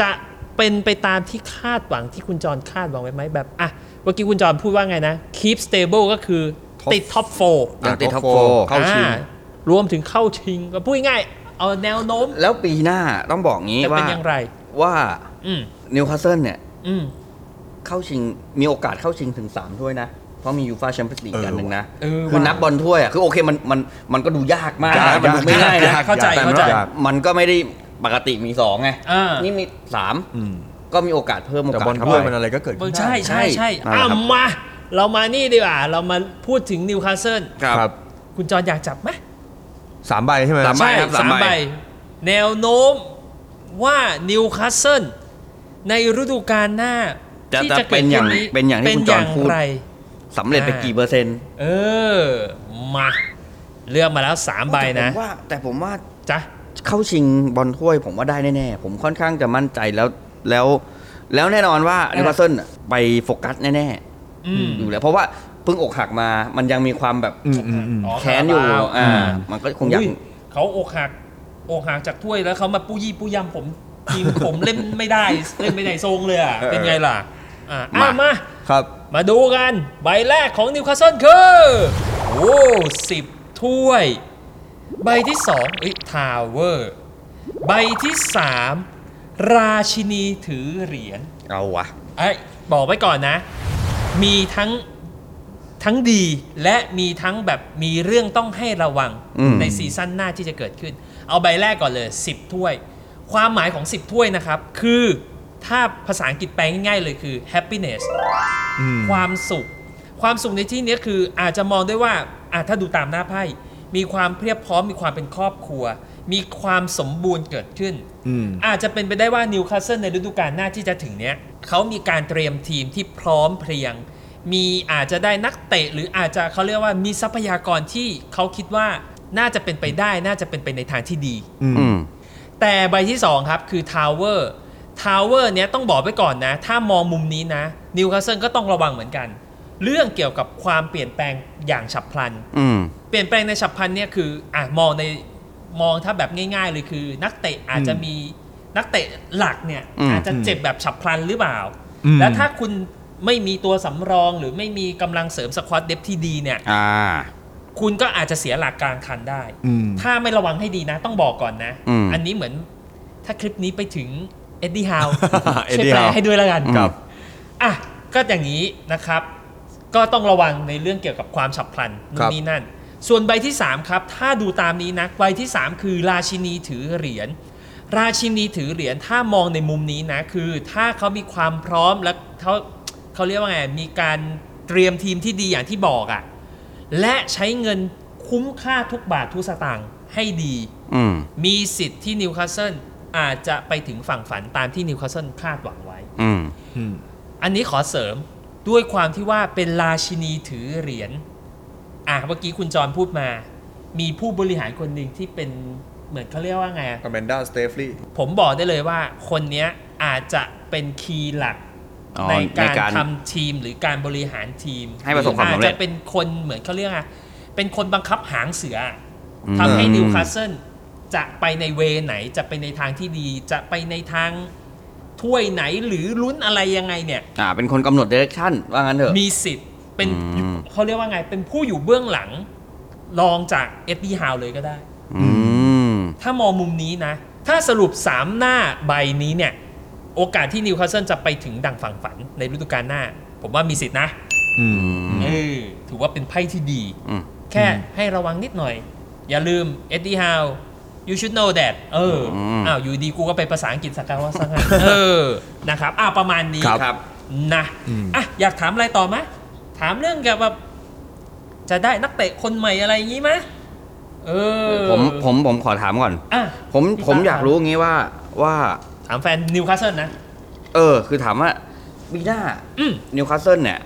Speaker 3: จะเป็นไปตามที่คาดหวังที่คุณจรคาดหวังไว้ไหมแบบอ่ะเมื่อกี้คุณจรพูดว่าไงนะ keep stable ก็คือ
Speaker 5: Top
Speaker 3: ติดท็อปโฟ
Speaker 2: ยังติด top
Speaker 5: four
Speaker 2: four
Speaker 5: เข้าชิง
Speaker 3: รวมถึงเข้าชิงก็พูดง่ายๆเอาแนวโน้ม
Speaker 2: แล้วปีหน้าต้องบอกงี้
Speaker 3: จะเป็
Speaker 2: ว่าน
Speaker 3: อย่างไร
Speaker 2: ว่า
Speaker 3: อืม
Speaker 2: นิวคาสเซิลเนี่ย
Speaker 3: อืม
Speaker 2: เข้าชิงมีโอกาสเข้าชิงถึง 3 ถ้วยนะ เพราะมียูฟาแชมเปี้ยนส์ลีก
Speaker 5: เออ
Speaker 2: กันหนึ่งนะ
Speaker 3: เออว่ะ
Speaker 2: คือนับบอลถ้วยอ่ะ คือโอเคมันมันมันก็ดูยากมาก
Speaker 5: ยาก
Speaker 2: นะมันดูไม่ง่ายนะ
Speaker 5: ยาก
Speaker 3: เข้าใจ
Speaker 5: ยก
Speaker 3: เข้าใจ
Speaker 5: ยก
Speaker 2: มันก็ไม่ได้ปกติมีสองไง
Speaker 3: อ่านี่
Speaker 2: นี่มีสาม
Speaker 5: อืม
Speaker 2: ก็มีโอกาสเพิ่มโอ
Speaker 5: แต่
Speaker 2: กาส
Speaker 5: บอล
Speaker 2: เข้า
Speaker 5: ถ้วย
Speaker 2: ไป
Speaker 5: มันอะไรก็เกิดขึ้น
Speaker 3: ใช่ใช่ใช่
Speaker 2: นั่นแหละครั
Speaker 3: อ่ะ
Speaker 2: บ
Speaker 3: มา เรามานี่ดีกว่า เรามาพูดถึงนิวคาสเซิล
Speaker 5: ครับ
Speaker 3: คุณจรอยากจับไหม
Speaker 5: สามใบใช่ไหม
Speaker 2: สามใบ
Speaker 3: ใช่
Speaker 2: ครับสามใบ
Speaker 3: แนวโน้มว่านิวคาสเซิลในฤดูกาลหน้า
Speaker 2: จะ
Speaker 3: ที่
Speaker 2: จะ
Speaker 3: กิด
Speaker 2: เป็นอย่าง
Speaker 3: ขึ้นี้
Speaker 2: เป็นอย่างที่คุณจร
Speaker 3: เป็
Speaker 2: พูด
Speaker 3: ไ
Speaker 2: สำเร็จไปกี่เปอร์เซ็นต์
Speaker 3: เออ มา เลือกมาแล้ว 3 ใบนะ
Speaker 2: แต่ผมว่าแต่ผมว่า
Speaker 3: จ้ะ
Speaker 2: เข้าชิงบอลถ้วยผมว่าได้แน่ๆ ผมค่อนข้างจะมั่นใจแล้วแล้ว แล้วแน่นอนว่านิวคาสเซิลไปโฟกัสแน่
Speaker 3: อืม
Speaker 2: ๆ อยู่แล้ว เพราะว่าเพิ่งอกหักมามันยังมีความแบบ
Speaker 5: อืมอืมอืม
Speaker 2: แค้นอยู่
Speaker 3: คาราบาว
Speaker 2: อ่า
Speaker 5: อืม
Speaker 2: มันก็คงอยาก
Speaker 3: เขาอกหัก อกหักจากถ้วยแล้วเขามาปู้ยี่ปู้ยำผมทีมผมเล่นไม่ได้เล่นไม่ได้ทรงเลยอ่ะเป็นไงล่ะอ่ะอ่ะมา
Speaker 5: ครับ
Speaker 3: มาดูกัน ใบแรกของนิวคาสเซิลคือ โอ้สิบถ้วย ใบที่สองเอ้ยทาวเวอร์ ใบที่สามราชินีถือเหรียญ
Speaker 2: เอาวะ
Speaker 3: ไอ้ยบอกไว้ก่อนนะ มีทั้งทั้งดีและมีทั้งแบบมีเรื่องต้องให้ระวัง
Speaker 2: อืม
Speaker 3: ในซีซั่นหน้าที่จะเกิดขึ้น เอาใบแรกก่อนเลย 10 ถ้วย ความหมายของ 10 ถ้วยนะครับ คือถ้าภาษาอังกฤษแปลง่ายๆเลยคือ happiness
Speaker 5: อืม
Speaker 3: ความสุข ความสุขในที่เนี้ยคืออาจจะมองได้ว่าอาถ้าดูตามหน้าไพ่ มีความเพียบพร้อม มีความเป็นครอบครัว มีความสมบูรณ์เกิดขึ้น
Speaker 5: อืม
Speaker 3: อาจจะเป็นไปได้ว่านิวคาสเซิลในฤดูกาลหน้าที่จะถึงเนี้ยเขามีการเตรียมทีมที่พร้อมเพรียง มีอาจจะได้นักเตะ หรืออาจจะเขาเรียกว่ามีทรัพยากรที่เขาคิดว่าน่าจะเป็นไปได้น่าจะเป็นไปในทางที่ดี
Speaker 2: อืม
Speaker 3: แต่ใบที่ 2 ครับ คือทาวเวอร์ทาวเวอร์เนี้ยต้องบอกไว้ก่อนนะ ถ้ามองมุมนี้นะนิวคาสเซิลก็ต้องระวังเหมือนกัน เรื่องเกี่ยวกับความเปลี่ยนแปลงอย่างฉับพลัน
Speaker 2: อืม
Speaker 3: เปลี่ยนแปลงในฉับพลันเนี่ยคืออ่ะมองในมองถ้าแบบง่าย ๆ เลยคือ นักเตะอาจจะมีนักเตะหลักเนี่ย
Speaker 2: อืม
Speaker 3: อาจจะเจ็บแบบฉับพลันหรือเปล่า
Speaker 5: อืม
Speaker 3: แล้วถ้าคุณไม่มีตัวสำรองหรือไม่มีกำลังเสริมสควอตเดฟที่ดีเนี่ย
Speaker 2: อ่า
Speaker 3: คุณก็อาจจะเสียหลักกลางคันได้
Speaker 5: อืม
Speaker 3: ถ้าไม่ระวังให้ดีนะต้องบอกก่อนนะ
Speaker 2: อืม
Speaker 3: อันนี้เหมือนถ้าคลิปนี้ไปถึงเอ็ดดี้ฮาว
Speaker 5: เอ็ด
Speaker 3: ช่วย
Speaker 5: ดี้
Speaker 3: แปล
Speaker 5: ฮาว
Speaker 3: ให้ด้วยแล้วกัน
Speaker 2: ครับ
Speaker 3: อ่ะก็อย่างนี้นะครับ ก็ต้องระวังในเรื่องเกี่ยวกับความฉับพลันนู่
Speaker 5: ครั
Speaker 3: น
Speaker 5: บ
Speaker 3: นี่นั่น ส่วนใบที่ 3 ครับ ถ้าดูตามนี้นะใบที่ 3 คือราชินีถือเหรียญราชินีถือเหรียญถ้ามองในมุมนี้นะคือ ถ้าเขามีความพร้อมและเขาเขาเรียกว่าไงมีการเตรียมทีมที่ดีอย่างที่บอกอะ่ะและใช้เงินคุ้มค่าทุกบาททุกสตางค์ให้ดี
Speaker 2: อืม
Speaker 3: มีสิทธิ์ที่นิวคาสเซิลอาจจะไปถึงฝั่งฝันตามที่นิวคาสเซิลคาดหวังไว้
Speaker 2: อืม
Speaker 5: อืม
Speaker 3: อันนี้ขอเสริมด้วยความที่ว่าเป็นราชินีถือเหรียญ อ่ะเมื่อกี้คุณจรพูดมา มีผู้บริหารคนหนึ่งที่เป็นเหมือนเขาเรียกว่าไงอะ
Speaker 5: อแมนดาสเตฟลีย์
Speaker 3: ผมบอกได้เลยว่าคนเนี้ยอาจจะเป็นคีย์หลัก
Speaker 2: อ๋อ
Speaker 3: ใน
Speaker 2: ใน
Speaker 3: การ
Speaker 2: การ
Speaker 3: ทำทีมหรือการบริหารทีม
Speaker 2: ให้ประสบความสำเร็จ
Speaker 3: อจจะเป็นคนเหมือนเขาเรียกอะเป็นคนบังคับหางเสืออะ ทำ
Speaker 2: ทำ
Speaker 3: ให้
Speaker 2: ให้
Speaker 3: นิ
Speaker 2: นิ
Speaker 3: ว
Speaker 2: ว
Speaker 3: คา
Speaker 2: คา
Speaker 3: ส
Speaker 2: ส
Speaker 3: เซิลจะไปในเวไหนจะไปในทางที่ดี จะไปในทางถ้วยไหนหรือลุ้นอะไรยังไงเนี่ย
Speaker 2: อ่า เป็นคนกำหนดเดเรคชั่น ว่างั้นเถอะ
Speaker 3: มีสิทธิ์เป็น
Speaker 2: อืม
Speaker 3: เขาเรียกว่าไง เป็นผู้อยู่เบื้องหลังรองจากเอ็ดดี้ฮาวเลยก็ได้
Speaker 2: อืม
Speaker 3: ถ้ามองมุมนี้นะ ถ้าสรุป 3 หน้าใบนี้เนี่ย โอกาสที่นิวคาสเซิลจะไปถึงดังฝั่งฝันในฤดูกาลหน้า ผมว่ามีสิทธินะเออถือว่าเป็นไพ่ที่ดี
Speaker 2: อืม
Speaker 3: แค่ให้ระวังนิดหน่อย อย่าลืมเอ็ดดี้ฮาว you should know that เอออ
Speaker 2: ม
Speaker 3: อ้าว อยู่ดีกูก็ไปภาษาอังกฤษสักการว่า สักการ เออ นะครับ อ้าว ประมาณนี้
Speaker 2: ครับ
Speaker 3: นะ
Speaker 5: อืม
Speaker 3: อ่ะ อยากถามอะไรต่อไหมถามเรื่องเกี่ยวกับจะได้นักเตะคนใหม่อะไรอย่างงี้ไหมเออ
Speaker 2: ผม ผม ผมขอถามก่อน
Speaker 3: อ่ะ
Speaker 2: ผม
Speaker 3: พี่
Speaker 2: ผม
Speaker 3: ตา
Speaker 2: อยากรู้งี้ว่า ว่า
Speaker 3: ถามแฟนนิวคาสเซิลนะ
Speaker 2: เออ คือถามว่าปีหน้า
Speaker 3: อืม
Speaker 2: นิวคาสเซิลเนี่ย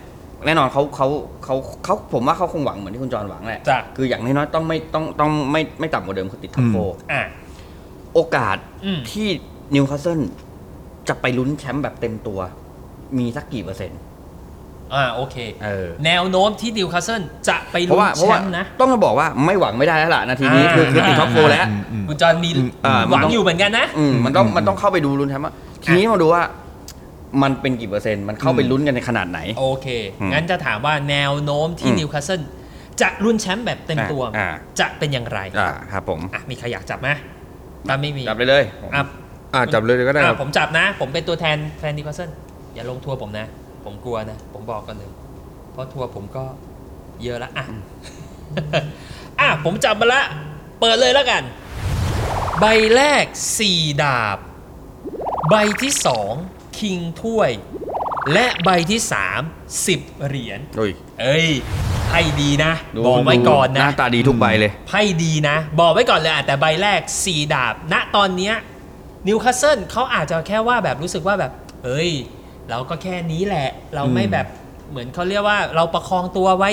Speaker 2: แน่นอนเขาเขาเขาเขาผมว่าเขาคงหวังเหมือนที่คุณจอห์นหวังแหละ
Speaker 3: จ้ะ
Speaker 2: คืออย่างน้อยๆต้องไม่ต้องต้องไม่ไม่ต่ำกว่าเดิมคือติดท็อปโฟร์
Speaker 3: อ่ะ
Speaker 2: โอกาส
Speaker 3: อืม
Speaker 2: ที่นิวคาสเซิลจะไปลุ้นแชมป์แบบเต็มตัว มีสักกี่เปอร์เซ็นต์
Speaker 3: อ่า โอเค
Speaker 2: เออ
Speaker 3: แนวโน้มที่นิวคาสเซิลจะไป
Speaker 2: เพ
Speaker 3: ลุ้น
Speaker 2: ราะว่าเพ
Speaker 3: แช
Speaker 2: ราะว่าม
Speaker 3: ป์นะ
Speaker 2: ต้องมาบอกว่าไม่หวังไม่ได้แล้วล่ะนาทีนี้คือคือติดท็อปโฟร์แล้ว
Speaker 3: คุณจอห์นมี
Speaker 2: เออ
Speaker 3: ห
Speaker 2: มัน
Speaker 3: วัง
Speaker 2: ต้อง
Speaker 3: อยู่เหมือนกันนะ
Speaker 2: อืมมันต้องมันต้องเข้าไปดูลุ้นแชมป์ว่าทีนี้มาดูว่า มันเป็นกี่เปอร์เซ็นต์ มันเข้าไปลุ้นกันในขนาดไหน
Speaker 3: โอเค
Speaker 2: อืม
Speaker 3: งั้นจะถามว่าแนวโน้มที่
Speaker 2: อืม
Speaker 3: นิวคาสเซิลจะรุ่นแชมป์แบบเต็มตัว
Speaker 2: อ่า
Speaker 3: จะเป็นอย่างไร
Speaker 2: อ่าครับผม
Speaker 3: อ่ะมีใครอยากจับไหมตาไม่มี
Speaker 2: จับเลยเลยผม
Speaker 3: อ่ะ
Speaker 5: อ่าจับเลยก็ได้ครั
Speaker 3: อ่ะ
Speaker 5: บ
Speaker 3: ผมจับนะ ผมเป็นตัวแทนแฟนนิวคาสเซิลอย่าลงทัวร์ผมนะ ผมกลัวนะ ผมบอกกันเลย เพราะทัวร์ผมก็เยอะละอ่ะ อ่ะ ผมจับมาละ เปิดเลยแล้วกัน ใบแรก 4 ดาบ ใบที่ 2 คิงถ้วย และใบที่ 3 10 เหรียญ
Speaker 2: เฮ้ย
Speaker 3: เอ้ยไพ่ดีนะ
Speaker 2: ดู
Speaker 3: บอกไว้ก่อน
Speaker 2: ห
Speaker 3: นะ
Speaker 2: น้าตาดีทุกใบเลย
Speaker 3: ไพ่ดีนะ บอกไว้ก่อนเลยอ่ะแต่ใบแรก 4 ดาบ ณตอนเนี้ยนิวคาสเซิลเขาอาจจะแค่ว่าแบบรู้สึกว่าแบบ เอ้ย เราก็แค่นี้แหละ เราไม่แบบเหมือนเขาเรียกว่าเราประคองตัวไว้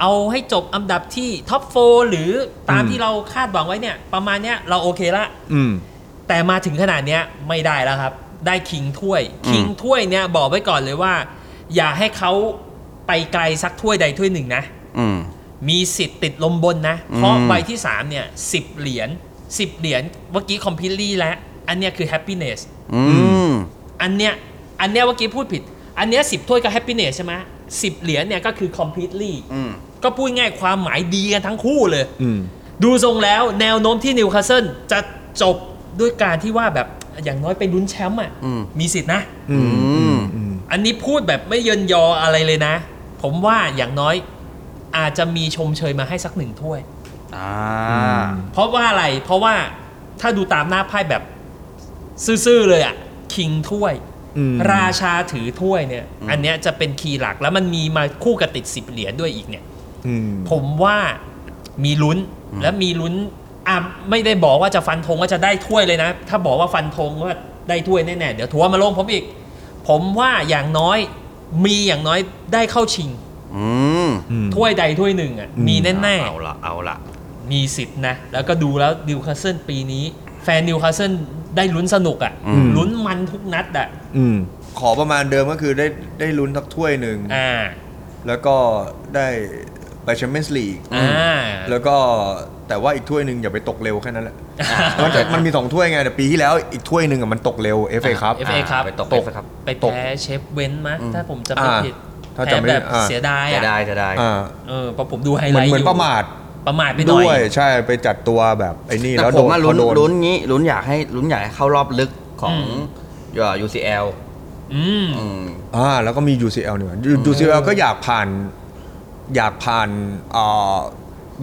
Speaker 3: เอาให้จบอันดับที่ท็อปโฟหรือตาม
Speaker 5: อืม
Speaker 3: ที่เราคาดหวังไว้เนี่ย ประมาณเนี้ยเราโอเคละ
Speaker 5: อืม
Speaker 3: แต่มาถึงขนาดเนี้ยไม่ได้แล้วครับ ได้คิงถ้วย
Speaker 2: อืม
Speaker 3: คิงถ้วยเนี่ยบอกไว้ก่อนเลยว่า อย่าให้เขาไปไกลสักถ้วยใดถ้วยหนึ่งนะ
Speaker 2: อืม
Speaker 3: มีสิทธิ์ติดลมบนนะ เพราะ
Speaker 2: อืม
Speaker 3: ใบที่ 3 เนี่ยสิบเหรียญ 10 เหรียญเมื่อกี้คอมพิลลี่แล้ว อันเนี้ยคือแฮปปี้เนส
Speaker 2: อืม
Speaker 3: อันเนี้ย อันเนี้ยเมื่อกี้พูดผิด อันเนี้ยสิบถ้วยก็แฮปปี้เนสใช่ไหมสิบเหรียญเนี่ยก็คือ completely
Speaker 2: อืม
Speaker 3: ก็พูดง่ายความหมายดีกันทั้งคู่เลย
Speaker 5: อืม
Speaker 3: ดูทรงแล้วแนวโน้มที่นิวคาสเซิลจะจบด้วยการที่ว่าแบบอย่างน้อยไปลุ้นแชมป์อ่ะ
Speaker 2: อืม
Speaker 3: มีสิทธินะ
Speaker 5: อืมอืมอืม
Speaker 3: อันนี้พูดแบบไม่เยินยออะไรเลยนะ ผมว่าอย่างน้อยอาจจะมีชมเชยมาให้สักหนึ่งถ้วย
Speaker 4: อ่า
Speaker 3: เพราะว่าอะไร เพราะว่าถ้าดูตามหน้าไพ่แบบซื่อๆเลยอะคิงถ้วย
Speaker 5: อืม
Speaker 3: ราชาถือถ้วยเนี่ย อันเนี้ยจะเป็นคีย์หลักแล้วมันมีมาคู่กับติดสิบเหรียญด้วยอีกเนี่ย
Speaker 5: อืม
Speaker 3: ผมว่ามีลุ้นและมีลุ้นอ่ะไม่ได้บอกว่าจะฟันธงว่าจะได้ถ้วยเลยนะ ถ้าบอกว่าฟันธงว่าได้ถ้วยแน่ๆเดี๋ยวถัวร์มาลงผมอีก ผมว่าอย่างน้อยมีอย่างน้อยได้เข้าชิง
Speaker 2: อืม
Speaker 3: ถ้วยใดถ้วยหนึ่งอ่ะ
Speaker 5: อืม
Speaker 3: มีแน่ๆ
Speaker 2: เอาละเอาละ
Speaker 3: มีสิทธิ์นะ แล้วก็ดูแล้วนิวคาสเซิลปีนี้ แฟนนิวคาสเซิลได้ลุ้นสนุกอะ่ะ
Speaker 2: อืม
Speaker 3: ลุ้นมันทุกนัดอะ่ะ
Speaker 5: อืมขอประมาณเดิมก็คือได้ได้ลุ้นทักถ้วยหนึ่ง
Speaker 3: อ่า
Speaker 5: แล้วก็ได้ไปแชมเปี้ยนส์ลีก
Speaker 3: อ่า
Speaker 5: แล้วก็แต่ว่าอีกถ้วยหนึ่งอย่าไปตกเร็วแค่นั้นแหละมันจะมันมีสองถ้วยไงแต่ปีที่แล้วอีกถ้วยหนึ่งอะมันตกเร็วเอฟเอครับ
Speaker 3: เอฟเอครับ
Speaker 2: ไปตก FA ครับ
Speaker 3: ไปแพ้เชฟเว้นมะ ถ้าผมจำไม่
Speaker 5: อ่า
Speaker 3: ผิด
Speaker 5: ถ้า
Speaker 3: แพ้
Speaker 5: จำไม่
Speaker 3: แบบ
Speaker 5: อ่า
Speaker 3: เสียดาย
Speaker 2: จะ
Speaker 3: อะ
Speaker 2: ได้จะได้
Speaker 5: อ่า
Speaker 3: เออเพราะผมดูไฮ
Speaker 5: เห
Speaker 3: ไล
Speaker 5: มือน
Speaker 3: ท์
Speaker 5: เหมื
Speaker 3: อ
Speaker 5: อน
Speaker 3: ยู่
Speaker 5: ประมาท
Speaker 3: ประมาทไปหน่อ
Speaker 5: ด้วย
Speaker 3: ย
Speaker 5: ใช่ไปจัดตัวแบบไอ้นี่
Speaker 2: แต่
Speaker 5: แล้ว
Speaker 2: ผ
Speaker 5: โด
Speaker 2: ม
Speaker 5: น
Speaker 2: มาลุ้น
Speaker 5: พอโดน
Speaker 2: ลุ้นงี้ลุ้นอยากให้ลุ้นอยากให้เข้ารอบลึกของ
Speaker 3: อืม
Speaker 2: เอ่อ UCL
Speaker 3: อืม
Speaker 2: อืม
Speaker 5: อ่าแล้วก็มี UCL เนี่ย UCL ก็อยากผ่านอยากผ่านเอ่อ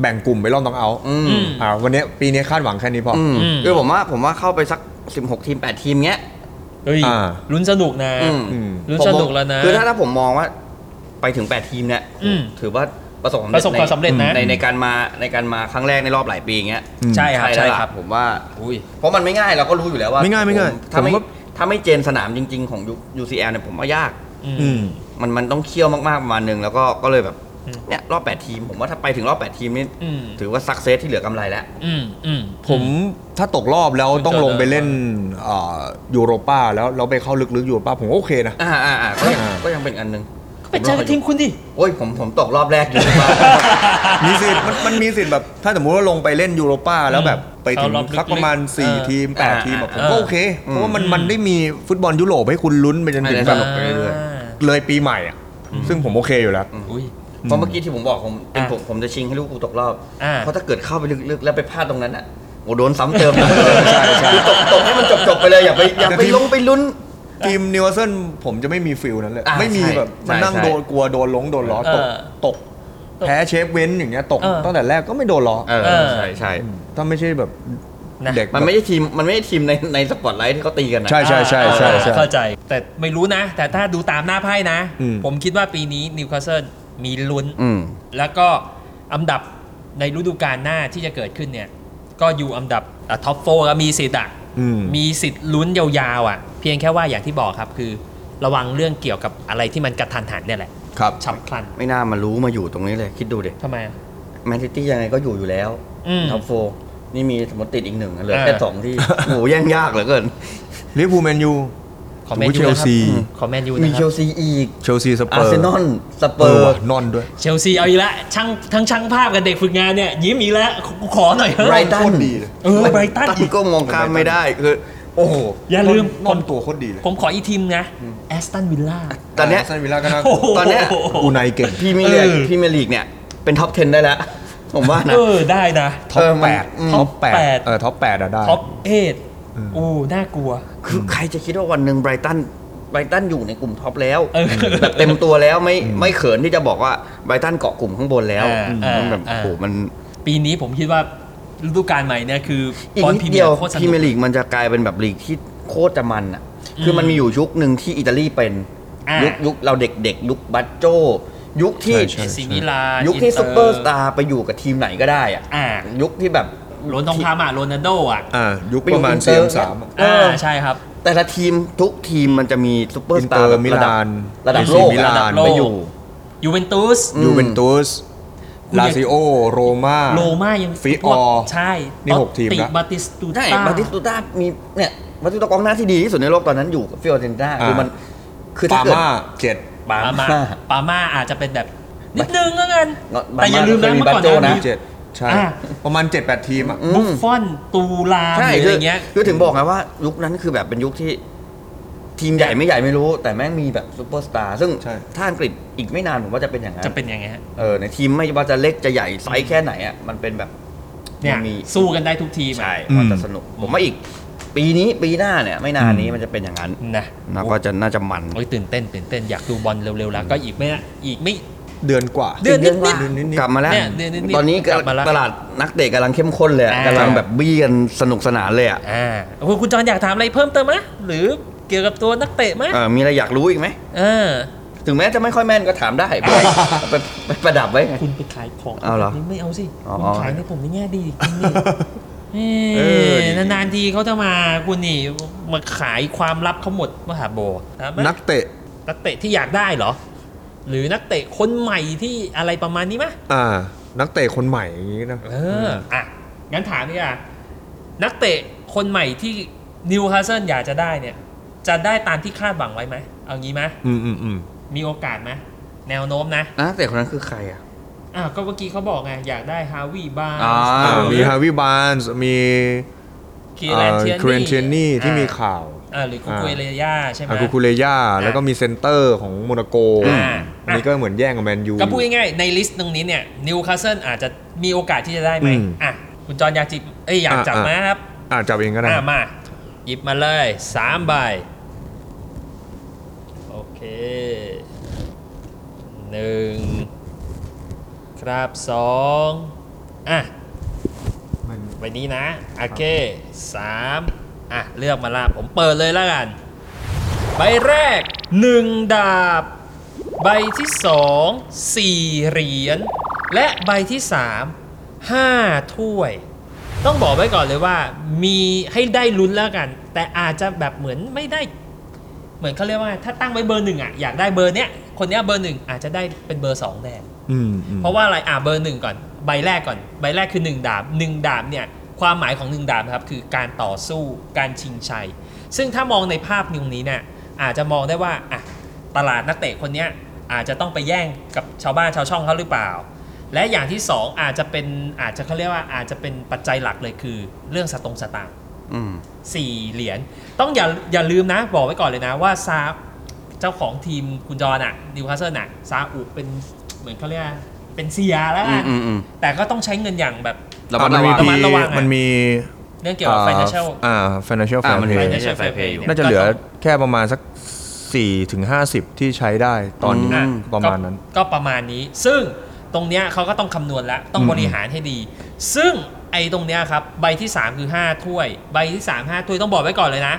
Speaker 5: แบ่งกลุ่มไปรอบต้องเอาท์
Speaker 2: อืม
Speaker 5: อ่าวันเนี้ยปีนี้คาดหวังแค่นี้พออ
Speaker 2: อืม
Speaker 3: อืม
Speaker 2: คือผมว่าผมว่าเข้าไปสัก 16 ทีม 8 ทีมเงี้ย
Speaker 3: เฮ้ย
Speaker 5: อ่า
Speaker 3: ลุ้นสนุกนะ
Speaker 2: อืม
Speaker 5: อืม
Speaker 3: ลุ้นสนุกแล้วนะ
Speaker 2: คือถ้าถ้าผมมองว่าไปถึง 8 ทีมเนี่ย
Speaker 3: อืม
Speaker 2: ถือว่าประสบความ
Speaker 3: ประสบความสำเร็จนะ
Speaker 2: ในในในการมาในการมาครั้งแรกในรอบหลายปีเงี้ย
Speaker 3: ใช่ครับ
Speaker 2: แล้
Speaker 3: ใช่
Speaker 2: วล่ะ
Speaker 3: ครับ
Speaker 2: ผมว่า
Speaker 3: อุ้ย
Speaker 2: เพราะมันไม่ง่ายเราก็รู้อยู่แล้วว่า
Speaker 5: ไม่ง่ายไม่ง่าย
Speaker 2: ผมถ้า
Speaker 5: ผ
Speaker 2: ไม่
Speaker 5: มว่า
Speaker 2: ถ้าไม่เจนสนามจริง ๆ ของ U- UCL เนี่ยผมว่ายาก
Speaker 5: อืม
Speaker 2: มันมันต้องเคี่ยวมากๆประมาณหนึงแล้วก็ก็เลยแบบ
Speaker 3: อืม
Speaker 2: เนี่ยรอบ 8 ทีม ผมว่าถ้าไปถึงรอบ 8 ทีมนี่
Speaker 3: อืม
Speaker 2: ถือว่าสักเซสที่เหลือกำไรแล้ว
Speaker 3: อืมอืม
Speaker 5: ผมถ้าตกรอบแล้วต้องลงไปเล่นเอ่อยูโรป้าแล้วเราไปเข้าลึกๆยูโรป้าผมก็โอเคนะ
Speaker 2: อ่าอ่าอ่าก็ยัง
Speaker 5: อ่า
Speaker 2: ก็ยังเป็นอันหนึง
Speaker 3: ไปเจอกับทีมคุณดิ
Speaker 2: โอ้ยผมผมตกรอบแรกอยู่หรือเปล่า
Speaker 5: มีสิทธิ์มันมันมีสิทธิ์แบบ ถ้าสมมติว่าลงไปเล่นยูโรป้าแล้วแบบไปถึง
Speaker 3: เข้ารอบลึกๆ
Speaker 5: สักประมาณ
Speaker 3: เออ
Speaker 5: 4 ทีม
Speaker 2: อ่า
Speaker 5: 8 ทีมแบบผม
Speaker 3: เอ
Speaker 5: ก็
Speaker 3: อ
Speaker 5: โอเค เพราะว่ามันมันได้มีฟุตบอลยุโรปให้คุณลุ้นไปจนถึง
Speaker 2: ไม่ได้
Speaker 5: แบบ
Speaker 2: สนุกไปเรื่อย
Speaker 5: เลยปีใหม่อ่ะ ซึ่งผมโอเคอยู่แล้ว
Speaker 3: อุ้ย
Speaker 2: เพราะเมื่อกี้ที่ผมบอกผมเป็น
Speaker 3: อ่ะ
Speaker 2: ผมผมจะชิงให้ลูกกูตกรอบ
Speaker 3: อ่า
Speaker 2: เพราะถ้าเกิดเข้าไปลึกๆ แล้วไปพลาดตรงนั้นอ่ะโอ้โดนซ้ำเติมใช่
Speaker 5: ใช่
Speaker 2: ตกตกให้มันจบๆไปเลยอย่าไปอย่าไปลงไปลุ้น
Speaker 5: ทีมนิวคาสเซิลผมจะไม่มีฟิลนั้นเลย
Speaker 2: อ่า
Speaker 5: ไม่มี
Speaker 2: ใช่
Speaker 5: แบบมานั่ง
Speaker 2: ใช่
Speaker 5: โดนกลัวโดนลงโดนล้อตก
Speaker 3: เออ
Speaker 5: ตก แพ้เชฟเว้นอย่างเงี้ยตก
Speaker 3: เออ
Speaker 5: ตั้งแต่แรกก็ไม่โดนล้อ
Speaker 2: เออ
Speaker 3: เออ
Speaker 2: ใช่ใช่
Speaker 5: ถ้าไม่ใช่แบบ
Speaker 3: นะ
Speaker 5: เด็ก
Speaker 2: มัน
Speaker 5: แบบ
Speaker 2: ไม่ใช่ทีมมันไม่ใช่ทีมในในสปอตไลท์ที่เขาตีกันนะ
Speaker 5: ใช่ใช่ใช่ใช่ใช่
Speaker 3: เข้าใจ แต่ไม่รู้นะ แต่ถ้าดูตามหน้าไพ่นะ
Speaker 5: อืม
Speaker 3: ผมคิดว่าปีนี้นิวคาสเซิลมีลุ้น
Speaker 2: อืม
Speaker 3: แล้วก็อันดับในฤดูกาลหน้าที่จะเกิดขึ้นเนี่ย ก็อยู่อันดับท็อปโฟก็มีสิทธิ์อ่ะ
Speaker 5: อืม
Speaker 3: มีสิทธิ์ลุ้นยาวๆอ่ะ เพียงแค่ว่าอย่างที่บอกครับคือ ระวังเรื่องเกี่ยวกับอะไรที่มันกระทันหันเนี่ยแหละ
Speaker 5: ครับ
Speaker 3: ฉับพลัน
Speaker 2: ไม่น่ามารู้มาอยู่ตรงนี้เลย คิดดูดิ
Speaker 3: ทำไมอ่ะ
Speaker 2: แมนซิตี้ยังไงก็อยู่อยู่แล้ว
Speaker 3: อืม
Speaker 2: ท็อปโฟร์นี่มีสมมติติดอีกหนึ่งเหลือ
Speaker 3: เออ
Speaker 2: แค่สองที่โอ้โหแย่งยากเหลือเกิน
Speaker 5: ลิเวอร์พูลแมนยู
Speaker 3: ขอแมนยู
Speaker 5: เชล
Speaker 3: นะครั
Speaker 5: ซี
Speaker 3: บขอแมนยู
Speaker 2: มี
Speaker 3: นะค
Speaker 2: เช
Speaker 3: รับ
Speaker 2: ลซีอีก
Speaker 5: เชลซีสเป
Speaker 2: อา
Speaker 5: อ
Speaker 2: ร์
Speaker 5: ร์
Speaker 2: เซนอลส
Speaker 5: เป
Speaker 2: เปอ
Speaker 5: อ
Speaker 2: ร์
Speaker 5: ร์ว่ะนอนด้วย
Speaker 3: เชลซีเอาอีกแล้วช่างทั้งช่างภาพกับเด็กฝึกงานเนี่ยยิ้มอีกแล้วกูขอหน่อยเถอะ
Speaker 2: ไรตัน
Speaker 5: โคตรดีเลย
Speaker 3: เออไบรตันอีก
Speaker 2: ก็มองข้ามไม่ได้คือโอ้โห
Speaker 3: อย่าลืม
Speaker 5: นอนตัวโคตรดีเลย
Speaker 3: ผมขออีกทีมนะแอสตันวิลล่า
Speaker 2: ตอนเนี้ย
Speaker 5: Aston Villa ก็น่า
Speaker 3: โอ้โห
Speaker 2: ตอนเนี้ย
Speaker 5: อูไนเก่ง
Speaker 2: พรีเมียร์
Speaker 3: เอ
Speaker 2: ลีก
Speaker 3: อ
Speaker 2: พรีเมียร์ลีกเนี่ย เป็นท็อป 10 ได้แล้ว ผมว่านะ
Speaker 3: เออ ได้นะ
Speaker 5: ท็อป
Speaker 2: เออมัน
Speaker 5: แปด
Speaker 2: อืม
Speaker 5: ท็อปแป
Speaker 3: ท็อปแปด
Speaker 5: ดเออท็อปแปดอะได้
Speaker 3: ท็อปเอทอู้น่ากลัว
Speaker 2: คือใครจะคิดว่าวันหนึ่งไบรตันไบรตันอยู่ในกลุ่มท็อปแล้ว
Speaker 3: เออ
Speaker 2: แบบเต็มตัวแล้วไม่ไม่เขินที่จะบอกว่าไบรตันเกาะกลุ่มข้างบนแล้ว
Speaker 3: อ่าอ่า
Speaker 2: มันแบบ
Speaker 3: อ่า
Speaker 2: โอ้โหมัน
Speaker 3: ปีนี้ผมคิดว่าฤดูกาลใหม่เนี่ยคือ
Speaker 2: อีก
Speaker 3: บอล
Speaker 2: นิ
Speaker 3: พรี
Speaker 2: ด
Speaker 3: เมี
Speaker 2: เดี
Speaker 3: ย
Speaker 2: ยว
Speaker 3: ร์โคตรส
Speaker 2: พรี
Speaker 3: นุ
Speaker 2: เมีย
Speaker 3: ก
Speaker 2: ร์ลีกมันจะกลายเป็นแบบลีกที่โคตรจะมันอ่ะ คือมันมีอยู่ยุคหนึ่งที่อิตาลีเป็น
Speaker 3: อ่ายุ
Speaker 2: ยุคยุคเราเด็กๆ ยุคบัตโจยุคที่
Speaker 5: ใช่ใช่
Speaker 3: เอซิมิลาน
Speaker 2: ยุคที่
Speaker 3: น
Speaker 2: ซู
Speaker 3: ต
Speaker 2: เปอร์สตาร์ไปอยู่กับทีมไหนก็ได้อะ
Speaker 3: อ่า
Speaker 2: ยุคที่แบบ
Speaker 3: โรนลองคำอ่ะโรนัลโดอ่ะ
Speaker 5: อ่า ยุค
Speaker 2: ไปอ
Speaker 5: ป
Speaker 2: ยู่
Speaker 5: ระมาณ
Speaker 2: อิน
Speaker 5: ซี
Speaker 2: ต
Speaker 5: เอ็
Speaker 2: อร์
Speaker 5: มสาม
Speaker 2: เอ
Speaker 3: อ่า
Speaker 2: อ
Speaker 3: ใช่ครับ
Speaker 2: แต่ละทีมทุกทีมมันจะมีซูเปอร์สตา
Speaker 5: อิน
Speaker 2: ร์
Speaker 5: เตอร์มิลาน
Speaker 2: ระดับโลก
Speaker 5: มิลาน
Speaker 2: ระดับโลกไปอยู่
Speaker 3: ยูเวนตุส
Speaker 2: อืม
Speaker 5: ยูเวนตุส
Speaker 3: คุณยัง
Speaker 5: ลาซิโอ โรม่า
Speaker 3: โรม่ายัง
Speaker 5: ฟิออร์
Speaker 3: ใช่
Speaker 5: นี่หกทีม
Speaker 3: ติ
Speaker 5: ละ
Speaker 3: มาติสตู
Speaker 2: ใช่
Speaker 3: ต้า
Speaker 2: มาติสตูต้ามีเนี่ยมาติสตูต้ากองหน้าที่ดีที่สุดในโลกตอนนั้นอยู่กับฟิโอเรนติน่า
Speaker 5: อ่า
Speaker 2: คือมันคือถ้า
Speaker 5: ปา
Speaker 2: เกิด
Speaker 5: ม่า
Speaker 3: ปา
Speaker 5: เจ็ด
Speaker 2: ปามา
Speaker 3: มาปามาอาจจะเป็นแบบนิดนึงแล้วกัน
Speaker 2: ปาม่า
Speaker 3: แต่อย่าลืมนะเมื่อก่อน
Speaker 2: เคยมีบัตโจ้
Speaker 3: นะ
Speaker 2: นะ
Speaker 3: มี
Speaker 5: เจ็ด ใช่
Speaker 3: อ่ะ
Speaker 5: ประมาณ 7-8 ทีมอ่ะ
Speaker 3: บุฟฟอนตูลาม
Speaker 2: ใช่
Speaker 3: หรืออะ
Speaker 2: คื
Speaker 3: ไร
Speaker 2: อ
Speaker 3: เงี้ย
Speaker 2: คือถึงบอกไงว่ายุคนั้นคือแบบเป็นยุคที่ ทีมใหญ่ไม่ใหญ่ไม่รู้ แต่แม่งมีแบบซูเปอร์สตาร์ซึ่ง
Speaker 5: ใช่
Speaker 2: ถ้าอังกฤษอีกไม่นานผมว่าจะเป็นอย่างนั้น
Speaker 3: จะเป็นยังไงฮะ
Speaker 2: เออในทีมไม่ว่าจะเล็กจะใหญ่ไซส์แค่ไหนอ่ะมันเป็นแบบ
Speaker 3: เนี่ย
Speaker 2: มี
Speaker 3: สู้กันได้ทุกทีมอะ
Speaker 2: ใช่มันจะสนุก ผมว่าอีก ปีนี้ปีหน้าเนี่ย ไม่นานนี้มันจะเป็นอย่างนั้น
Speaker 3: นะ
Speaker 2: นะก็จะน่าจะมัน
Speaker 3: โอ้ยตื่นเต้นตื่นเต้นอยากดูบอลเร็วๆแล้ว ก็อีกไม่น่ะอีกไม่
Speaker 5: เดือนกว่า
Speaker 3: เดือนนิดๆ
Speaker 2: เดือนนิดๆกลับมาแล้ว
Speaker 3: เนี่ยเดือนนิดๆ
Speaker 2: ตอนนี้
Speaker 3: กลับมาแล้ว
Speaker 2: ตลาดนักเตะกำลังเข้มข้นเลยอะ
Speaker 3: อ่า
Speaker 2: กำลังแบบบี้กันสนุกสนานเลยอ่ะ
Speaker 3: อ่าโอ้โหคุณจอนอยากถามอะไรเพิ่มเติมไหมหรือเกี่ยวกับตัวนักเตะไหม
Speaker 2: เออมีอะไรอยากรู้อีกไหม
Speaker 3: เออ
Speaker 2: ถึงแม้จะไม่ค่อยแม่นก็ถามได้ ไปไปไปประดับไว้ไง
Speaker 3: คุณไปขายของ
Speaker 2: เอาเหรอ
Speaker 3: ไม่เอาสิ
Speaker 2: อ๋อ
Speaker 3: คุณขายในผมในแง่ดีคุณนี่
Speaker 5: เอ
Speaker 3: เอ
Speaker 5: อ
Speaker 3: อ
Speaker 5: ดี
Speaker 3: นานๆทีเขาจะมาคุณนี่มาขายความลับเขาหมดมาหาโบถามไหม
Speaker 5: นักเตะ
Speaker 3: นักเตะที่อยากได้เหรอ หรือนักเตะคนใหม่ที่อะไรประมาณนี้ไหมย
Speaker 5: อ่า นักเตะคนใหม่อย่างนี้นะ
Speaker 3: เอออ่ะงั้นถามดีกว่านักเตะคนใหม่ที่นิวคาสเซิลอยากจะได้เนี่ย จะได้ตามที่คาดหวังไว้ไหมเอางี้ไหม
Speaker 5: อืมอืมอืม
Speaker 3: มีโอกาสไหมแนวโน้มนะ
Speaker 2: นักเตะคนนั้นคือใครอ่ะ
Speaker 3: อ้าวก็เมื่อกี้เขาบอกไงอยากได้ฮาวีบาร์
Speaker 2: อ่า
Speaker 5: อ่ามีฮาวิบานส์มี
Speaker 3: คีรันเทียน
Speaker 5: เครนเทียนี่ที่มีข่าว
Speaker 3: อ่าหรือคุกุย
Speaker 5: อ่า
Speaker 3: เลยาใช่ไหม
Speaker 5: อากูคูเลย่าแล้วก็มีเซนเตอร์ของโมนาโก
Speaker 3: อ่า
Speaker 5: อันนี้ก็เหมือนแย่งกับแมนยู
Speaker 3: ก็พูดง่ายๆในลิสต์ตรงนี้เนี่ยนิวคาสเซิลอาจจะมีโอกาสที่จะได้ไหม
Speaker 5: อืม
Speaker 3: อ่ะคุณจอนอยากจิบเอ้ยอยาก
Speaker 5: อ่ะ
Speaker 3: จับ
Speaker 5: อ่ะ
Speaker 3: มาครับ
Speaker 5: อ่าจับเองก็ได้
Speaker 3: อ่ะมา หยิบมาเลย 3 ใบ โอเคหนึ่งครับสองอ่ะใบนี้นะโอเคสามอ่ะ เลือกมาละผมเปิดเลยแล้วกัน ใบแรก 1 ดาบ ใบที่ 2 4 เหรียญ และใบที่ 3 5 ถ้วย ต้องบอกไว้ก่อนเลยว่า มีให้ได้ลุ้นแล้วกัน แต่อาจจะแบบเหมือนไม่ได้ เหมือนเขาเรียกว่าไงถ้าตั้งไว้เบอร์หนึ่งอ่ะอยากได้เบอร์เนี้ยคนเนี้ยเบอร์หนึ่งอาจจะได้เป็นเบอร์สองแน่
Speaker 5: อืมอืม
Speaker 3: เพราะว่าอะไร อ่ะเบอร์หนึ่งก่อน ใบแรกก่อน ใบแรกคือ 1 ดาบ 1 ดาบเนี่ย ความหมายของ 1 ดาบนะครับคือการต่อสู้ การชิงชัย ซึ่งถ้ามองในภาพนิวนี้เนี่ย อาจจะมองได้ว่าอ่ะตลาดนักเตะคนเนี้ยอาจจะต้องไปแย่งกับชาวบ้านชาวช่องเขาหรือเปล่า และอย่างที่ 2 อาจจะเป็น อาจจะเขาเรียกว่า อาจจะเป็นปัจจัยหลักเลยคือ เรื่องสตงค์สตางค์
Speaker 2: อืม
Speaker 3: สี่เหรียญต้องอย่าอย่าลืมนะ บอกไว้ก่อนเลยนะว่าซาเจ้าของทีมคุณจอน่ะนิวคาสเซิลน่ะซาอุเป็นเหมือนเขาเรียกว่าเป็นเซียแล้วกัน
Speaker 2: อืมอืมอืม
Speaker 3: แต่ก็ต้องใช้เงินอย่างแบบ
Speaker 2: ระมัดระวัง
Speaker 3: ระ
Speaker 5: อ่ะมันมี
Speaker 3: มัดระวังอะ
Speaker 5: มันมี
Speaker 3: เรื่องเกี่ยวกับ financial
Speaker 5: อ่า financial
Speaker 2: อ่ามันมี
Speaker 5: fair play
Speaker 3: financial fair play ย
Speaker 5: น่าจะเหลือแค่ประมาณสัก 4 ถึง 50 ที่ใช้ได้ตอนนี้
Speaker 3: อ่ะ
Speaker 5: ประมาณนั้น
Speaker 3: ก็ก็ประมาณนี้ ซึ่งตรงเนี้ยเขาก็ต้องคำนวณแล้วต้องบริหารให้ดี ซึ่งไอ้ตรงเนี้ยครับใบที่ 3 คือ 5 ถ้วย ใบที่ 3 5 ถ้วยต้องบอกไว้ก่อนเลยนะ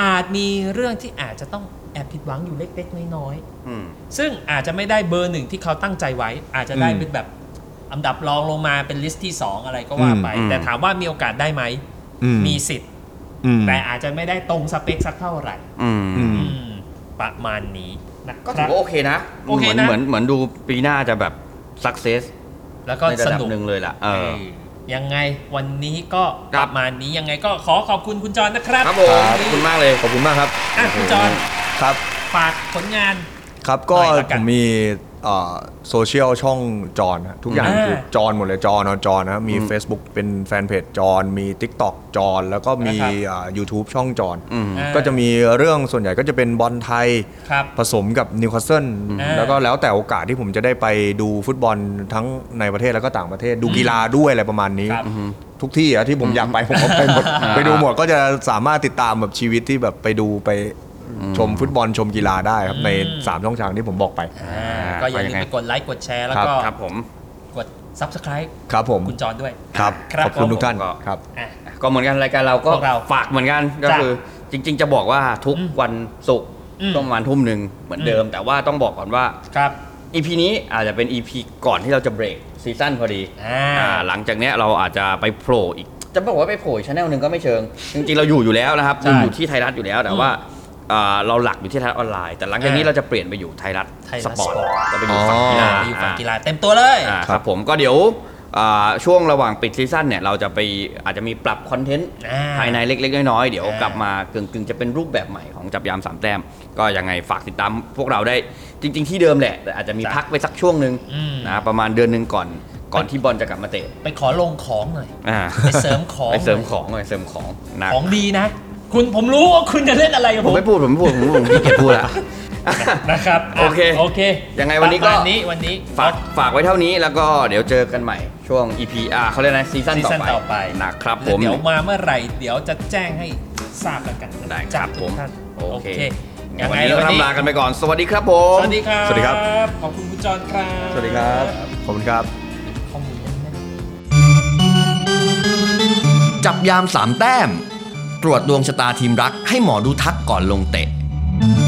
Speaker 3: อาจมีเรื่องที่อาจจะต้องแอบผิดหวังอยู่เล็กๆน้อยๆ
Speaker 2: อืม
Speaker 3: ซึ่งอาจจะไม่ได้เบอร์หนึ่งที่เขาตั้งใจไว้ อาจจะได้เป็นแบบอันดับรองลงมาเป็นลิสต์ที่ 2 อะไรก็ว่าไป
Speaker 2: อืมอืม
Speaker 3: แต่ถามว่ามีโอกาสได้ไหม
Speaker 5: อื
Speaker 3: มีสิทธิ์
Speaker 5: อืม
Speaker 3: แต่อาจจะไม่ได้ตรงสเปคสักเท่าไหร่
Speaker 2: อืม
Speaker 5: อืม
Speaker 3: อืม ประมาณนี้นะ
Speaker 2: ก็
Speaker 3: ค
Speaker 2: ถื
Speaker 3: รั
Speaker 2: อบ ว่าโอเคนะ
Speaker 3: โอเค
Speaker 2: เหมืน
Speaker 3: นะ
Speaker 2: เหมือนเหมือนดูปีหน้าจะแบบสักเซส
Speaker 3: แล้วก็
Speaker 2: ในระ
Speaker 3: ส
Speaker 2: ดับ
Speaker 3: นุก
Speaker 2: หนึ่งเลยล่ะเอ
Speaker 3: เอ
Speaker 2: อ
Speaker 3: อยังไงวันนี้ก็
Speaker 2: ค
Speaker 3: ป
Speaker 2: รับ
Speaker 3: ระมาณนี้ยังไงก็ขอขอบคุณคุณจรนะครับ
Speaker 2: ครับผม
Speaker 5: ครับ
Speaker 2: ขอบคุณมากเลย
Speaker 5: ขอบคุณมากครับ
Speaker 3: อ่ะคุณจร
Speaker 5: ครับ
Speaker 3: ฝากผลงาน
Speaker 5: ครับก็
Speaker 3: หน่อยละกั
Speaker 5: ผ
Speaker 3: น
Speaker 5: มมีโซเชียลช่องจอนฮะทุกอย่าง
Speaker 3: อ่า
Speaker 5: คือจอนหมดเลยจอนนะจอนนะมี Facebook เป็นแฟนเพจจอนมี TikTok จอนแล้วก็มีอ่า YouTube ช่องจอน
Speaker 2: อืม
Speaker 3: อ่า
Speaker 5: ก็จะมีเรื่องส่วนใหญ่ก็จะเป็นบอลไทย
Speaker 3: ครับ
Speaker 5: ผสมกับนิวคาสเซิล
Speaker 3: อ่า
Speaker 5: แล้วก็แล้วแต่โอกาสที่ผมจะได้ไปดูฟุตบอลทั้งในประเทศแล้วก็ต่างประเทศดูกีฬาด้วยอะไรประมาณนี้
Speaker 3: ครับ
Speaker 5: ทุกที่อะที่ผมอยากไปผมก็ไปหมดไปดูหมดก็จะสามารถติดตามแบบชีวิตที่แบบไปดูไปชมฟุตบอลชมกีฬาได้ครับ ในสามช่องทางที่ผมบอกไป
Speaker 3: อ่าก็อย่าลืม
Speaker 2: ไปยังไง
Speaker 3: ไปกดไลค์กดแชร์แล้ว
Speaker 5: ครับ
Speaker 3: ก็
Speaker 2: ครับผม
Speaker 3: กด subscribe
Speaker 5: ครับผม
Speaker 3: คุณจรด้วย
Speaker 5: ครับ
Speaker 3: ครับ
Speaker 5: ขอบคุณทุกท่าน
Speaker 3: ผม
Speaker 5: ครับ
Speaker 3: อ่ะ
Speaker 2: ก็เหมือนกันรายการเราก็
Speaker 3: พวกเรา
Speaker 2: ฝากเหมือนกันก็
Speaker 3: จ้ะ
Speaker 2: คือจริง ๆ จะบอกว่าทุก
Speaker 3: อืม
Speaker 2: วันศุกร์
Speaker 3: อืม
Speaker 2: ต้องประมาณทุ่มหนึ่งเหมือนเดิม แต่ว่าต้องบอกก่อนว่า
Speaker 3: ครับ
Speaker 2: อีพีนี้อาจจะเป็นอีพีก่อนที่เราจะเบรกซีซั่นพอดี
Speaker 3: อ่า
Speaker 2: อ่าหลังจากเนี้ยเราอาจจะไปโผล่อีก จะบอกว่าไปโผล่ชาแนลหนึ่งก็ไม่เชิง จริงๆ เราอยู่อยู่แล้วนะครับ
Speaker 3: ใช่
Speaker 2: อยู่ที่ไทยรัฐอยู่แล้วแต่ว่าอ่าเราหลักอยู่ที่ไทยรัฐออนไลน์ แต่หลังจากนี้
Speaker 3: อ่า
Speaker 2: เราจะเปลี่ยนไปอยู่ไทยรัฐ
Speaker 3: ไทยรั
Speaker 2: ส
Speaker 3: ฐ
Speaker 2: ปอร์ต
Speaker 3: สปอร์ต
Speaker 2: จะไปอยู่ฝั่งกีฬา
Speaker 3: อยู่ฝั่งกีฬา
Speaker 2: อ่า
Speaker 3: เต็มตัวเลย
Speaker 2: อ่า
Speaker 5: ค
Speaker 2: ครับ รับผมก็เดี๋ยวอ่าช่วงระหว่างปิดซีซั่นเนี่ยเราจะไปอาจจะมีปรับคอนเทนต์
Speaker 3: อ่า
Speaker 2: ภายในเล็กๆน้อยๆเดี๋ยว
Speaker 3: อ่าก ก
Speaker 2: ลับมากึ่งๆจะเป็นรูปแบบใหม่ของจับยามสามแต้มก็ยังไงฝากติดตามพวกเราได้จริง ๆ ที่เดิมแหละแต่อาจจะมีพักไปสักช่วงหนึ่ง
Speaker 3: อืม
Speaker 2: นะประมาณเดือนหนึ่งก่อน ก่อนที่บอลจะกลับมาเตะ
Speaker 3: ไปขอลงของหน่อย
Speaker 2: อ่า
Speaker 3: ไปเสริมของ
Speaker 2: ไปเสริ
Speaker 3: ห
Speaker 2: ม
Speaker 3: น่อย
Speaker 2: ของหน่อยเสริมของหนัก
Speaker 3: ของดีนะ คุณผมรู้ว่าคุณจะเล่นอะไรกับ
Speaker 2: ผ
Speaker 3: ผม ม
Speaker 2: ไม่พูดผมไม่พูดผมผมขี้เกียจพูดละ
Speaker 3: นะครับะ
Speaker 2: โอเค
Speaker 3: โอเค
Speaker 2: ยังไงวันนี้ก็
Speaker 3: ประมาณนี้วันนี้
Speaker 2: ฝากฝากไว้เท่านี้แล้วก็เดี๋ยวเจอกันใหม่ช่วง EP อ่าเขาเรียกนะซีซั่น
Speaker 3: ซี
Speaker 2: ต่อ
Speaker 3: ซั่น
Speaker 2: ไป
Speaker 3: ต่อไป
Speaker 2: นะครับผม
Speaker 3: เดี๋ยวมาเมื่อไหร่ เดี๋ยวจะแจ้งให้ทราบแล้วกัน
Speaker 2: ได้ครับผม
Speaker 3: จ้ะทุกท่าน
Speaker 2: โอ
Speaker 3: โอ
Speaker 2: เค
Speaker 3: เค
Speaker 2: งั้
Speaker 3: ยัง
Speaker 2: นวัน
Speaker 3: ไง
Speaker 2: นี้
Speaker 3: วัน
Speaker 2: เรา
Speaker 3: นี้
Speaker 2: ทำลากันไปก่อนสวัสดีครับผม
Speaker 3: สวัสดีครับ
Speaker 5: สวัสดีครับ
Speaker 3: ขอบคุณคุณจอนครับ
Speaker 5: สวัสดีครับ ขอบคุณครับ
Speaker 3: ข้อมูลแน่นๆ
Speaker 6: จับยามสามแต้ม ตรวจดวงชะตาทีมรักให้หมอดูทักก่อนลงเตะ